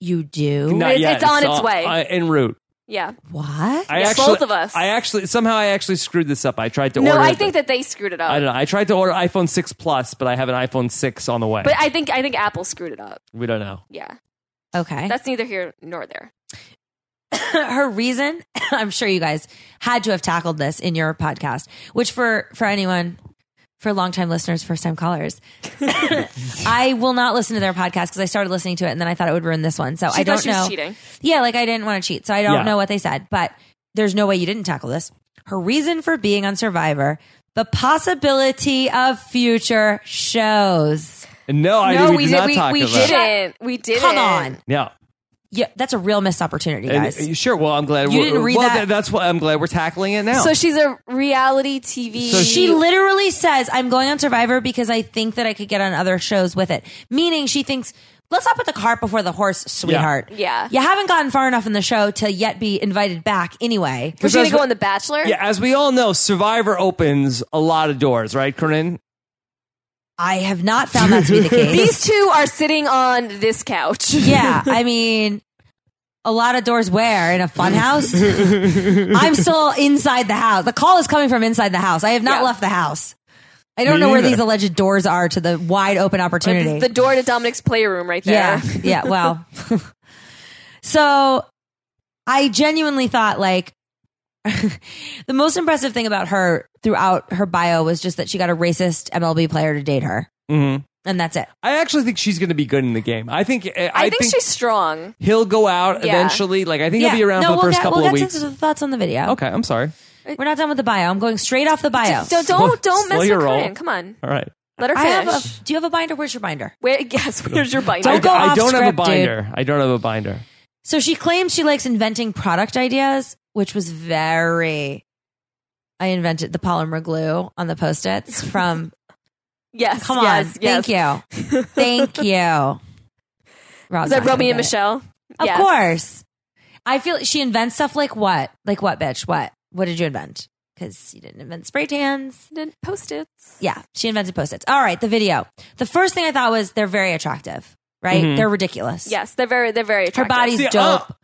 You do
not
It's-
yet.
it's on its
all-
way.
I, en route.
Yeah.
what?
I
Yeah,
actually,
both of us.
I actually somehow I actually screwed this up. I tried to
No,
order.
I
it,
think
but-
that they screwed it up.
I don't know. I tried to order iPhone six plus, but I have an iPhone six on the way.
But I think I think Apple screwed it up.
we don't know.
Yeah.
okay,
That's neither here nor there.
her reason. I'm sure you guys had to have tackled this in your podcast, which for for anyone. For longtime listeners, first time callers, I will not listen to their podcast because I started listening to it and then I thought it would ruin this one. So
She
I
thought
don't
she
know.
was cheating.
Yeah, like I didn't want to cheat, so I don't
Yeah.
know what they said, but there's no way you didn't tackle this. Her reason for being on Survivor, the possibility of future shows.
No, I
no,
we,
we
did
did-
not
we-
talk
we
about. it.
didn't. We didn't.
Come on.
Yeah.
Yeah, that's a real missed opportunity,
And-
guys.
uh, sure. Well, I'm glad
You
we're-
didn't read
well,
that.
th- That's what I'm glad we're tackling it now.
So she's a reality TV.
So
she literally says, I'm going on Survivor because I think that I could get on other shows with it. Meaning she thinks, let's not put the cart before the horse, sweetheart.
Yeah.
You haven't gotten far enough in the show to yet be invited back anyway.
was she going
that's
to go
what-
on The Bachelor?
yeah, as we all know, Survivor opens a lot of doors, right, Corinne?
I have not found that to be the case.
These two are sitting on this couch.
Yeah, I mean, a lot of doors where in a fun house. I'm still inside the house. The call is coming from inside the house. I have not
Yeah.
left the house. I don't
Me
know where
neither.
these alleged doors are to the wide open opportunity.
The door to Dominic's playroom right there.
yeah, yeah. Well, so I genuinely thought like the most impressive thing about her throughout her bio was just that she got a racist MLB player to date her,
hmm
and that's it.
I actually think she's going to be good in the game. I think. I,
I,
I
think, she's strong.
he'll go out
Yeah.
eventually. Like I think he'll be around
no,
for the
we'll
first
get,
couple
we'll
of
get
weeks.
To the thoughts on the video.
Okay, I'm sorry.
We're not done with the bio. I'm going straight off the bio.
Don't don't, don't
Slow
mess
your
with
roll.
Corinne. Come on,
All right.
let her
I have
finish.
a, do you have a binder? Where's your binder?
Where? Yes. Where's your bite?
Don't
I,
go
I
off
don't have a
script, dude.
binder. I don't have a binder.
So she claims she likes inventing product ideas, which was very. I invented the polymer glue on the post its from.
Yes.
Come on.
Yes, yes.
Thank you. Thank you. Rob's
Is
not
that
gonna
Romy
get
and
it.
Michelle?
Of
Yes.
course. I feel she invents stuff like what? Like what, bitch? What? What did you invent? Because you didn't invent spray tans.
Then post-its.
Yeah, she invented post-its. All right, the video. The first thing I thought was they're very attractive, right?
Mhm.
They're ridiculous.
Mm-hmm. Yes, they're very they're very
Her
attractive.
body's
See,
dope.
uh,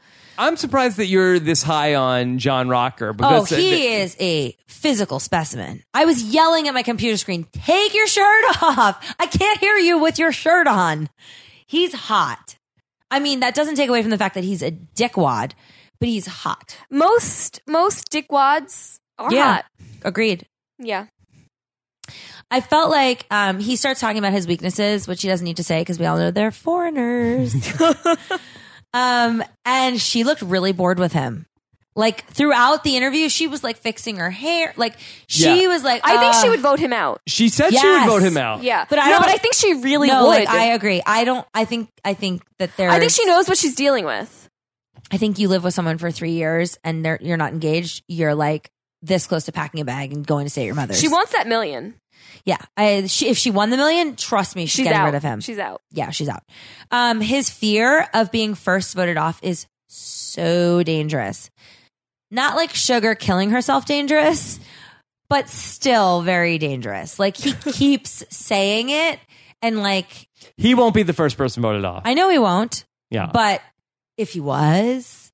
I'm surprised that you're this high on John Rocker.
oh,
Because
he is a physical specimen. I was yelling at my computer screen, "Take your shirt off. I can't hear you with your shirt on." He's hot. I mean, that doesn't take away from the fact that he's a dickwad, but he's hot.
most most dickwads are
Yeah.
hot.
Agreed.
Yeah.
I felt like um, he starts talking about his weaknesses, which he doesn't need to say because we all know they're foreigners. um, and she looked really bored with him. Like throughout the interview, she was like fixing her hair. Like she
Yeah.
was like,
I think she
"Ugh."
would vote him out.
She said she would
Yes.
vote him out.
Yeah.
Uh, But I
no,
don't-
but I think she really
no,
would.
like, I agree. I don't. I think. I think that there.
I think she knows what she's dealing with.
I think you live with someone for three years and they're, you're not engaged. You're like this close to packing a bag and going to stay at your mother's.
She wants that million.
Yeah. I, she, if she won the million, trust me, she's,
She's
getting
out.
rid of him.
She's out.
yeah, she's out. Um, his fear of being first voted off is so dangerous. Not like Sugar killing herself dangerous, but still very dangerous. Like he keeps saying it, and like
He won't be the first person voted off.
I know he won't,
yeah.
but if he was,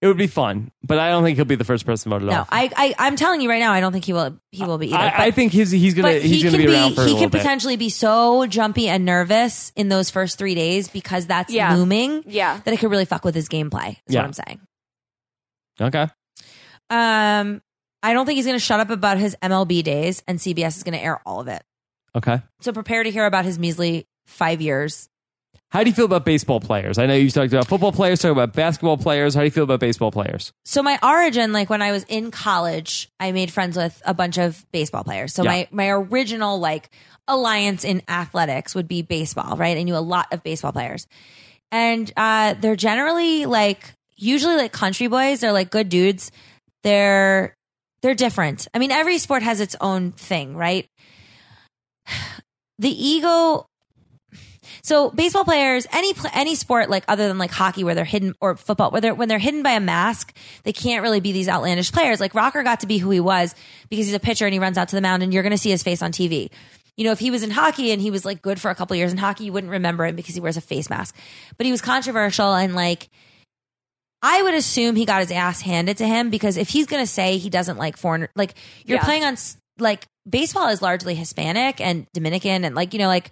it would be fun, but I don't think he'll be the first person voted
no,
off.
I, I I'm telling you right now, I don't think he will. He will be either.
I, I think he's he's gonna
but
he's
he
gonna
can
be, around for a
he
little
can
bit.
potentially be so jumpy and nervous in those first three days because that's
Yeah.
looming.
Yeah.
that it could really fuck with his gameplay. Is
Yeah.
what I'm saying.
okay.
Um, I don't think he's going to shut up about his MLB days, and CBS is going to air all of it.
Okay.
So prepare to hear about his measly five years.
How do you feel about baseball players? I know you talked about football players, talked about basketball players. How do you feel about baseball players?
So my origin, like when I was in college, I made friends with a bunch of baseball players. So
Yeah.
my my original like alliance in athletics would be baseball, right? I knew a lot of baseball players, and uh, they're generally like usually like country boys. They're like good dudes. They're they're different. I mean, every sport has its own thing, right? The ego so baseball players, any pl- any sport like other than like hockey, where they're hidden or football, where they're when they're hidden by a mask, they can't really be these outlandish players. Like Rocker got to be who he was because he's a pitcher and he runs out to the mound, and you're going to see his face on TV. You know, if he was in hockey and he was like good for a couple years in hockey, you wouldn't remember him because he wears a face mask. But he was controversial and like I would assume he got his ass handed to him because if he's going to say he doesn't like foreigner, like you're
Yeah.
playing on s- like baseball is largely Hispanic and Dominican and like you know like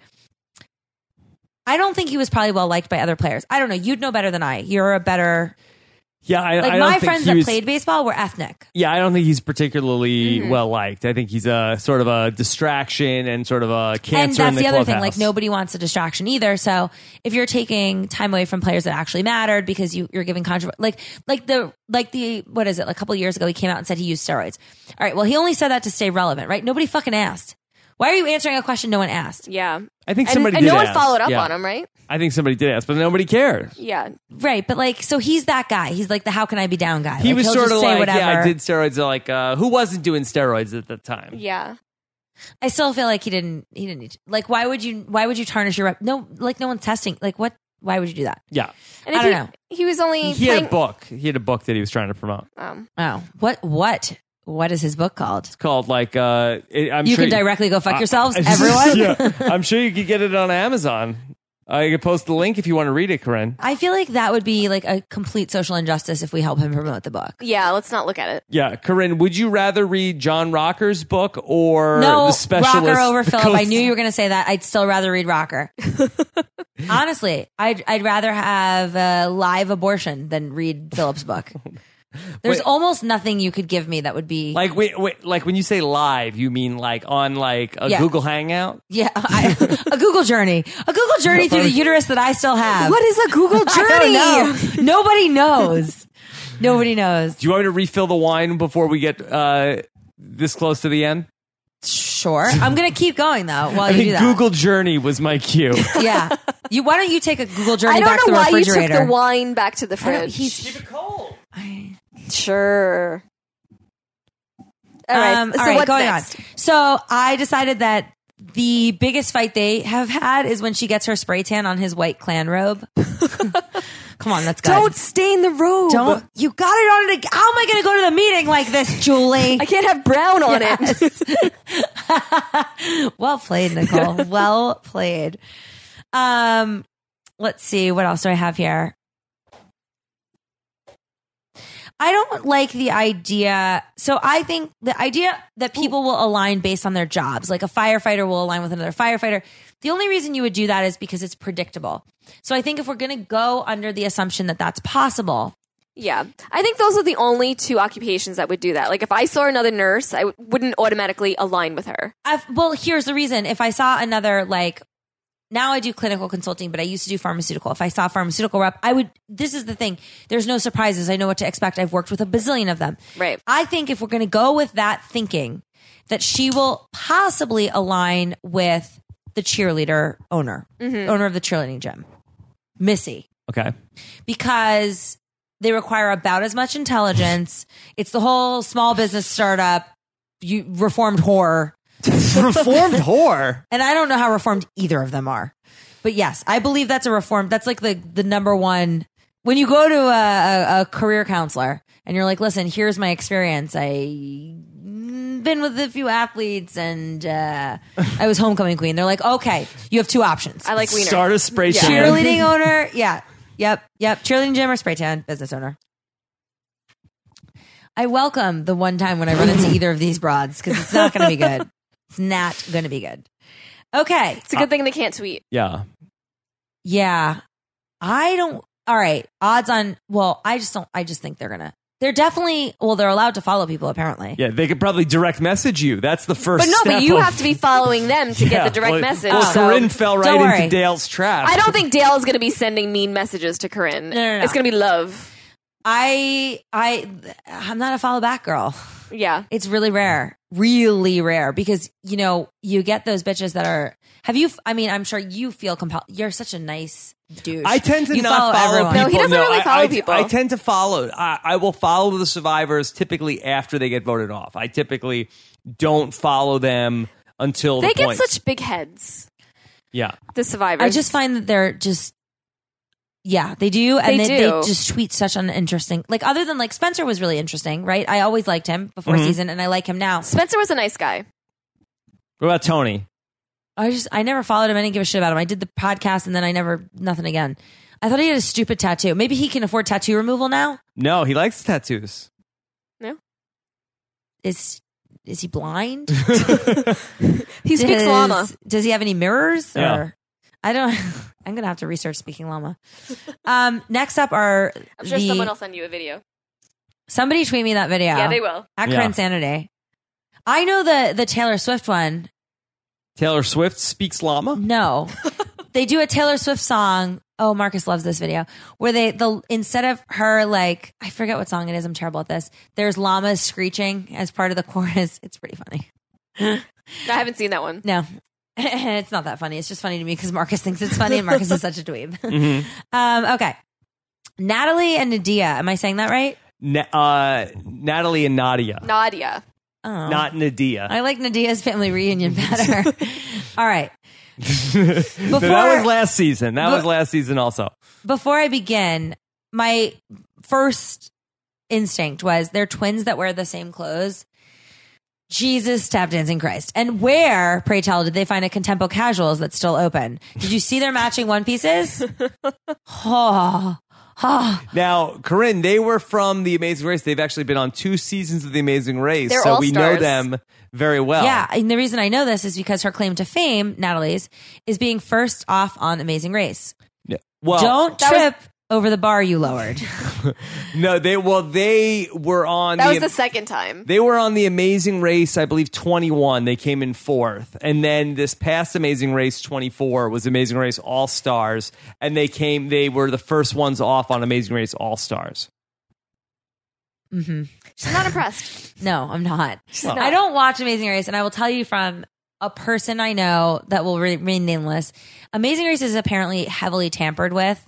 I don't think he was probably well liked by other players. I don't know. You'd know better than I. You're a better
Yeah, I,
like
I don't
my
think
friends
he
that
was-
played Mm-hmm. baseball were ethnic.
Yeah, I don't think he's particularly well liked. I think he's a sort of a distraction and sort of a
And
cancer.
that's
in
the,
the,
other thing. Like
clubhouse.
nobody wants a distraction either. So if you're taking time away from players that actually mattered because you, you're giving controversy, like like the like the what is it? Like a couple years ago, he came out and said he used steroids. All right. Well, he only said that to stay relevant, right? Nobody fucking asked. Why are you answering a question no one asked?
Yeah.
I think
And,
somebody
and
did
no one
ask.
followed up
Yeah.
on him, right?
I think somebody did ask, but nobody cared.
Yeah.
Right. But like, so he's that guy. He's like the how can I be down guy.
He
Like,
was
he'll
sort
just
of
say
like,
whatever.
yeah, I did steroids. Like, uh, who wasn't doing steroids at the time?
Yeah.
I still feel like he didn't. He didn't. Need to, like, why would you? Why would you tarnish your rep? No, like no one's testing. Like, what? Why would you do that?
Yeah.
And
I
he,
don't know.
he was only
He
playing,
had a book. He had a book that he was trying to promote.
um,
Oh, what? What? What is his book called?
It's called like uh, it, I'm
You
sure
can directly go fuck
I-
yourselves,
I-
everyone.
Yeah. I'm sure you could get it on Amazon. I could post the link if you want to read it, Corinne.
I feel like that would be like a complete social injustice if we help him promote the book.
yeah, let's not look at it.
Yeah, Corinne, would you rather read John Rocker's book or
No,
the specialist?
Rocker over
the
Philip. I
coast-
knew you were going to say that. I'd still rather read Rocker. Honestly, I'd, I'd rather have a live abortion than read Philip's book. There's
Wait.
almost nothing you could give me that would be
Like wait, wait, like when you say live, you mean like on like a
Yeah.
Google Hangout?
Yeah, I, a Google journey, a Google journey through the uterus that I still have.
What is a Google journey?
I don't know. Nobody knows. Nobody knows.
Do you want me to refill the wine before we get uh, this close to the end?
Sure, I'm gonna keep going though while
I
you do
think
that.
Google Journey was my cue.
Yeah, you. Why don't you take a Google journey
I
back
don't
to
know
the
why you took
refrigerator?
the wine back to the
I don't-
fridge.
he's- I-
sure. All right.
Um,
so
all right,
what's
going
next?
on. So I decided that the biggest fight they have had is when she gets her spray tan on his white clan robe. Come on, that's good.
Don't stain the robe.
Don't you got it on it? ag- How am I going to go to the meeting like this, Julie?
I can't have brown on it.
well played, Nicole. well played. Um, let's see what else do I have here. I don't like the idea. So I think the idea that people will align based on their jobs, like a firefighter will align with another firefighter. The only reason you would do that is because it's predictable. So I think if we're going to go under the assumption that that's possible,
Yeah. I think those are the only two occupations that would do that. Like if I saw another nurse, I w- wouldn't automatically align with her.
I've, well, here's the reason. If I saw another, like, now I do clinical consulting, but I used to do pharmaceutical. If I saw a pharmaceutical rep, I would, this is the thing. There's no surprises. I know what to expect. I've worked with a bazillion of them.
Right.
I think if we're going to go with that thinking, that she will possibly align with the cheerleader owner, owner of the cheerleading gym, Missy
okay.
because they require about as much intelligence. It's the whole small business startup, you reformed horror.
Reformed whore.
And I don't know how reformed either of them are. But yes, I believe that's a reformed. That's like the the number one when you go to a, a, a career counselor and you're like, listen, here's my experience. I mm, been with a few athletes and uh, I was homecoming queen. They're like, okay, you have two options.
I like wiener.
Start a spray
Yeah.
tan.
cheerleading owner. Yeah. Yep. Yep. Cheerleading gym or spray tan business owner. I welcome the one time when I run into either of these broads because it's not going to be good. It's not going to be good. Okay.
It's a good thing they can't tweet.
Yeah.
Yeah. I don't. All right. Odds on. Well, I just don't. I just think they're going to. They're definitely well. They're allowed to follow people apparently.
Yeah, they could probably direct message you. That's the first.
But no,
step
but you
of-
have to be following them to
Yeah,
get the direct
well-
message.
Well,
so-
Corinne fell right
Don't
into
worry.
Dale's trap.
I don't think Dale's going to be sending mean messages to Corinne.
No, no, no.
It's going to be love.
I I I'm not a follow back girl.
Yeah.
It's really rare, really rare because you know you get those bitches that are. Have you? I mean, I'm sure you feel compelled. You're such a nice douche.
I tend to
You
not follow,
everyone.
people.
No, he doesn't really
I-
follow
I,
people.
I tend to follow. I, I will follow the survivors typically after they get voted off. I typically don't follow them until
They
the
get
point.
such big heads,
yeah.
the survivors.
I just find that they're just yeah, they do, and
They
they,
do.
they just tweet such uninteresting. Like other than like Spencer was really interesting, right? I always liked him before
Mm-hmm.
season, and I like him now.
Spencer was a nice guy.
What about Tony?
I just I never followed him. I didn't give a shit about him. I did the podcast, and then I never nothing again. I thought he had a stupid tattoo. Maybe he can afford tattoo removal now.
No, he likes tattoos.
Is is he blind?
He speaks
does,
llama.
Does he have any mirrors? Or
Yeah.
I don't. I'm gonna have to research speaking llama. Um, next up are
I'm sure
the-
someone will send you a video.
Somebody tweet me that video.
Yeah, they will.
at
Yeah.
Current Sanity. I know the the Taylor Swift one.
Taylor Swift speaks llama.
No, they do a Taylor Swift song. Oh, Marcus loves this video where they the instead of her like I forget what song it is. I'm terrible at this. There's llamas screeching as part of the chorus. It's pretty funny.
I haven't seen that one.
No. it's not that funny. It's just funny to me because Marcus thinks it's funny and Marcus is such a dweeb.
Mhm.
Um, okay. Natalie and Nadia. Am I saying that right?
Na- uh, Natalie and Nadia,
Nadia.
Oh.
not Nadia.
I like Nadia's family reunion better. All right.
No, that was last season. That
But-
was last season also.
before I begin, my first instinct was they're twins that wear the same clothes. Jesus, tap dancing Christ. And where, pray tell, did they find a Contempo Casuals that's still open? Did you see their matching one pieces? oh, oh.
Now, Corinne, they were from The Amazing Race. They've actually been on two seasons of The Amazing Race,
They're
so we know
all-stars.
them very
Oh.
well.
Yeah. And the reason I know this is because her claim to fame, Natalie's, is being first off on Amazing Race.
Yeah. Well,
Don't
that was-
trip over the bar you lowered.
no, they well they were on
That
the,
was the second time.
they were on the Amazing Race, I believe 21. They came in fourth, and then this past Amazing Race 24 was Amazing Race All Stars, and they came they were the first ones off on Amazing Race All Stars.
She's not impressed.
No, I'm not.
not.
I don't watch Amazing Race, and I will tell you from a person I know that will re- remain nameless. Amazing Race is apparently heavily tampered with.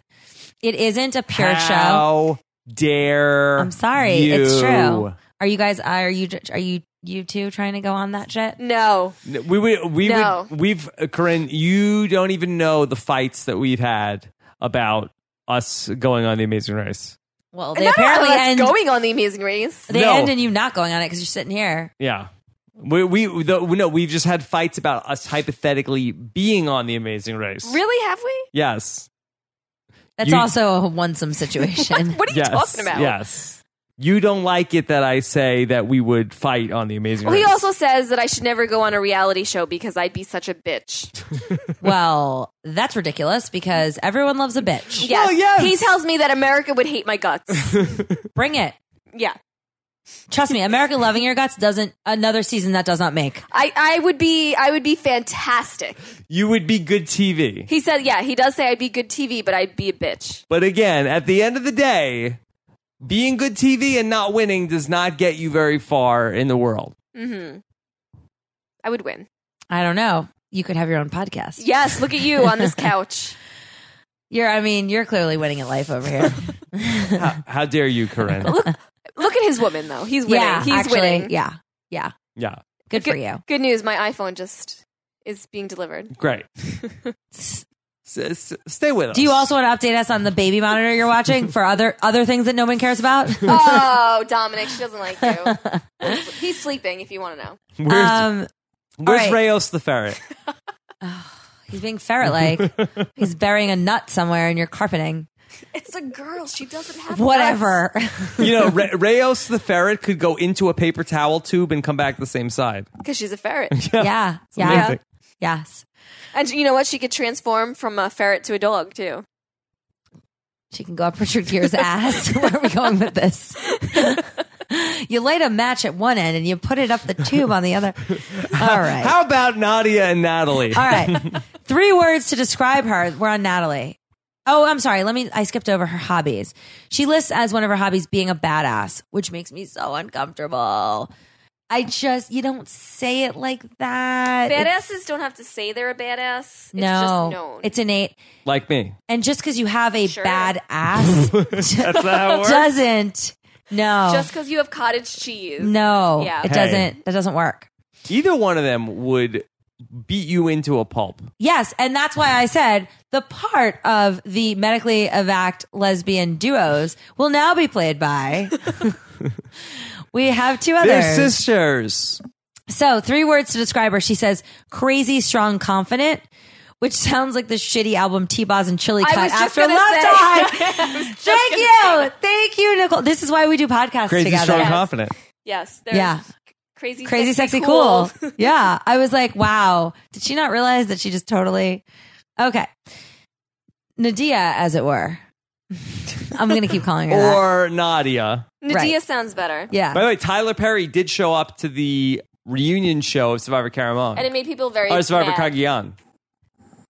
It isn't a pure show.
How dare
I'm sorry,
you.
it's true. Are you guys? Are you? Are you? You two trying to go on that shit?
No.
We we we
No.
would, we've uh, Corinne, you don't even know the fights that we've had about us going on the Amazing Race.
Well,
And
they
not
apparently
us
end.
going on the Amazing Race.
They
No.
end in you not going on it because you're sitting here.
Yeah. We we the, no, we've just had fights about us hypothetically being on the Amazing Race.
Really? Have we?
Yes.
That's
You-
also a onesome situation.
What are you
yes.
talking about?
Yes. You don't like it that I say that we would fight on the Amazing
Well, he
Race.
also says that I should never go on a reality show because I'd be such a bitch.
well, that's ridiculous because everyone loves a bitch.
Yes.
yes.
He tells me that America would hate my guts.
Bring it.
yeah.
Trust me, America loving your guts doesn't another season that does not make.
I, I would be I would be fantastic.
you would be good TV.
He said, yeah, he does say I'd be good TV, but I'd be a bitch.
But again, at the end of the day, being good TV and not winning does not get you very far in the world.
Mm-hmm. I would win.
I don't know. You could have your own podcast.
Yes, look at you on this couch.
You're I mean, you're clearly winning at life over here.
How, how dare you, Corinne?
Look at his woman though. He's winning.
yeah,
He's
actually,
winning.
yeah. Yeah.
yeah,
Good, for you.
Good news, my iPhone just is being delivered.
great. S- s- stay with us.
Do you also want to update us on the baby monitor you're watching for other other things that no one cares about?
Oh, Dominic, she doesn't like you. He's sleeping if you want to know.
Where's,
um
where's
all right.
Reyes the ferret?
he's being ferret like. he's burying a nut somewhere in your carpeting.
It's a girl. She doesn't have
Whatever.
You know, Re- Reyes the ferret could go into a paper towel tube and come back the same side.
Because she's a ferret.
yeah. Yeah.
amazing.
Yes.
And you know what? She could transform from a ferret to a dog, too.
She can go up Richard Gere's ass. Where are we going with this? you light a match at one end and you put it up the tube on the other. All right.
How about Nadia and Natalie?
All right. Three words to describe her. We're on Natalie. Oh, I'm sorry. Let me, I skipped over her hobbies. She lists as one of her hobbies being a badass, which makes me so uncomfortable. I just, you don't say it like that. It's-
Badasses don't have to say they're a badass.
no,
It's just known.
it's innate.
Like me.
And just because you have a
Sure.
bad ass
That's not how it works.
doesn't, no,
just because you have cottage cheese.
no,
Yeah.
it
Hey.
doesn't, that doesn't work.
Either one of them would beat you into a pulp.
Yes, and that's why I said the part of the medically evac lesbian duos will now be played by. we have two
They're
others.
sisters.
so, three words to describe her. She says crazy, strong, confident. Which sounds like the shitty album T Boz and Chili
I
Cut
was just
after Love
gonna say- I was
Time.
just
Thank
gonna
you. Thank you, Nicole. This is why we do podcasts
Crazy,
together.
strong, confident.
Yes. They're
Yeah.
Crazy.
Crazy, sexy, cool. yeah. I was like, wow. Did she not realize that she just totally. Okay. Nadia, as it were. I'm going to keep calling her. that.
Or Nadia.
Nadia
Right.
sounds better.
By
Yeah.
the way, Tyler Perry did show up to the reunion show of Survivor Caramon.
And it made people very.
Or Survivor
mad.
Kagian.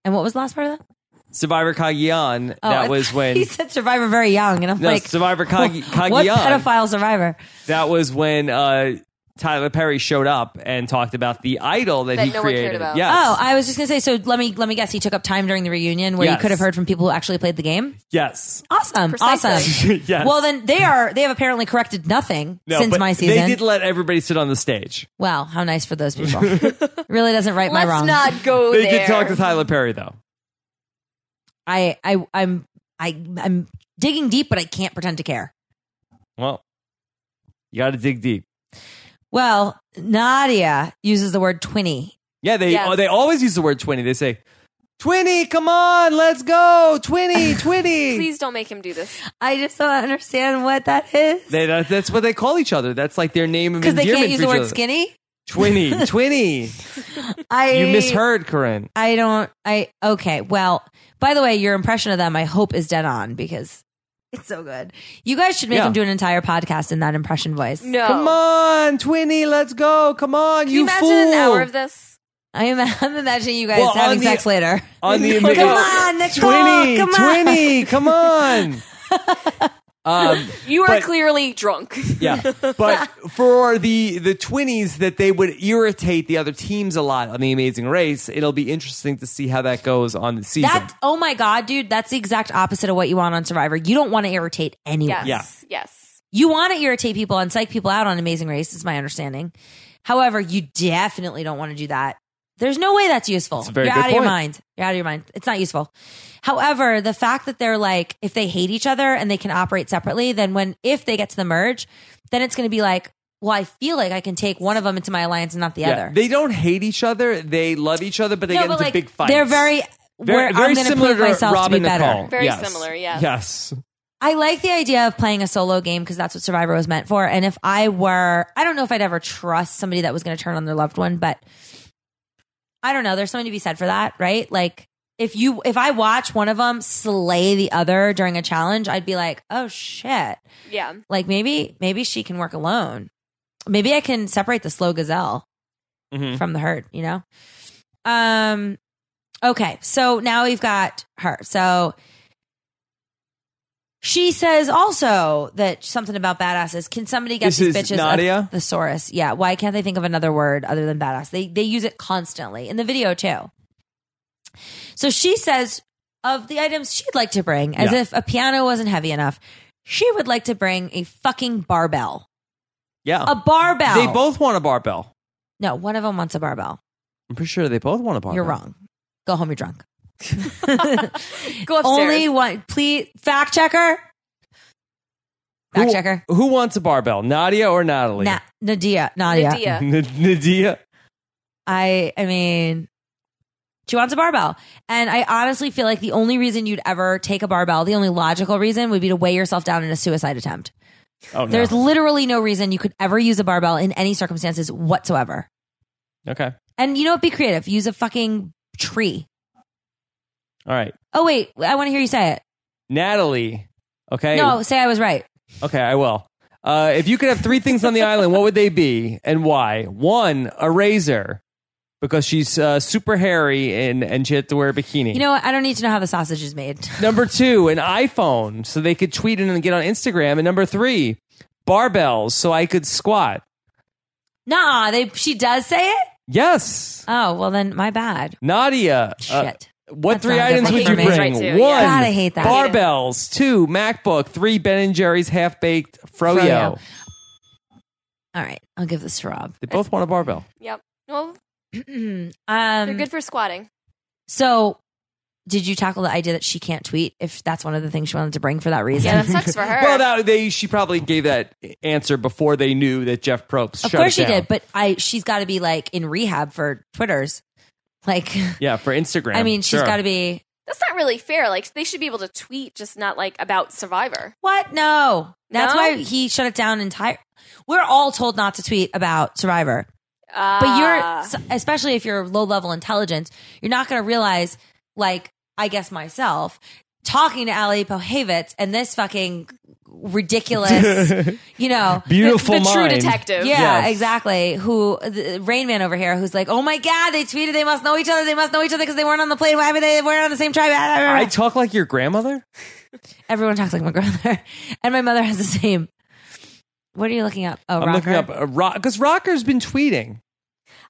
And what was the last part of that?
Survivor Kagian.
Oh, I-
that was when.
He said survivor very young. And I'm
No,
like,
Survivor Kagi-
what
Kagian.
pedophile survivor?
That was when uh, Tyler Perry showed up and talked about the idol that,
That
he
no one cared
created.
about.
Yes.
Oh, I was just going to say. So let me let me guess. He took up time during the reunion where you
Yes.
could have heard from people who actually played the game.
yes.
Awesome.
Precisely.
Awesome.
Yes.
Well, then they are they have apparently corrected nothing
No,
since
but
my season.
They did let everybody sit on the stage.
Wow, how nice for those people. really doesn't right my
Let's
wrongs.
not go
They
there.
did talk to Tyler Perry though.
I I I'm I I'm digging deep, but I can't pretend to care.
Well, you got to dig deep.
Well, Nadia uses the word twinny.
Yeah, they
Yes.
oh, they always use the word twenty. They say twenty. Come on, let's go twenty twenty.
Please don't make him do this.
I just don't understand what that is.
They, that, that's what they call each other. That's like their name of
Because they
endearment
can't use
for
the
each
word
other.
skinny.
20, 20.
I
You misheard, Corinne.
I don't I okay. Well, by the way, your impression of them I hope is dead on because it's so good. You guys should make
Yeah.
him do an entire podcast in that impression voice.
No.
Come on, 20, let's go. Come on,
Can
you,
you imagine
fool.
an hour of this?
I am, I'm imagining you guys
Well, on
having
the-
sex later.
on the
come
Amiga.
on, Nicole,
20,
come on.
20, come on. um,
You are
But-
clearly drunk.
yeah, but for the the twenties that they would irritate the other teams a lot on the Amazing Race, it'll be interesting to see how that goes on the season.
That oh my god, dude, that's the exact opposite of what you want on Survivor. You don't want to irritate anyone.
Yes.
Yeah.
Yes.
You want to irritate people and psych people out on Amazing Race, is my understanding. However, you definitely don't want to do that. There's no way that's useful.
a very
You're
good
out of your
point.
mind. You're out of your mind. It's not useful. However, the fact that they're like, if they hate each other and they can operate separately, then when if they get to the merge, then it's going to be like, well, I feel like I can take one of them into my alliance and not the
Yeah.
other.
They don't hate each other; they love each other, but they
No,
get
but,
into
like,
big fights.
They're very.
Very-
where
very
I'm going to
similar
prove
to
myself
Rob
to be
and
better.
Nicole.
Very
Yes.
similar. Yes.
yes.
I like the idea of playing a solo game because that's what Survivor was meant for. And if I were, I don't know if I'd ever trust somebody that was going to turn on their loved one, but I don't know. There's something to be said for that, right? Like if you, if I watch one of them slay the other during a challenge, I'd be like, oh shit.
Yeah.
Like maybe, maybe she can work alone. Maybe I can separate the slow gazelle
Mhm.
from the herd, you know? Um okay, so now we've got her. So she says also that something about badasses. Can somebody get
This
these
is
bitches
Nadia?
a thesaurus? Yeah. Why can't they think of another word other than badass? They they use it constantly in the video too. So she says of the items she'd like to bring, as
Yeah.
if a piano wasn't heavy enough, she would like to bring a fucking barbell.
Yeah.
A barbell.
They both want a barbell.
No, one of them wants a barbell.
I'm pretty sure they both want a barbell.
You're wrong. Go home. You're drunk.
Go upstairs.
Only one. Please, fact checker. Fact
Who-
checker.
Who wants a barbell, Nadia or Natalie?
Na- Nadia. Nadia.
Nadia.
N- Nadia.
I. I mean, she wants a barbell, and I honestly feel like the only reason you'd ever take a barbell, the only logical reason, would be to weigh yourself down in a suicide attempt.
Oh no.
There's literally no reason you could ever use a barbell in any circumstances whatsoever.
okay.
And you know, what? be creative. Use a fucking tree.
All right.
Oh wait, I want to hear you say it.
Natalie Okay.
No, say I was right.
Okay, I will. Uh, if you could have three things on the island, what would they be and why? One, a razor, because she's uh, super hairy and, and she had to wear a bikini.
You know, what? I don't need to know how the sausage is made.
number two, an iPhone, so they could tweet it and get on Instagram. And number three, barbells, so I could squat.
Nah, they she does say it.
Yes.
Oh well, then my bad.
Nadia.
Shit.
uh, what
That
three
sounds
items
like
would
for
you
me.
bring?
Right, too, yeah.
One,
God, I hate that.
barbells. Two, MacBook. Three, Ben and Jerry's half baked froyo.
Froyo. All right, I'll give this to Rob.
They both want a barbell.
Yep. Well, they're
um,
good for squatting.
So, did you tackle the idea that she can't tweet if that's one of the things she wanted to bring for that reason?
Yeah, that sucks for her.
Well, that, they she probably gave that answer before they knew that Jeff Probst.
of
shut
course
it
she
down.
did, but I she's got to be like in rehab for Twitter's. Like,
Yeah, for Instagram.
I mean, she's
sure.
got to be
That's not really fair. Like they should be able to tweet, just not like about Survivor.
what? No, that's
No?
why he shut it down entire. We're all told not to tweet about Survivor.
Uh,
but you're especially if you're low level intelligence you're not going to realize like i guess myself talking to ali pohevitz and this fucking ridiculous you know
beautiful
the true
mind.
detective.
yeah
Yes.
exactly who the, rain man over here who's like oh my god they tweeted they must know each other they must know each other because they weren't on the plane why were they weren't on the same tribe
I talk like your grandmother.
everyone talks like my grandmother and my mother has the same what are you looking up oh
I'm
rocker
looking up a rock because Rocker's been tweeting.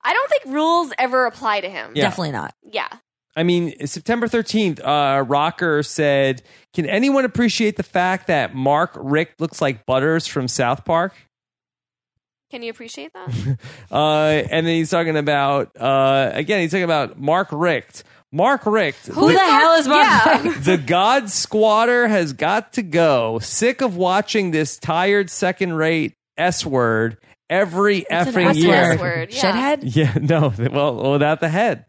I don't think rules ever apply to him.
Yeah.
definitely not
Yeah.
I mean, September 13th, uh, Rocker said, "Can anyone appreciate the fact that Mark Rick looks like Butters from South Park?"
Can you appreciate that?
Uh, and then he's talking about uh, again. He's talking about Mark Richt. Mark Richt.
who the hell is Mark?
Yeah.
the God Squatter has got to go. Sick of watching this tired second rate S word every effing
S
year.
word? word, yeah.
shithead
Yeah, no, well, without the head.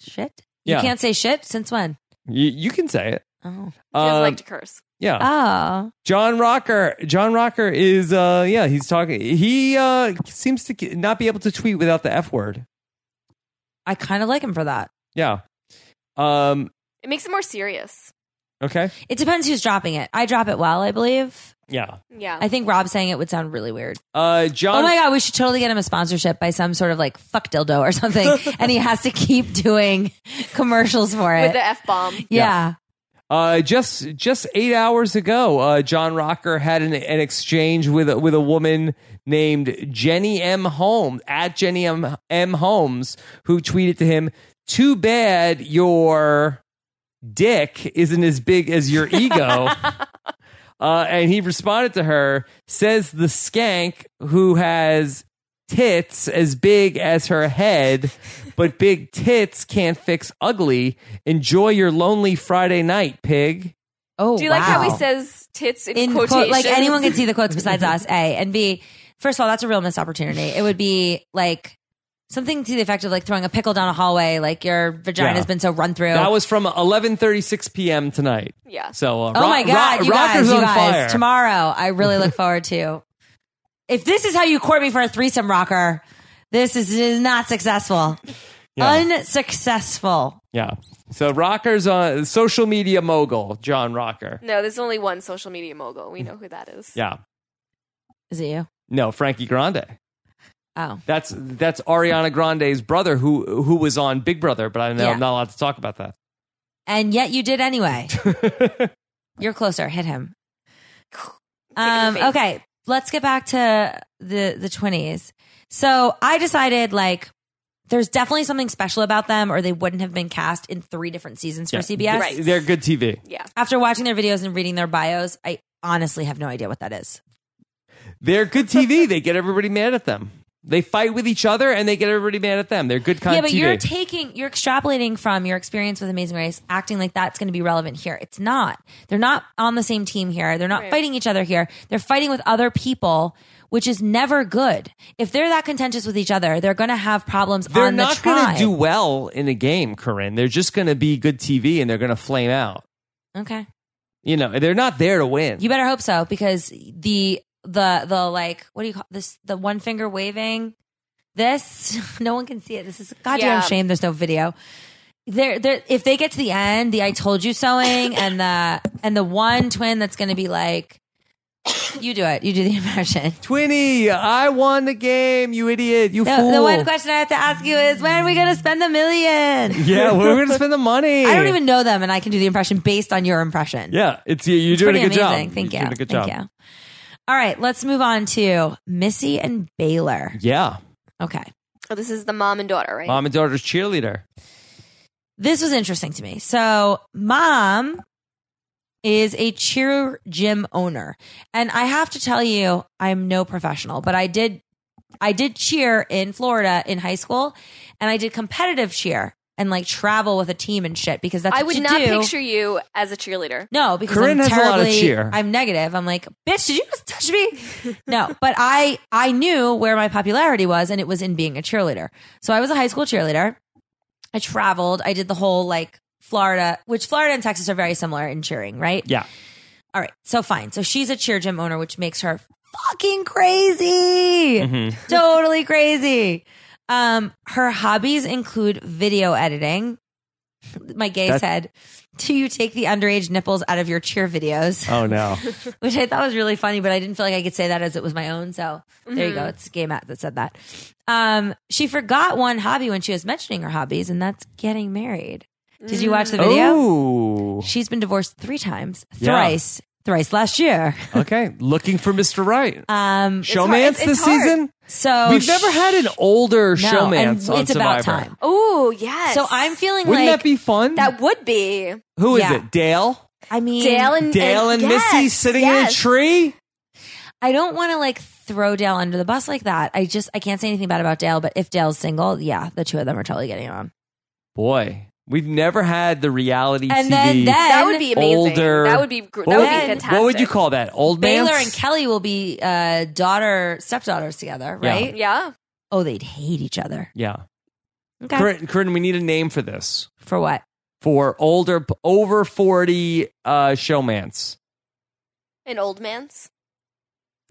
Shit.
Yeah.
You can't say shit since when?
You, you can say it.
Oh.
He doesn't
Um,
like uh, to curse.
yeah.
Oh.
John Rocker. John Rocker is, uh, yeah, he's talking. He uh, seems to k- not be able to tweet without the F word.
I kind of like him for that.
Yeah. Um,
It makes it more serious.
okay.
It depends who's dropping it. I drop it well, I believe.
Yeah.
Yeah.
I think Rob saying it would sound really weird.
Uh, John.
Oh my god, we should totally get him a sponsorship by some sort of like fuck dildo or something, and he has to keep doing commercials for
With
it.
the f bomb.
yeah.
Uh, just just eight hours ago, uh, John Rocker had an, an exchange with a, with a woman named Jenny M. Holmes at Jenny M. M. Holmes, who tweeted to him, "Too bad your dick isn't as big as your ego." uh, and he responded to her, says the skank who has tits as big as her head, but big tits can't fix ugly. Enjoy your lonely Friday night, pig.
Oh.
Do you like how he
wow.
says tits in,
in
quotations?
quote, like anyone can see the quotes besides us. A and B. First of all, that's a real missed opportunity. It would be like something to the effect of like throwing a pickle down a hallway, like your vagina has
Yeah.
been so run through.
That was from 11:36 p.m. tonight.
Yeah.
So, uh,
oh
Ro-
my god,
Ro-
you
Rocker's
guys, you
on
guys!
fire.
Tomorrow, I really look forward to. If this is how you court me for a threesome, rocker, this is, is not successful.
Yeah.
Unsuccessful.
yeah. So Rocker's on social media mogul John Rocker.
No, there's only one social media mogul. We know who that is.
Yeah.
Is it you?
No, Frankie Grande.
Oh,
That's that's Ariana Grande's brother who who was on Big Brother, but I know
Yeah.
I'm not allowed to talk about that.
and yet you did anyway. You're closer. Hit him.
in the
Um,
face.
okay, let's get back to the the twenties. So I decided like there's definitely something special about them, or they wouldn't have been cast in three different seasons
Yeah.
for CBS.
Right.
They're good TV.
Yeah.
After watching their videos and reading their bios, I honestly have no idea what that is.
They're good TV. they get everybody mad at them. They fight with each other and they get everybody mad at them. They're good
yeah,
content.
but you're taking you're extrapolating from your experience with Amazing Race, acting like that's going to be relevant here. It's not. They're not on the same team here. They're not
Right.
fighting each other here. They're fighting with other people. Which is never good. If they're that contentious with each other, they're going to have problems
they're
on
not
the
going
tribe.
to do well in a game, Corinne. They're just going to be good TV and they're going to flame out.
okay.
You know, they're not there to win.
You better hope so because the the the like what do you call this the one finger waving this no one can see it. This is a goddamn
Yeah.
shame there's no video. They're, they're, if they get to the end, the I told you sewing and the and the one twin that's going to be like, you do it, you do the impression.
Twinny, I won the game, you idiot, you
The,
fool.
the one question I have to ask you is, when are we going to spend the million?
yeah, we're gonna spend the money.
I don't even know them, and I can do the impression based on your impression.
Yeah, it's you- you're doing a
Pretty
good job.
amazing. Thank
You're
you.
Doing a good
Thank
job.
you. All right, let's move on to Missy and Baylor.
Yeah,
Okay.
Oh, this is the mom and daughter, right?
mom and daughter's cheerleader.
This was interesting to me. So, mom is a cheer gym owner. And I have to tell you, I'm no professional, but I did I did cheer in Florida in high school and I did competitive cheer and like travel with a team and shit because that's
I
what
would
you
not
do.
picture you as a cheerleader.
No, because
Corinne
I'm
has a lot of
terribly,
cheer.
I'm negative. I'm like, bitch, did you just touch me? no, but I I knew where my popularity was, and it was in being a cheerleader. So I was a high school cheerleader. I traveled. I did the whole like Florida, which Florida and Texas are very similar in cheering, right?
Yeah,
All right, so fine. So she's a cheer gym owner, which makes her fucking crazy,
mm-hmm.
totally crazy. Um, her hobbies include video editing. My gay
That's-
said, "Do you take the underage nipples out of your cheer videos?"
Oh no.
Which I thought was really funny, but I didn't feel like I could say that as it was my own. So there you go. It's gay Matt that said that. Um, she forgot one hobby when she was mentioning her hobbies, and that's getting married. Did you watch the video?
Oh.
She's been divorced three times,
Yeah.
thrice, thrice last year.
Okay, looking for Mr. Right.
Um,
Showmance
it's-
this
it's hard.
season.
so
We've never had an older
Oh, no, and
showmance on
it's
Survivor.
about time.
Oh, yes.
So I'm feeling
Wouldn't
like
that be fun?
That would be
Who is
yeah.
it? Dale.
I mean,
Dale and
Dale and
yes,
Missy sitting in a
yes.
tree.
I don't want to like throw Dale under the bus like that. I just I can't say anything bad about Dale, but if Dale's single, yeah, the two of them are totally getting on.
Boy, we've never had the reality
And
TV.
then that
That would be amazing.
Older-
That would be gr-
what,
that would be
would,
fantastic.
what would you call that? Old man.
Baylor and Kelly will be uh, daughter stepdaughters together,
Yeah.
right?
Yeah.
Oh, they'd hate each other.
Yeah,
Okay,
Corinne, Corinne, we need a name for this
for what?
for older, p- over forty uh showmance.
An old man's.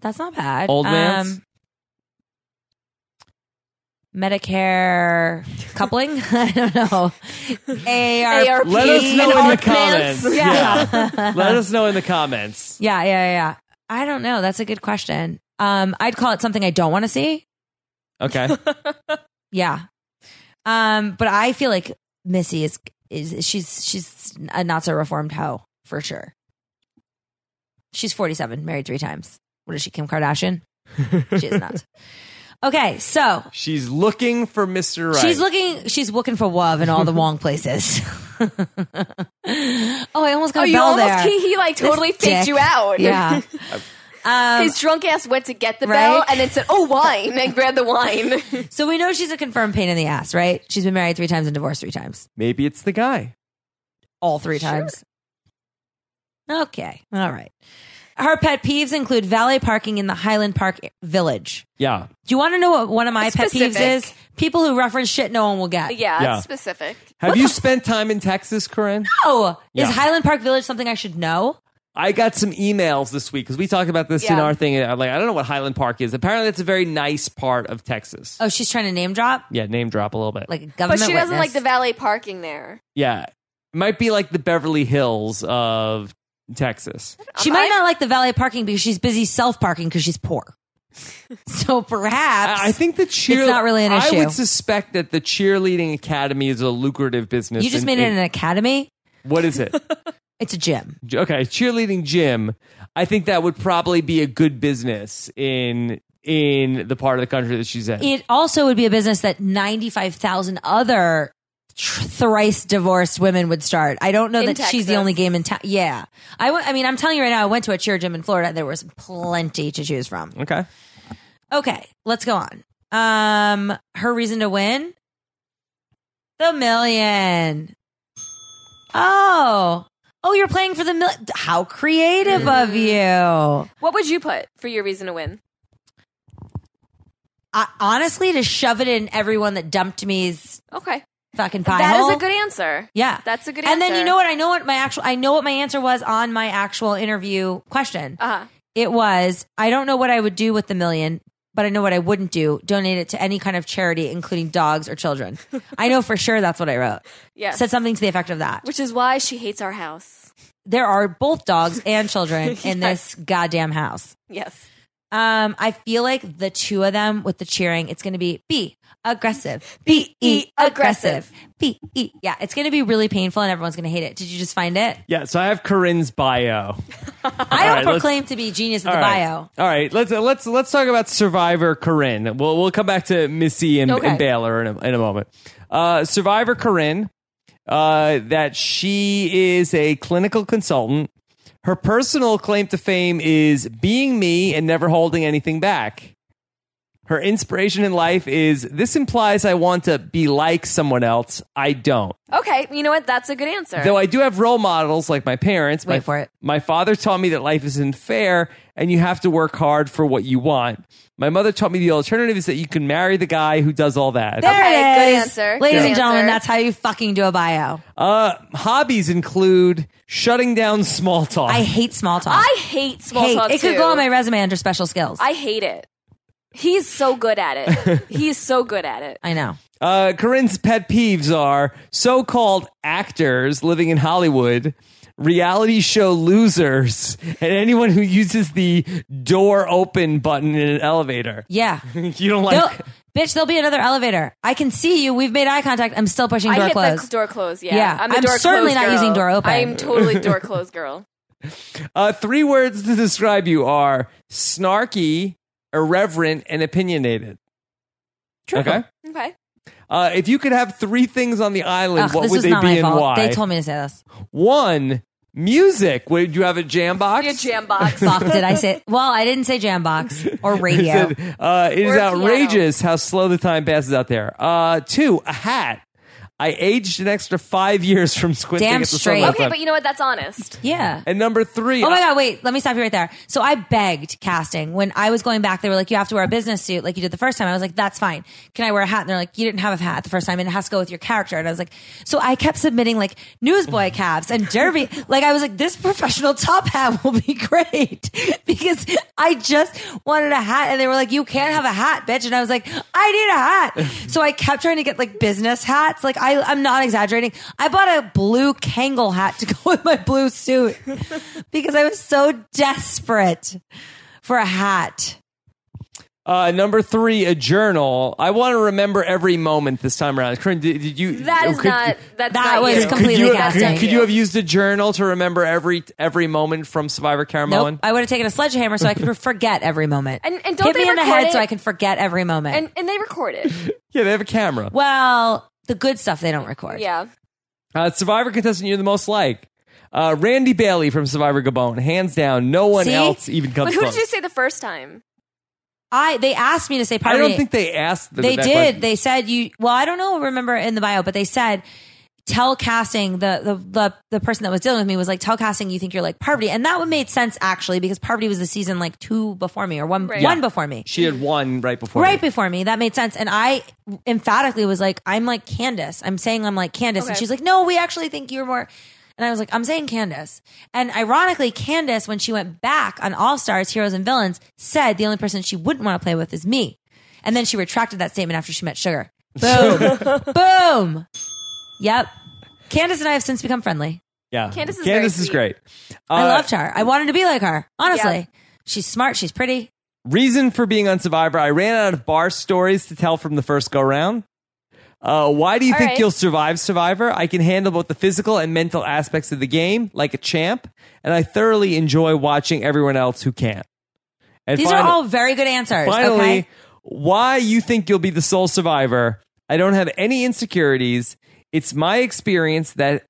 That's not bad. Um,
Old man's?
Medicare coupling? I don't know. AARP.
AARP.
Let us know
An
in the
old man's.
comments.
Yeah.
Let us know in the comments.
yeah, yeah, yeah. I don't know. That's a good question. Um, I'd call it something I don't want to see.
Okay.
Yeah. Um, but I feel like Missy is is she's she's a not so reformed hoe for sure. She's forty seven, married three times. What is she, Kim Kardashian? she is not. Okay, so
She's looking for Mr. Right.
She's looking. She's looking for love in all the wrong places. oh, I almost got
Oh,
a
you
bell
almost
there.
he, he like totally
This
faked
dick.
you out.
Yeah. Um,
His drunk ass went to get the
Right?
bell and then said, "Oh, wine!" and grabbed the wine.
so we know she's a confirmed pain in the ass, right? She's been married three times and divorced three times,
Maybe it's the guy.
all three times. Okay, all right. Her pet peeves include valet parking in the Highland Park Village.
Yeah.
Do you want to know what one of my
Specific.
pet peeves is? People who reference shit no one will get.
yeah,
Yeah.
specific.
Have you spent time in Texas, Corinne?
Oh,
Yeah.
is Highland Park Village something I should know?
I got some emails this week because we talked about this in
Yeah.
our thing. and I'm like, I don't know what Highland Park is. Apparently, it's a very nice part of Texas.
Oh, she's trying to name drop
Yeah, name drop a little bit.
like a
But
government.
she doesn't like
witness.
the valet parking there.
yeah, it might be like the Beverly Hills of Texas.
She might not like the valet parking because she's busy self parking because she's poor. so perhaps
I, I think the cheer.
not really an
I
issue.
would suspect that the cheerleading academy is a lucrative business.
you just
in-
made it
in-
an academy.
what is it?
It's a gym.
okay, cheerleading gym. I think that would probably be a good business in in the part of the country that she's in.
It also would be a business that ninety five thousand other tr- thrice divorced women would start. I don't know
In
that she's the
Texas.
only game in town. yeah, I, w- I mean, I'm telling you right now, I went to a cheer gym in Florida. There was plenty to choose from.
okay.
Okay, let's go on. Um, her reason to win the million. Oh, oh, you're playing for the million. How creative of you!
What would you put for your reason to win?
I, honestly, to shove it in everyone that dumped me's
Okay,
fucking pie
that is
hole.
a good answer.
yeah.
That's a good
and
answer.
then you know what? I know what my actual I know what my answer was on my actual interview question.
Uh huh.
It was I don't know what I would do with the million, but I know what I wouldn't do donate it to any kind of charity, including dogs or children. I know for sure that's what I wrote.
Yes.
Said something to the effect of that.
Which is why she hates our house.
There are both dogs and children in this goddamn house.
Yes.
Um, I feel like the two of them with the cheering, it's going to be be aggressive, be
E,
aggressive, be yeah. It's going to be really painful, and everyone's going to hate it. Did you just find it?
Yeah, so I have Corinne's bio.
I
All
don't
right, let's-
proclaim to be genius at the
All right.
bio.
All right, let's uh, let's let's talk about Survivor Corinne. We'll we'll come back to Missy and,
Okay.
and Baylor in a, in a moment. Uh, Survivor Corinne, uh, that she is a clinical consultant. Her personal claim to fame is being me and never holding anything back. Her inspiration in life is this implies I want to be like someone else. I don't.
Okay, you know what? That's a good answer.
Though I do have role models like my parents. my,
Wait for it.
My father taught me that life isn't fair and you have to work hard for what you want. My mother taught me the alternative is that you can marry the guy who does all that.
There
Okay,
it
good
is,
answer,
ladies
good
and gentlemen.
answer.
That's how you fucking do a bio.
Uh, hobbies include shutting down small talk.
I hate small talk.
I hate small
hate.
talk.
it
too.
could go on my resume under special skills. I,
I hate it. He's so good at it. He's so good at it.
know.
uh, Corinne's pet peeves are so called actors living in Hollywood. Reality show losers and anyone who uses the door open button in an elevator.
Yeah.
You don't
They'll-
like
bitch, there'll be another elevator. I can see you. We've made eye contact. I'm still pushing
I
door
hit
closed.
the door close. Yeah,
Yeah,
I'm, a
I'm
door
certainly
close
not
girl.
using door open.
I'm totally door close girl.
Uh, three words to describe you are snarky, irreverent, and opinionated. True. Okay.
Okay.
Uh, if you could have three things on the island,
Ugh,
what
this
would
was
they
not
be
my
and
fault.
why?
They told me to say this.
One, music. Would you have a jam box?
Be a jam box.
Fuck, did I say? Well, I didn't say Jambox or
It
radio.
said, uh, it is
Or a
outrageous how slow the time passes out there. Uh, two, a hat. I aged an extra five years from squinting
Damn
at the
straight.
sunlight
Okay,
time.
but you know what? That's honest.
yeah.
and number three,
Oh my god, wait, let me stop you right there. So I begged casting when I was going back. They were like, "You have to wear a business suit, like you did the first time." I was like, "That's fine." Can I wear a hat? And they're like, "You didn't have a hat the first time, and it has to go with your character." And I was like, so I kept submitting like newsboy caps and derby. like I was like, "This professional top hat will be great," because I just wanted a hat, and they were like, "You can't have a hat, bitch." And I was like, "I need a hat." So I kept trying to get like business hats. Like I, I'm not exaggerating. I bought a blue Kangol hat to go with my blue suit because I was so desperate for a hat.
Uh, number three, a journal. I want to remember every moment this time around. Corinne, did, did you? oh,
That is
could-
not. That's
That
not
was
you.
It's completely
could you,
gaslighting.
Could, could you have used a journal to remember every every moment from Survivor Caramellan?
Nope. I would have taken a sledgehammer so I could forget every moment.
And- and don't
hit
they
me in the
record
head so
it?
I can forget every moment.
And and they record it.
Yeah, they have a camera.
well, the good stuff they don't record.
Yeah.
Uh, Survivor contestant you're the most like. Uh, Randy Bailey from Survivor Gabon, hands down. No one
See?
else even comes
But who
close.
did you say the first time?
I they asked me to say
I
pardon
don't
me.
think they asked. The,
they
that
did.
question.
They said you. Well, I don't know. Remember in the bio, but they said tell casting the, the the the person that was dealing with me was like tell casting you think you're like poverty, and that would made sense actually because poverty was the season like two before me or one
Right.
one
Yeah.
before me.
She had one right before.
right
me.
before me. That made sense. And I emphatically was like, I'm like Candace. I'm saying I'm like Candace. And
Okay.
she's like, no, we actually think you're more. And I was like, I'm saying Candace. And ironically, Candace, when she went back on All Stars, Heroes and Villains, said the only person she wouldn't want to play with is me. And then she retracted that statement after she met Sugar. Boom. Boom. Yep. Candace and I have since become friendly.
yeah.
Candace is very
is
sweet.
great.
I
Uh,
loved her. I wanted to be like her, honestly.
Yeah.
She's smart. She's pretty.
Reason for being on Survivor: I ran out of bar stories to tell from the first go round. Uh, why do you
All
think
right.
you'll survive Survivor? I can handle both the physical and mental aspects of the game like a champ, and I thoroughly enjoy watching everyone else who can't. And
These
fin-
are all very good answers.
finally,
okay.
why you think you'll be the sole survivor? I don't have any insecurities. It's my experience that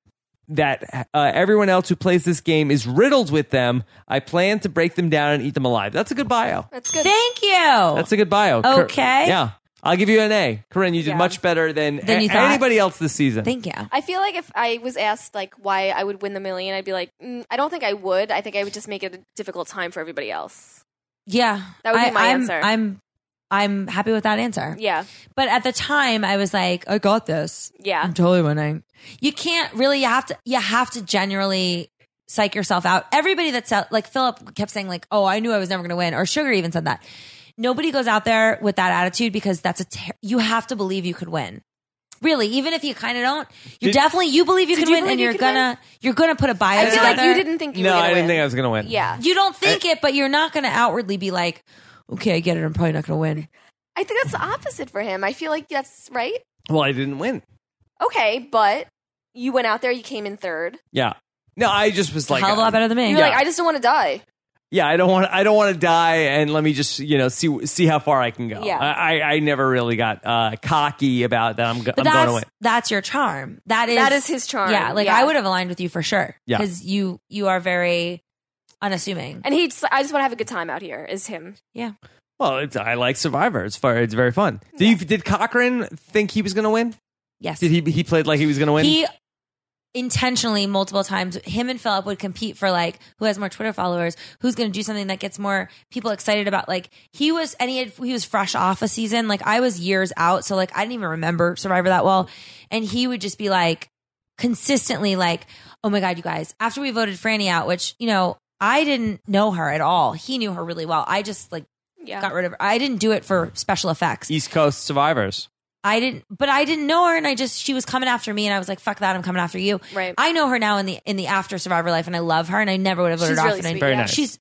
that uh, everyone else who plays this game is riddled with them. I plan to break them down and eat them alive. That's a good bio.
That's good.
Thank you.
That's a good bio. Cor-
Oh. Okay.
yeah. I'll give you an A. Corinne, you did
Yeah.
much better than,
Than
a-
you thought.
anybody else this season.
Thank you.
I feel like if I was asked like why I would win the million, I'd be like, mm, I don't think I would. I think I would just make it a difficult time for everybody else.
Yeah,
That would be
I,
my
I'm,
answer.
I'm, I'm happy with that answer.
Yeah,
But at the time, I was like, I got this.
yeah,
I'm totally winning. You can't really. You have to. You have to generally psych yourself out. Everybody that's out, like Philip kept saying, like, oh, I knew I was never going to win, or Sugar even said that. Nobody goes out there with that attitude because that's a ter- you have to believe you could win. Really, even if you kind of don't, you
Did-
definitely you believe you
Did
can
you
win, and
believe you
you're
could
gonna you're gonna put a bio
I feel like
together.
you didn't think you
no,
were gonna
I didn't
win.
think I was gonna win.
Yeah.
You
Eh.
don't think it, but you're not gonna outwardly be like, okay, I get it. I'm probably not gonna win.
I think that's the opposite for him. I feel like that's right.
Well, I didn't win.
Okay, but you went out there, you came in third.
Yeah. No, I just was like,
Hell of a lot better than me.
You're
Yeah.
like, I just don't want to die.
yeah, I don't want, I don't want to die, and let me just, you know, see see how far I can go.
Yeah.
I, I, I never really got uh, cocky about that. I'm, go- I'm
But
going to win.
that's that's your charm. That is
That is his charm.
Yeah, like I would have aligned with you for sure.
Yeah.
because you you are very unassuming.
And he's. I just want to have a good time out here. Is him?
Well, it's, I like Survivor. It's far, it's very fun. Did you, did Cochran think he was going to win?
yes,
Did he he played like he was going to win?
he intentionally multiple times him and Philip would compete for like who has more Twitter followers, who's going to do something that gets more people excited about. Like he was, and he had, he was fresh off a season. Like I was years out, so like I didn't even remember Survivor that well. And he would just be like consistently like, oh my god, you guys! After we voted Franny out, which you know. I didn't know her at all. He knew her really well. I just like
Yeah.
got rid of her. I didn't do it for special effects.
East Coast Survivors.
I didn't, but I didn't know her, and I just she was coming after me, and I was like, "Fuck that! I'm coming after you."
Right.
I know her now in the in the after Survivor life, and I love her, and I never would have voted
She's
off.
really
and I-
sweet.
Very
yeah.
nice.
She's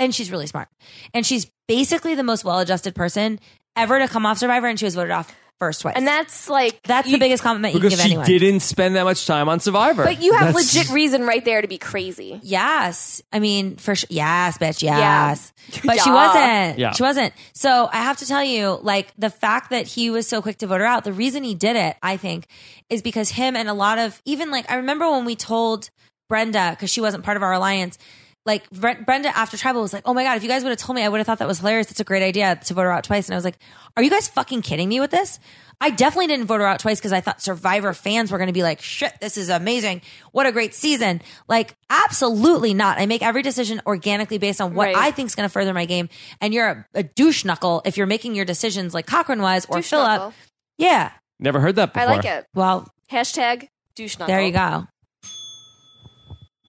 and she's really smart, and she's basically the most well adjusted person ever to come off Survivor, and she was voted off first twice.
And that's like
that's
you-
the biggest compliment you can
Because
give
she
anyone.
didn't spend that much time on Survivor.
But you have
That's-
legit reason right there to be crazy.
Yes. I mean, for sure. Yes, bitch.
Yeah.
Yes. But she
Yeah.
wasn't.
Yeah.
She wasn't. So I have to tell you, like, the fact that he was so quick to vote her out, the reason he did it, I think, is because him and a lot of, even like, I remember when we told Brenda, because she wasn't part of our alliance, like, Bre- Brenda after Tribal was like, oh my God, if you guys would have told me, I would have thought that was hilarious. That's a great idea to vote her out twice. And I was like, are you guys fucking kidding me with this? I definitely didn't vote her out twice because I thought Survivor fans were going to be like, shit, this is amazing. What a great season. Like, absolutely not. I make every decision organically based on what
Right.
I think is going to further my game. And you're a, a douche knuckle if you're making your decisions like Cochrane was or
Douche
Philip.
knuckle.
Yeah.
never heard that
I
before.
like it.
Well,
Hashtag douche knuckle.
there you go.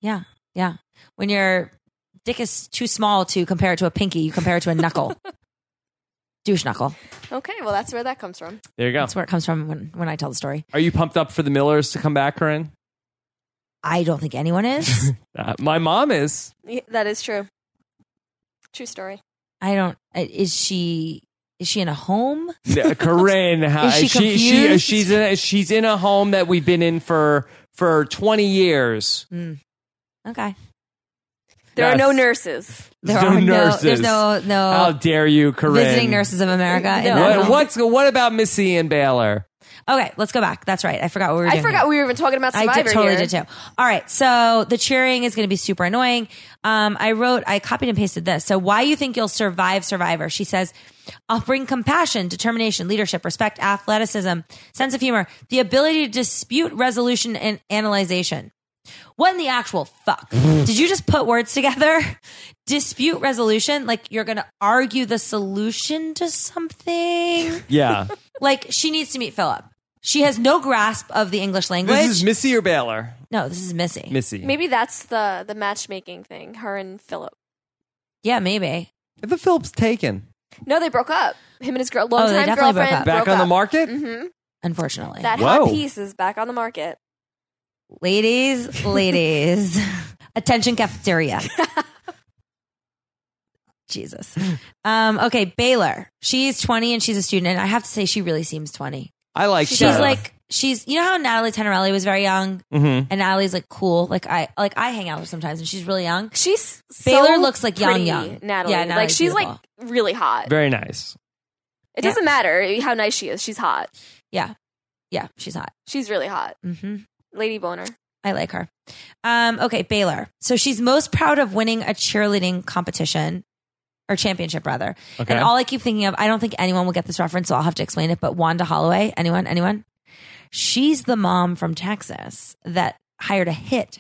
Yeah. Yeah. When your dick is too small to compare it to a pinky, you compare it to a knuckle. douche knuckle.
Okay, well that's where that comes from.
There you go.
That's where it comes from when, when I tell the story.
Are you pumped up for the Millers to come back, Corinne?
I don't think anyone is.
Uh, my mom is.
Yeah, that is true. True story.
I don't. I- Is she? Is she in a home?
Yeah, Corinne, how-
Is she
uh,
confused?
she's in a, she's in a home that we've been in for for 20 years.
Okay.
There are no
Yes.
nurses.
There
There's no
are no.
nurses.
There's no
How
no
dare you, Corinne?
visiting nurses of America. in
No.
that
What,
home.
what's what about Missy and Baylor?
Okay, let's go back. That's right. I forgot what we were.
I
doing
forgot we were even talking about Survivor
I did, totally
here.
did too. All right, so the cheering is going to be super annoying. Um, I wrote, I copied and pasted this. So why you think you'll survive Survivor? She says, "I'll bring compassion, determination, leadership, respect, athleticism, sense of humor, the ability to dispute resolution and analyzation." What in the actual fuck? Did you just put words together? Dispute resolution, like you're going to argue the solution to something.
Yeah,
like she needs to meet Philip. She has no grasp of the English language.
this is Missy or Baylor.
No, this is Missy.
Missy.
Maybe that's the the matchmaking thing. Her and Philip.
yeah, maybe.
the Phillips taken
No, they broke up. Him and his girl,
Oh, they
longtime
definitely
girlfriend,
broke up.
broke
back on the market.
Mm-hmm.
hmm
Unfortunately.
That
Whoa.
hot piece is back on the market.
ladies, ladies. Attention cafeteria. Jesus. Um, okay, Baylor. She's 20 and she's a student. And I have to say, she really seems 20.
I like.
She's
She's
Sheriff.
like, she's, you know how Natalie Tenorelli was very young?
Mhm.
And Natalie's like cool. Like I, like I hang out with her sometimes and she's really young.
She's
Baylor
so
looks like young,
pretty,
young.
Natalie.
Yeah,
like
Natalie's
she's
beautiful.
like really hot.
very nice.
It
Yeah.
doesn't matter how nice she is. She's hot.
Yeah. Yeah, she's hot.
She's really hot.
hmm
Lady boner.
I like her. Um, okay, Baylor. So she's most proud of winning a cheerleading competition or championship, rather.
Okay.
And all I keep thinking of, I don't think anyone will get this reference, so I'll have to explain it. But Wanda Holloway, anyone, anyone? She's the mom from Texas that hired a hit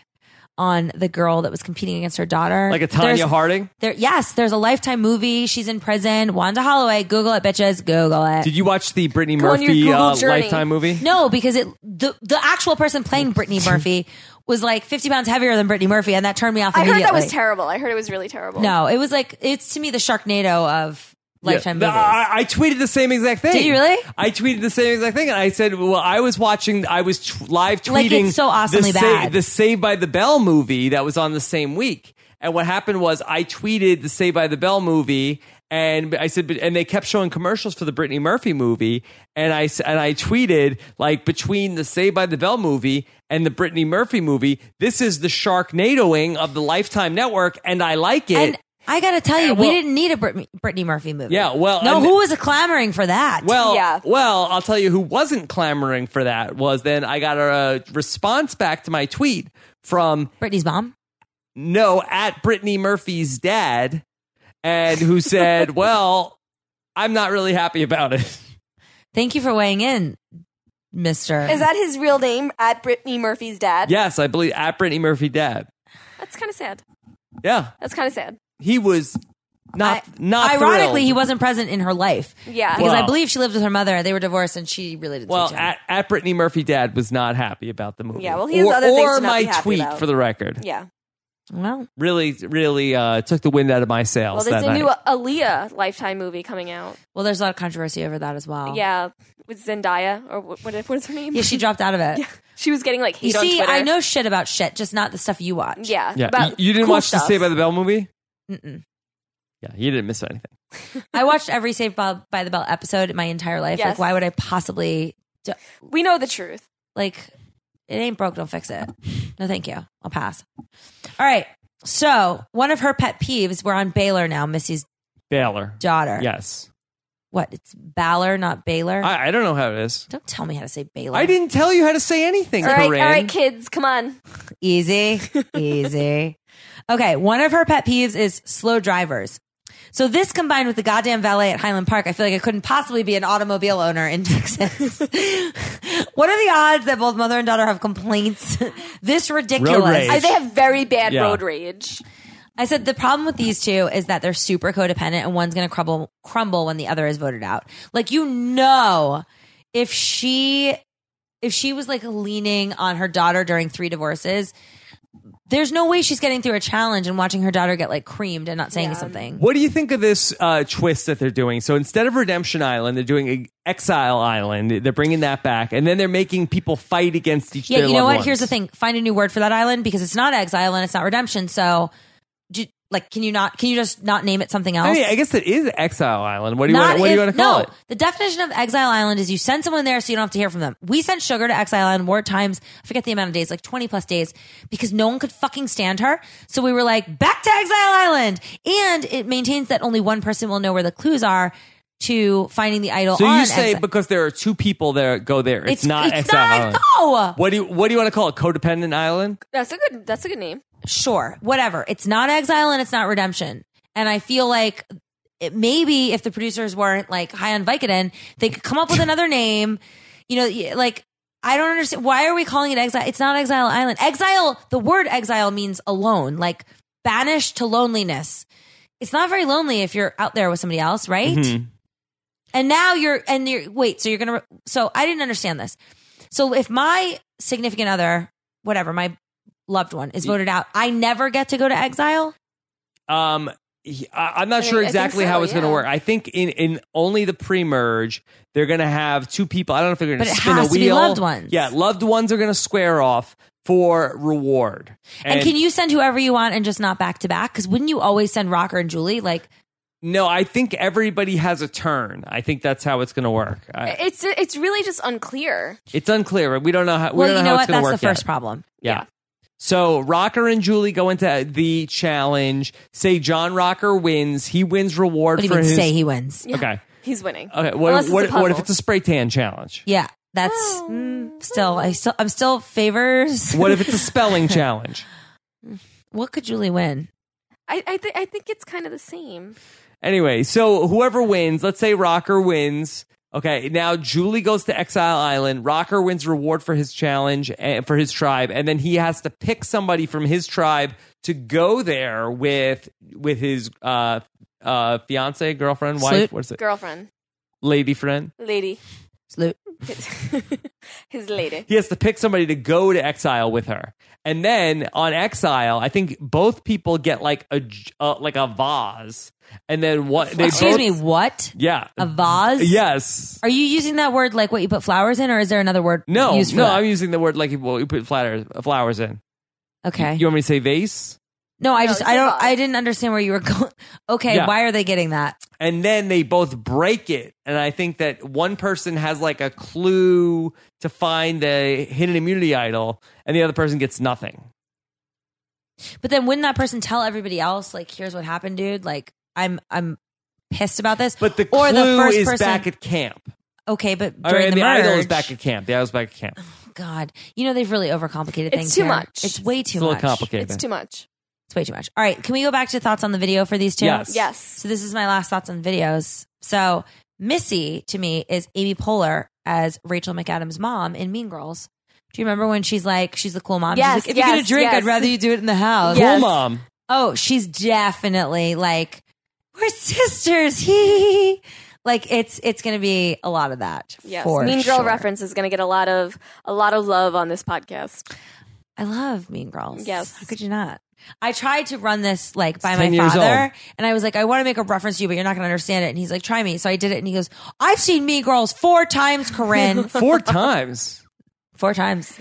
on the girl that was competing against her daughter.
like a Tanya
There's-
Harding.
there, yes, there's a Lifetime movie. She's in prison. Wanda Holloway. Google it, bitches. Google it.
Did you watch the Brittany
Go on your
Murphy
Google
uh,
journey.
Lifetime movie?
No, because it the the actual person playing Brittany Murphy was like 50 pounds heavier than Brittany Murphy, and that turned me off.
I heard
Immediately.
that was terrible. I heard it was really terrible.
No, it was like it's to me the Sharknado of Lifetime
Yeah.
movies.
I, I tweeted the same exact thing.
Did you really?
I tweeted the same exact thing, and I said, "Well, I was watching. I was t- live tweeting
Like, it's so awesomely
the,
bad.
the Save by the Bell movie that was on the same week." And what happened was, I tweeted the Save by the Bell movie, and I said, but- and they kept showing commercials for the Brittany Murphy movie, and I s- and I tweeted like between the Save by the Bell movie and the Brittany Murphy movie, this is the Sharknadoing of the Lifetime Network, and I like it.
And I got to tell you,
well-
we didn't need a Brit- Brittany Murphy movie.
Yeah, well,
no,
and-
who was clamoring for that?
Well,
Yeah.
well, I'll tell you who wasn't clamoring for that was then I got a, uh response back to my tweet from
Brittany's mom.
no at Brittany Murphy's dad, and who said, "Well, I'm not really happy about it."
Thank you for weighing in, Mister.
Is that his real name at Brittany Murphy's dad?
yes, I believe at Brittany Murphy dad.
That's kind of sad.
Yeah,
That's kind of sad.
he was
Uh,
not not
Ironically, he
thrilled.
wasn't present in her life
Yeah.
because
Well-
I believe she lived with her mother. They were divorced, and she really didn't.
Well,
teach him.
at, at Brittany Murphy dad was not happy about the movie.
Yeah, well, he has
or,
other things
or
to not
my
be happy
tweet
about.
for the record.
yeah.
well,
Really, really uh, took the wind out of my
Well,
sails.
there's
that night.
a new Aaliyah Lifetime movie coming out.
well, there's a lot of controversy over that as well.
Yeah, with Zendaya or what, what is her name?
Oh. yeah, she dropped out of it.
She was getting like
You
hate on
see,
Twitter.
I know shit about shit, just not the stuff you watch.
Yeah.
Yeah,
about
you, you didn't
cool
watch the
stuff.
Saved by the Bell movie.
Mm-mm.
Yeah, you didn't miss anything.
I watched every Saved by, by the Bell episode in my entire life.
Yes.
Like, why would I possibly do,
We know the truth.
like it ain't broke don't fix it no thank you i'll pass all right so one of her pet peeves we're on baylor now missy's
Baylor.
daughter
Yes,
what it's Baylor, not baylor
I, I don't know how it is.
don't tell me how to say baylor
I didn't tell you how to say anything,
All right,
Corinne.
all right, kids, come on.
easy easy okay one of her pet peeves is slow drivers so this combined with the goddamn valet at highland park i feel like i couldn't possibly be an automobile owner in texas what are the odds that both mother and daughter have complaints this ridiculous
rage.
I, they have very bad
Yeah.
road rage.
I said the problem with these two is that they're super codependent and one's going to crumble crumble when the other is voted out. Like you know, if she if she was like leaning on her daughter during three divorces, there's no way she's getting through a challenge and watching her daughter get like creamed and not saying something.
What do you think of this uh, twist that they're doing? So instead of Redemption Island, they're doing Exile Island. They're bringing that back, and then they're making people fight against each.
Yeah,
their
you know
loved
what?
Ones.
Here's the thing: find a new word for that island because it's not exile and it's not redemption. So, do, like, can you not? Can you just not name it something else?
I mean, I guess it is Exile Island. What do you
Not
want? What do you
if-
want to call
no,
it?
The definition of Exile Island is you send someone there so you don't have to hear from them. We sent Sugar to Exile Island more times, I forget the amount of days, like 20 plus days, because no one could fucking stand her. So we were like, back to Exile Island. And it maintains that only one person will know where the clues are to finding the idol
So
on
you say
Exi-
because there are two people that go there, it's, not
it's
Exile Island.
not no.
What do you What do you want to call it? Codependent Island.
That's a good. That's a good name.
sure, whatever. It's not exile and it's not redemption. And I feel like it, maybe if the producers weren't like high on Vicodin, they could come up with another name. You know, y- like I don't understand why are we calling it exile? It's not exile island. Exile. The word exile means alone, like banished to loneliness. It's not very lonely if you're out there with somebody else, right?
Mhm.
And now you're and you're wait, so you're gonna re- so I didn't understand this. So if my significant other, whatever, my loved one is voted out, I never get to go to exile.
Um, he- I, I'm not
I
sure
think- I think
exactly how
so,
it's going to
yeah.
work. I think in, in only the pre-merge, they're going to have two people. I don't know if they're going
But
to
it
spin
has
a
to be
wheel.
loved ones.
Yeah, loved ones are going to square off for reward.
And, can you send whoever you want and just not back to back? Because wouldn't you always send Rocker and Julie? Like
No, I think everybody has a turn. I think that's how it's going to work.
Eh.
I,
It's it's really just unclear.
it's unclear. We don't know how. we
well,
don't
you
know,
know
how
what?
it's going
That's
to
the
work
first
yet.
problem.
Yeah.
Yeah.
So Rocker and Julie go into the challenge. Say John Rocker wins. He wins reward
What do you
for
mean
his.
say he wins?
Yeah.
Okay.
He's winning.
Okay. What,
Unless it's a
what, what if
puzzle.
it's a spray tan challenge?
Yeah. That's
Oh.
mm, still I still I'm still favors.
What if it's a spelling challenge?
What could Julie win?
I I, th- I think it's kind of the same.
Anyway, so whoever wins, let's say Rocker wins. Okay, now Julie goes to Exile Island. Rocker wins reward for his challenge and for his tribe, and then he has to pick somebody from his tribe to go there with with his uh uh fiance, girlfriend, wife,
Salute.
what's it,
Girlfriend,
lady friend.
lady.
Salute.
His lady.
He has to pick somebody to go to exile with her, and then on exile, I think both people get like a j- uh, like a vase, and then what? They
Excuse
both,
me, what?
Yeah.
A vase?
Yes.
Are you using that word like what you put flowers in, or is there another word
No,
used for
no,
that?
I'm using the word like well, you put flatter, flowers in.
okay.
You want me to say vase?
no, I
No,
just
it's
I
a
don't
vase.
I didn't understand where you were going. Okay,
Yeah.
why are they getting that?
And then they both break it. And I think that one person has like a clue to find the hidden immunity idol, and the other person gets nothing.
But then wouldn't that person tell everybody else like, "Here's what happened, dude. Like, I'm I'm pissed about this."
But the
Or
clue
the first
is
person-
back at camp.
okay, but
I
during
mean,
the,
the,
merge,
idol is back at camp. The idol's back at camp.
God, you know they've really overcomplicated
It's
things.
too
here.
much.
It's way
It's
too
a little
much.
complicated.
It's too much.
It's way too much. All right, can we go back to thoughts on the video for these two?
Yes.
Yes.
So this is my last thoughts on videos. So Missy to me is Amy Poehler as Rachel McAdams' mom in Mean Girls. Do you remember when she's like, she's the cool mom?
Yes,
she's like, if you're gonna
yes,
drink,
yes.
I'd rather you do it in the house.
Cool,
Yes.
mom.
Oh, she's definitely like, we're sisters. He like it's it's gonna be a lot of that.
Yes.
for
mean Girl
sure.
reference is going to get a lot of a lot of love on this podcast.
I love Mean Girls.
Yes.
How could you not? I tried to run this like by
10
my
years old.
father, and I was like, I want to make a reference to you, but you're not going to understand it. And he's like, try me. So I did it, and he goes, I've seen Mean Girls four times, Corinne.
Four times.
four times.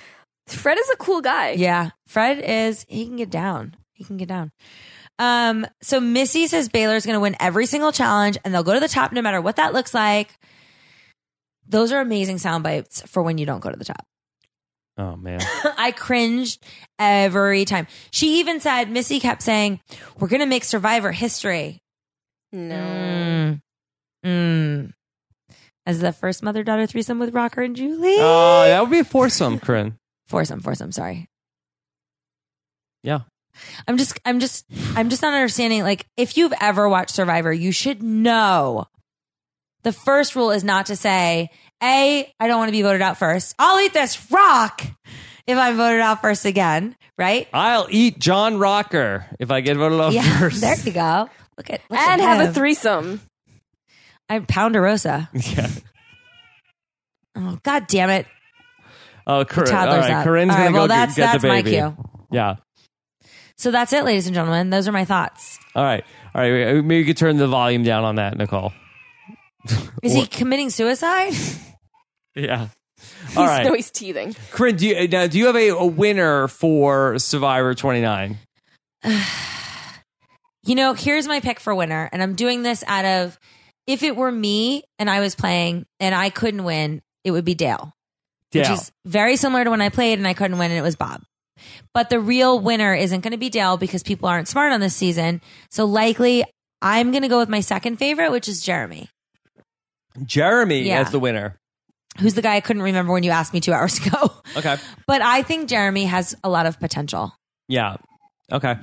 Fred is a cool guy.
Yeah. Fred is, he can get down. He can get down. Um, so Missy says Baylor's going to win every single challenge and they'll go to the top no matter what that looks like. Those are amazing sound bites for when you don't go to the top.
Oh, man.
I cringed every time. She even said, Missy kept saying, We're going to make survivor history.
No.
Mm. Mm. As the first mother daughter threesome with Rocker and Julie.
Oh, that would be a foursome, Corinne.
Foursome, foursome. Sorry.
Yeah.
I'm just, I'm just, I'm just not understanding. Like, if you've ever watched Survivor, you should know the first rule is not to say, A, I don't want to be voted out first. I'll eat this rock if I'm voted out first again, right?
I'll eat John Rocker if I get voted off
yeah.
first.
There you go. Look at, look
And
at
have a
him.
threesome.
I'm Ponderosa.
Yeah.
Oh, God damn it.
Oh, Corinne. All
Toddler's
right,
up.
Corinne's
All right,
gonna
well,
go
that's,
get, get
that's
the
my
baby.
cue.
Yeah.
So that's it, ladies and gentlemen. Those are my thoughts.
All right. All right. uh, Maybe you could turn the volume down on that, Nicole.
Is he
What?
committing suicide?
Yeah. All right.
No, he's teething.
Corinne, do you, uh, now, do you have a, a winner for Survivor 29?
You know, here's my pick for winner, and I'm doing this out of if it were me and I was playing and I couldn't win, it would be Dale,
Dale.
which is very similar to when I played and I couldn't win and it was Bob. But the real winner isn't going to be Dale because people aren't smart on this season. So likely, I'm going to go with my second favorite, which is Jeremy,
Jeremy
Yeah.
as the winner.
who's the guy I couldn't remember when you asked me two hours ago.
Okay.
but I think Jeremy has a lot of potential.
Yeah. Okay.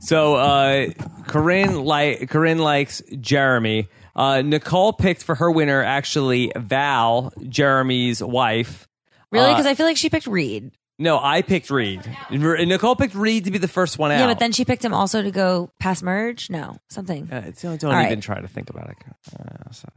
So uh, Corinne like Corinne likes Jeremy. Uh, Nicole picked for her winner actually Val, Jeremy's wife.
Really?
Uh,
Because I feel like she picked Reed.
No, I picked Reed. R- Nicole picked Reed to be the first one out.
Yeah, but then she picked him also to go past merge. No, something.
Uh, don't don't
All
even
right.
try to think about it. Uh, so-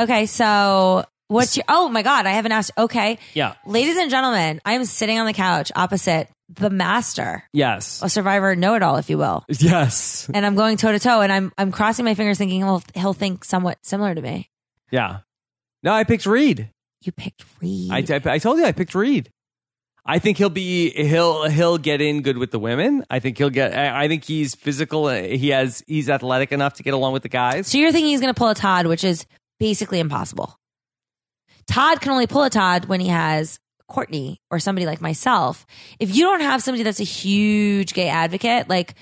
Okay, so what's your? Oh my god, I haven't asked. Okay,
Yeah.
ladies and gentlemen, I am sitting on the couch opposite the master,
Yes.
a survivor know-it-all, if you will,
Yes.
and I'm going toe to toe, and I'm I'm crossing my fingers, thinking he'll he'll think somewhat similar to me.
Yeah. No, I picked Reed.
You picked Reed.
I, I, I told you I picked Reed. I think he'll be he'll he'll get in good with the women. I think he'll get. I, I think he's physical. uh, He has he's athletic enough to get along with the guys.
so you're thinking he's going to pull a Todd, which is basically impossible. Todd can only pull a Todd when he has Courtney or somebody like myself. If you don't have somebody that's a huge gay advocate, like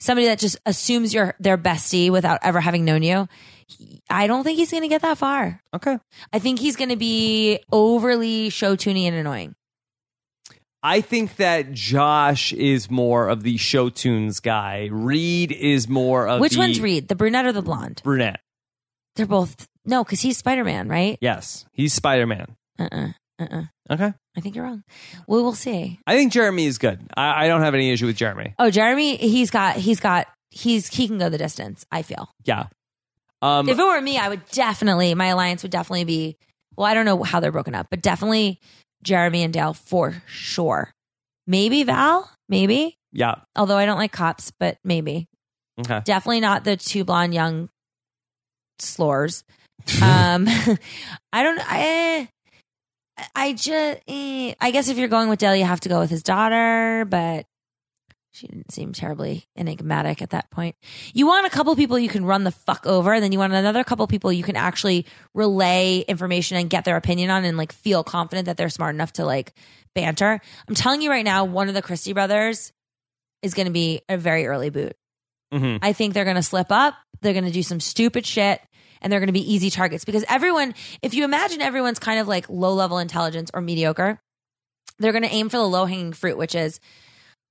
somebody that just assumes you're their bestie without ever having known you, he- I don't think he's going to get that far.
Okay.
I think he's going to be overly show tuny and annoying.
I think that Josh is more of the show tunes guy. Reed is more of
Which
Uh, the
one's Reed, the brunette or the blonde?
Brunette.
They're both no, because he's Spider Man, right?
Yes, he's Spider Man.
Uh uh-uh, uh uh.
Okay.
I think you're wrong. We will see.
I think Jeremy is good. I, I don't have any issue with Jeremy.
Oh, Jeremy, he's got, he's got, he's, he can go the distance, I feel.
Yeah. Um,
If it were me, I would definitely, my alliance would definitely be Well, I don't know how they're broken up, but definitely Jeremy and Dale for sure. Maybe Val, maybe.
Yeah.
Although I don't like cops, but maybe.
Okay.
Definitely not the two blonde young slores. um, I don't. I, I just. eh, I guess if you're going with Dale, you have to go with his daughter, but she didn't seem terribly enigmatic at that point. You want a couple people you can run the fuck over, and then you want another couple people you can actually relay information and get their opinion on, and like feel confident that they're smart enough to like banter. I'm telling you right now, one of the Christie brothers is going to be a very early boot.
hmm
I think they're going to slip up. They're going to do some stupid shit and they're going to be easy targets because everyone, if you imagine everyone's kind of like low level intelligence or mediocre, they're going to aim for the low hanging fruit, which is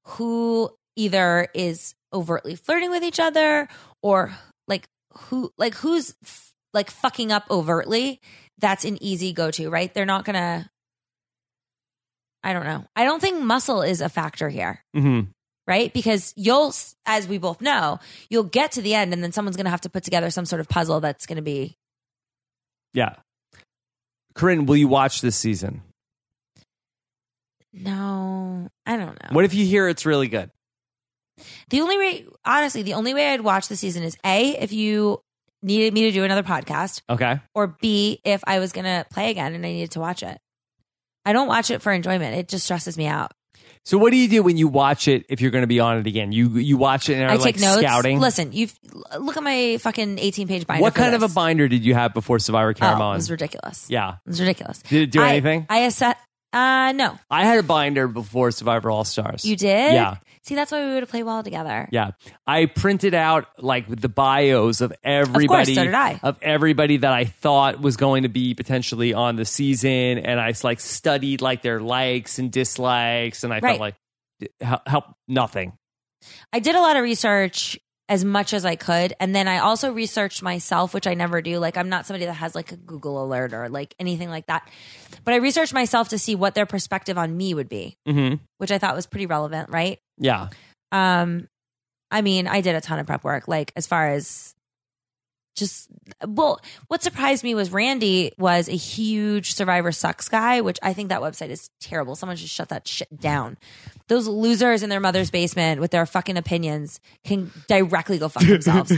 who either is overtly flirting with each other or like who, like who's f- like fucking up overtly. That's an easy go to, right? They're not going to. I don't know. I don't think muscle is a factor here
hmm
right? Because you'll, as we both know, you'll get to the end and then someone's going to have to put together some sort of puzzle that's going to be.
Yeah. Corinne, will you watch this season?
No, I don't know.
What if you hear it's really good?
The only way, honestly, the only way I'd watch the season is A, if you needed me to do another podcast,
Okay.
or B, if I was going to play again and I needed to watch it. I don't watch it for enjoyment. It just stresses me out.
So what do you do when you watch it if you're going to be on it again? You you watch it and are
I
like
take notes.
scouting.
Listen, you look at my fucking 18 page binder.
what
for
kind
this.
of a binder did you have before Survivor came
Oh, it
on?
was ridiculous.
yeah.
It was ridiculous.
Did it do
I-
anything?
I assess. Uh, no.
I had a binder before Survivor All Stars.
You did?
Yeah.
See, that's why we would have played well together.
Yeah. I printed out like the bios of everybody
so did I.
of everybody that I thought was going to be potentially on the season and I like studied like their likes and dislikes and I felt
Right.
like help, help nothing.
I did a lot of research as much as I could. And then I also researched myself, which I never do. Like, I'm not somebody that has like a Google alert or like anything like that. But I researched myself to see what their perspective on me would be,
Mhm.
which I thought was pretty relevant, right?
Yeah.
Um, I mean, I did a ton of prep work, like as far as just well, what surprised me was Randy was a huge Survivor Sucks guy, which I think that website is terrible. Someone should shut that shit down. Those losers in their mother's basement with their fucking opinions can directly go fuck themselves.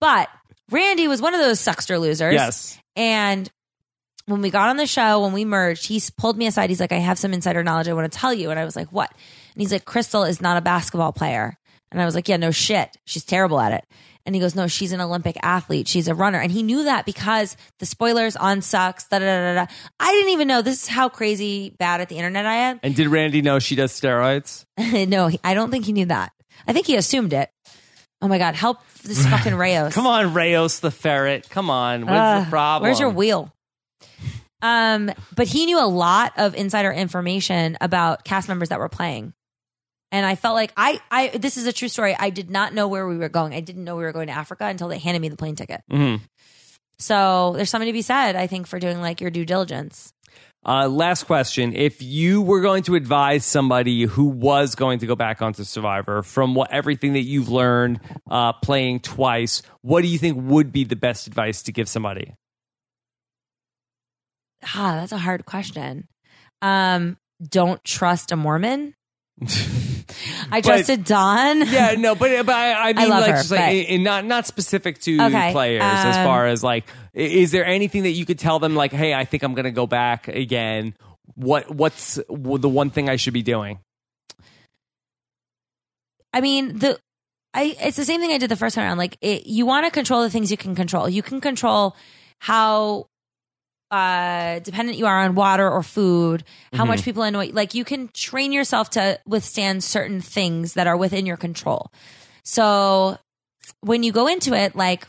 but Randy was one of those suckster losers.
Yes.
And when we got on the show, when we merged, he s- pulled me aside. He's like, I have some insider knowledge I want to tell you. And I was like, What? And he's like, Crystal is not a basketball player. And I was like, Yeah, no shit. She's terrible at it. And he goes, No, she's an Olympic athlete. She's a runner. And he knew that because the spoilers on sucks, da da da da. da. I didn't even know this is how crazy bad at the internet I am.
And did Randy know she does steroids?
no, he- I don't think he knew that. I think he assumed it. Oh my God, help this fucking Rayos.
Come on, Rayos the ferret. Come on. What's
Ugh,
the problem?
Where's your wheel? Um, but he knew a lot of insider information about cast members that were playing. And I felt like I, I, this is a true story. I did not know where we were going. I didn't know we were going to Africa until they handed me the plane ticket.
Mhm.
So there's something to be said, I think, for doing like your due diligence.
Uh, last question. If you were going to advise somebody who was going to go back onto Survivor from what everything that you've learned uh, playing twice, what do you think would be the best advice to give somebody?
Ah, that's a hard question. Um, don't trust a Mormon. I
But-
trusted Don.
Yeah, no, but, but I, I mean,
love
like,
her,
just like
but-
in, in not not specific to
Okay,
players as
um,
far as like, i- is there anything that you could tell them? Like, hey, I think I'm going to go back again. What what's w- the one thing I should be doing?
I mean, the I it's the same thing I did the first time around. Like it, you want to control the things you can control. You can control how uh dependent you are on water or food, how
Mm-hmm.
much people annoy. Like you can train yourself to withstand certain things that are within your control. So when you go into it, like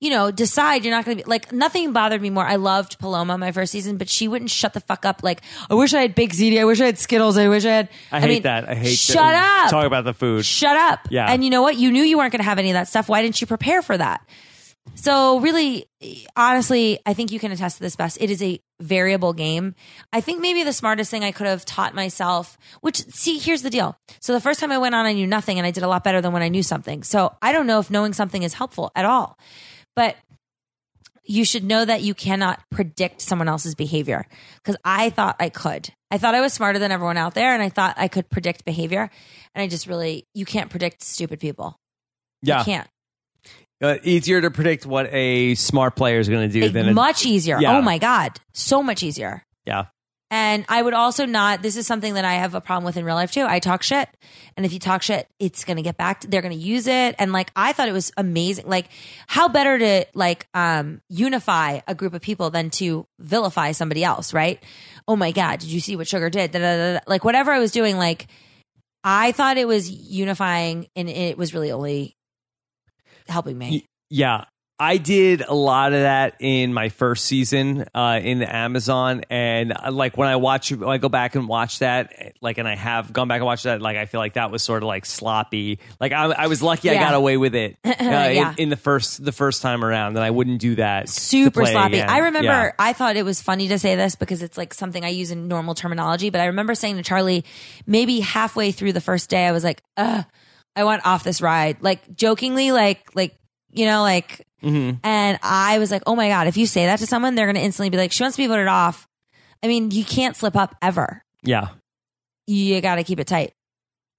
you know, decide you're not going to be like nothing bothered me more. I loved Paloma my first season, but she wouldn't shut the fuck up. Like, I wish I had baked ziti. I wish I had Skittles. I wish I had.
I, hate
mean,
that. I hate
Shut
that.
up.
Talk about the food.
Shut up.
Yeah.
And you know what? You knew you weren't going to have any of that stuff. Why didn't you prepare for that? So, really, honestly, I think you can attest to this best. It is a variable game. I think maybe the smartest thing I could have taught myself, which, see, here's the deal. So, the first time I went on, I knew nothing and I did a lot better than when I knew something. So, I don't know if knowing something is helpful at all. But you should know that you cannot predict someone else's behavior. Because I thought I could. I thought I was smarter than everyone out there and I thought I could predict behavior. And I just really, you can't predict stupid people.
Yeah.
You can't.
Uh, easier to predict what a smart player is going to do
It-
than a,
much easier.
Yeah.
Oh my God. So much easier.
yeah.
And I would also not, this is something that I have a problem with in real life too. I talk shit. And if you talk shit, it's going to get back, to, they're going to use it. And like, I thought it was amazing. Like, how better to like, um, unify a group of people than to vilify somebody else, right? Oh my God, did you see what Sugar did? Da, da, da, da. Like, whatever I was doing, like, I thought it was unifying and it was really only helping me.
Y- Yeah. I did a lot of that in my first season uh, in the Amazon, and uh, like when I watch, when I go back and watch that, like, and I have gone back and watched that, like, I feel like that was sort of like sloppy. Like, I, I was lucky I
Yeah.
got away with it uh,
Yeah.
in, in the first the first time around, and I wouldn't do that. to
super
play
sloppy.
again.
I remember
Yeah.
I thought it was funny to say this because it's like something I use in normal terminology, but I remember saying to Charlie maybe halfway through the first day I was like, "Ugh, I want off this ride." Like jokingly like like you know like
Mhm.
and I was like, "Oh my god, if you say that to someone, they're going to instantly be like, she wants to be voted off." I mean, you can't slip up ever.
Yeah,
You got to keep it tight.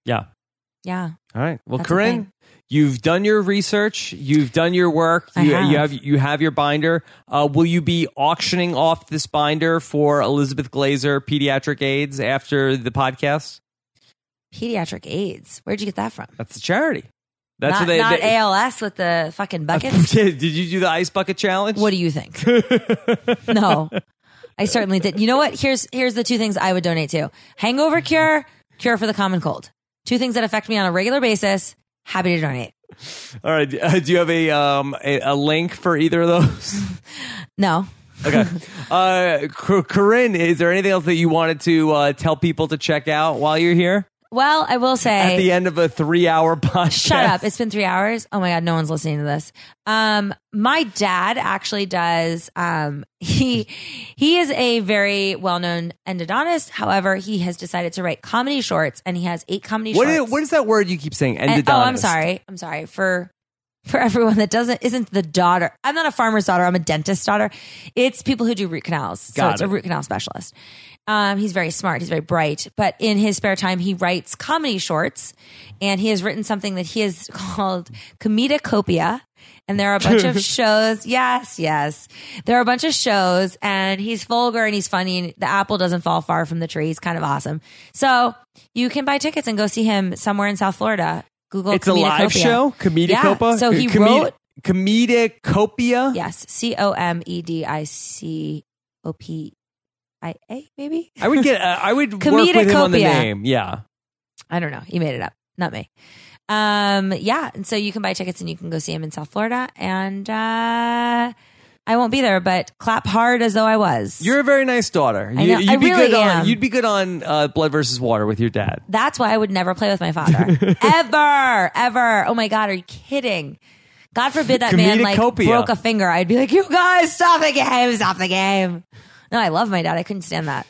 yeah.
Yeah.
All right. Well,
That's a
Corinne,
thing.
you've done your research. You've done your work.
I
you,
have.
you have you have your binder. Uh, will you be auctioning off this binder for Elizabeth Glazer Pediatric AIDS after the podcast?
Pediatric AIDS. Where'd you get that from?
That's a charity. That's
not
what they.
not
they-
ALS with the fucking buckets.
Yeah, Did you do the ice bucket challenge?
What do you think? no, I certainly did. You know what? Here's here's the two things I would donate to: hangover cure, cure for the common cold. Two things that affect me on a regular basis. Happy to donate.
All right. Uh, do you have a um a, a link for either of those?
No,
Okay. Uh, Cor- Corinne, is there anything else that you wanted to uh, tell people to check out while you're here
well, I will
at the
say.
end of a three-hour podcast?
Shut up. It's been three hours. Oh my God. No one's listening to this. Um, my dad actually does. Um, he, he is a very well-known endodontist. However, he has decided to write comedy shorts and he has eight comedy
What
shorts.
is, what is that word you keep saying? Endodontist.
And- oh, I'm sorry. I'm sorry for for everyone that doesn't isn't the daughter. I'm not a farmer's daughter. I'm a dentist's daughter. It's people who do root canals. so
Got
it's
it.
a root canal specialist. Um, he's very smart. He's very bright. But in his spare time, he writes comedy shorts, and he has written something that he has called Comedicopia. And there are a bunch of shows. Yes, yes. There are a bunch of shows, and he's vulgar and he's funny. And the apple doesn't fall far from the tree. He's kind of awesome. So you can buy tickets and go see him somewhere in South Florida. Google
It's a live
Comedicopia.
show. Comedicopa.
Yeah, so he wrote-
Comedicopia.
Yes, C O M E D I C O P I A. Maybe
I would get. Uh, I would work with him on the
Comedicopia.
name. Yeah.
I don't know. You made it up, not me. Um, yeah, and so you can buy tickets and you can go see him in South Florida. And uh, I won't be there, but clap hard as though I was.
You're a very nice daughter.
I know.
you'd
I
be
really
good on.
am.
You'd be good on uh, Blood versus Water with your dad.
That's why I would never play with my father ever, ever. Oh my god, are you kidding? God forbid that man like
Comedicopia.
broke a finger. I'd be like, you guys, stop the game, stop the game. No, I love my dad. I couldn't stand that.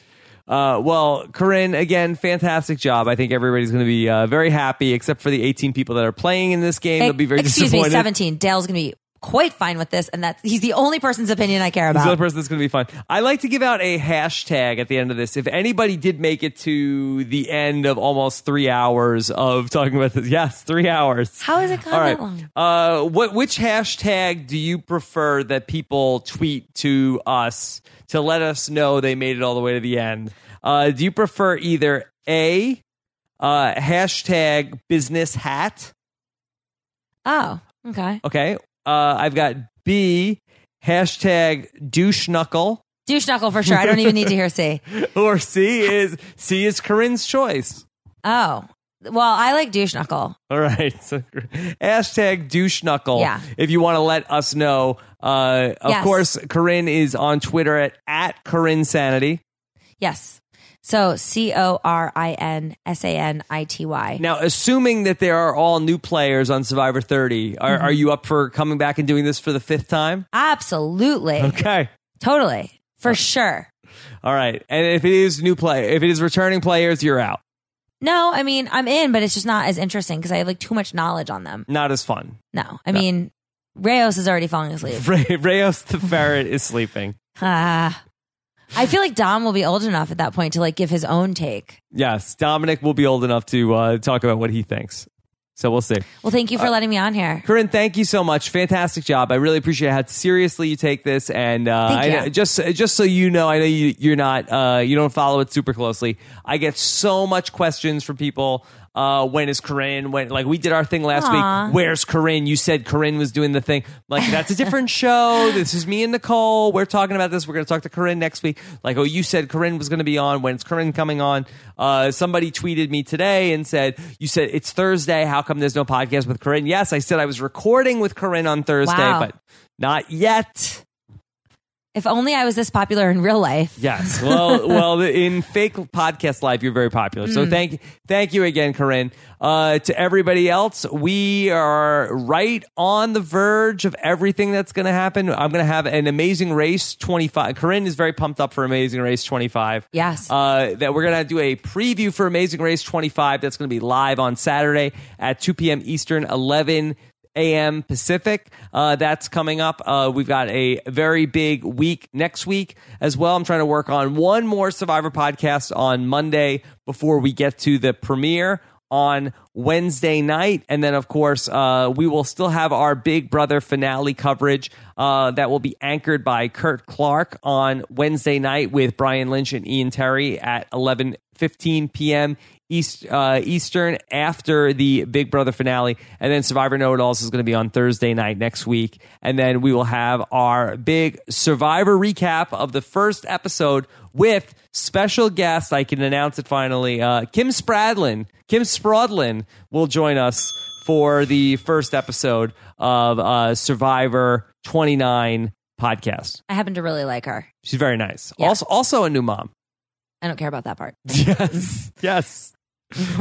Uh, well, Corinne, again, fantastic job. I think everybody's going to be uh, very happy, except for the 18 people that are playing in this game. They'll be very
Eh, Excuse
disappointed.
me, 17. Dale's going to be quite fine with this. And that's, he's the only person's opinion I care
He's the
about.
other person that's going to be fun. I like to give out a hashtag at the end of this. If anybody did make it to the end of almost three hours of talking about this, yes, three hours.
How has it gone
All right.
that long?
Uh, what which hashtag do you prefer that people tweet to us to let us know they made it all the way to the end? Uh, do you prefer either a uh, hashtag business hat?
Oh, okay.
Okay, uh, I've got B hashtag douche knuckle.
Douche knuckle for sure. I don't even need to hear C.
or C is C is Corinne's choice.
Oh, well, I like douche knuckle.
All right. So, hashtag douche knuckle.
Yeah.
If you want to let us know. Uh, of
Yes.
course, Corinne is on Twitter at, at Corinne Sanity.
Yes. So C O R I N S A N I T Y.
Now, assuming that there are all new players on Survivor 30, are,
Mm-hmm.
are you up for coming back and doing this for the fifth time?
Absolutely.
Okay.
Totally. For sure.
All right. And if it is new play, if it is returning players, you're out.
No, I mean, I'm in, but it's just not as interesting because I have like too much knowledge on them.
Not as fun.
No, I mean,
Reyes is already falling asleep.
Re- Reyes the ferret is sleeping.
Ah. I feel like Dom will be old enough at that point to like give his own take.
Yes, Dominic will be old enough to uh, talk about what he thinks. So we'll see.
Well, thank you for letting me on here.
Corinne, thank you so much. Fantastic job. I really appreciate how seriously you take this. And uh,
Thank
I-
you.
just just so you know, I know you, you're not uh, you don't follow it super closely. I get so much questions from people. Uh, when is Corinne? When like we did our thing last
Aw.
week. Where's Corinne? You said Corinne was doing the thing. Like that's a different show. This is me and Nicole. We're talking about this. We're going to talk to Corinne next week. Like oh, you said Corinne was going to be on. When's Corinne coming on? Uh, somebody tweeted me today and said you said it's Thursday. How come there's no podcast with Corinne? Yes, I said I was recording with Corinne on Thursday,
Wow.
but not yet.
If only I was this popular in real life.
Yes. Well, well, in fake podcast life, you're very popular. So thank, thank you again, Corinne. Uh, to everybody else, we are right on the verge of everything that's going to happen. I'm going to have an amazing race 25. Corinne is very pumped up for Amazing Race 25.
Yes.
Uh, that we're going to do a preview for Amazing Race 25. That's going to be live on Saturday at 2 p.m. Eastern, 11 a.m. Pacific. Uh, that's coming up. Uh, we've got a very big week next week as well. I'm trying to work on one more Survivor podcast on Monday before we get to the premiere on Wednesday night. And then, of course, uh, we will still have our Big Brother finale coverage uh, that will be anchored by Kurt Clark on Wednesday night with Brian Lynch and Ian Terry at 11 15 p.m. East, uh, Eastern after the Big Brother finale. And then Survivor Know It Alls is going to be on Thursday night next week. And then we will have our big Survivor recap of the first episode with special guest. I can announce it finally. Uh, Kim Spradlin. Kim Spradlin will join us for the first episode of uh, Survivor 29 podcast.
I happen to really like her.
She's very nice.
Yeah.
Also, also a new mom.
I don't care about that part.
Yes. Yes.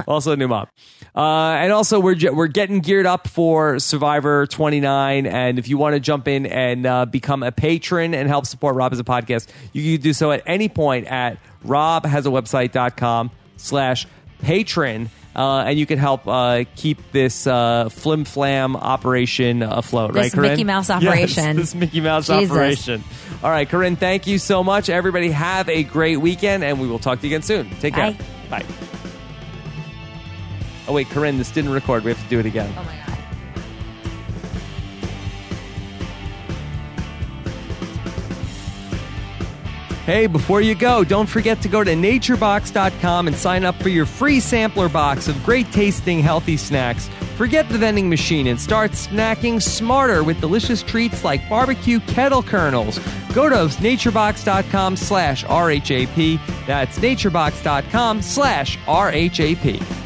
also a new mom. Uh, and also we're ge- we're getting geared up for Survivor 29 and if you want to jump in and uh, become a patron and help support Rob as a podcast, you can do so at any point at robhasawebsite.com slash patron uh, and you can help uh, keep this uh, flim flam operation afloat,
This
right, Corinne?
Mickey Mouse
Yes,
operation.
this Mickey Mouse
Jesus.
operation. All right, Corinne, thank you so much. Everybody, have a great weekend, and we will talk to you again soon. Take
Bye.
care. Bye. Oh, wait, Corinne, this didn't record. We have to do it again.
Oh my God.
Hey, before you go, don't forget to go to naturebox.com and sign up for your free sampler box of great tasting healthy snacks. Forget the vending machine and start snacking smarter with delicious treats like barbecue kettle kernels. Go to naturebox.com slash RHAP. That's naturebox.com slash RHAP.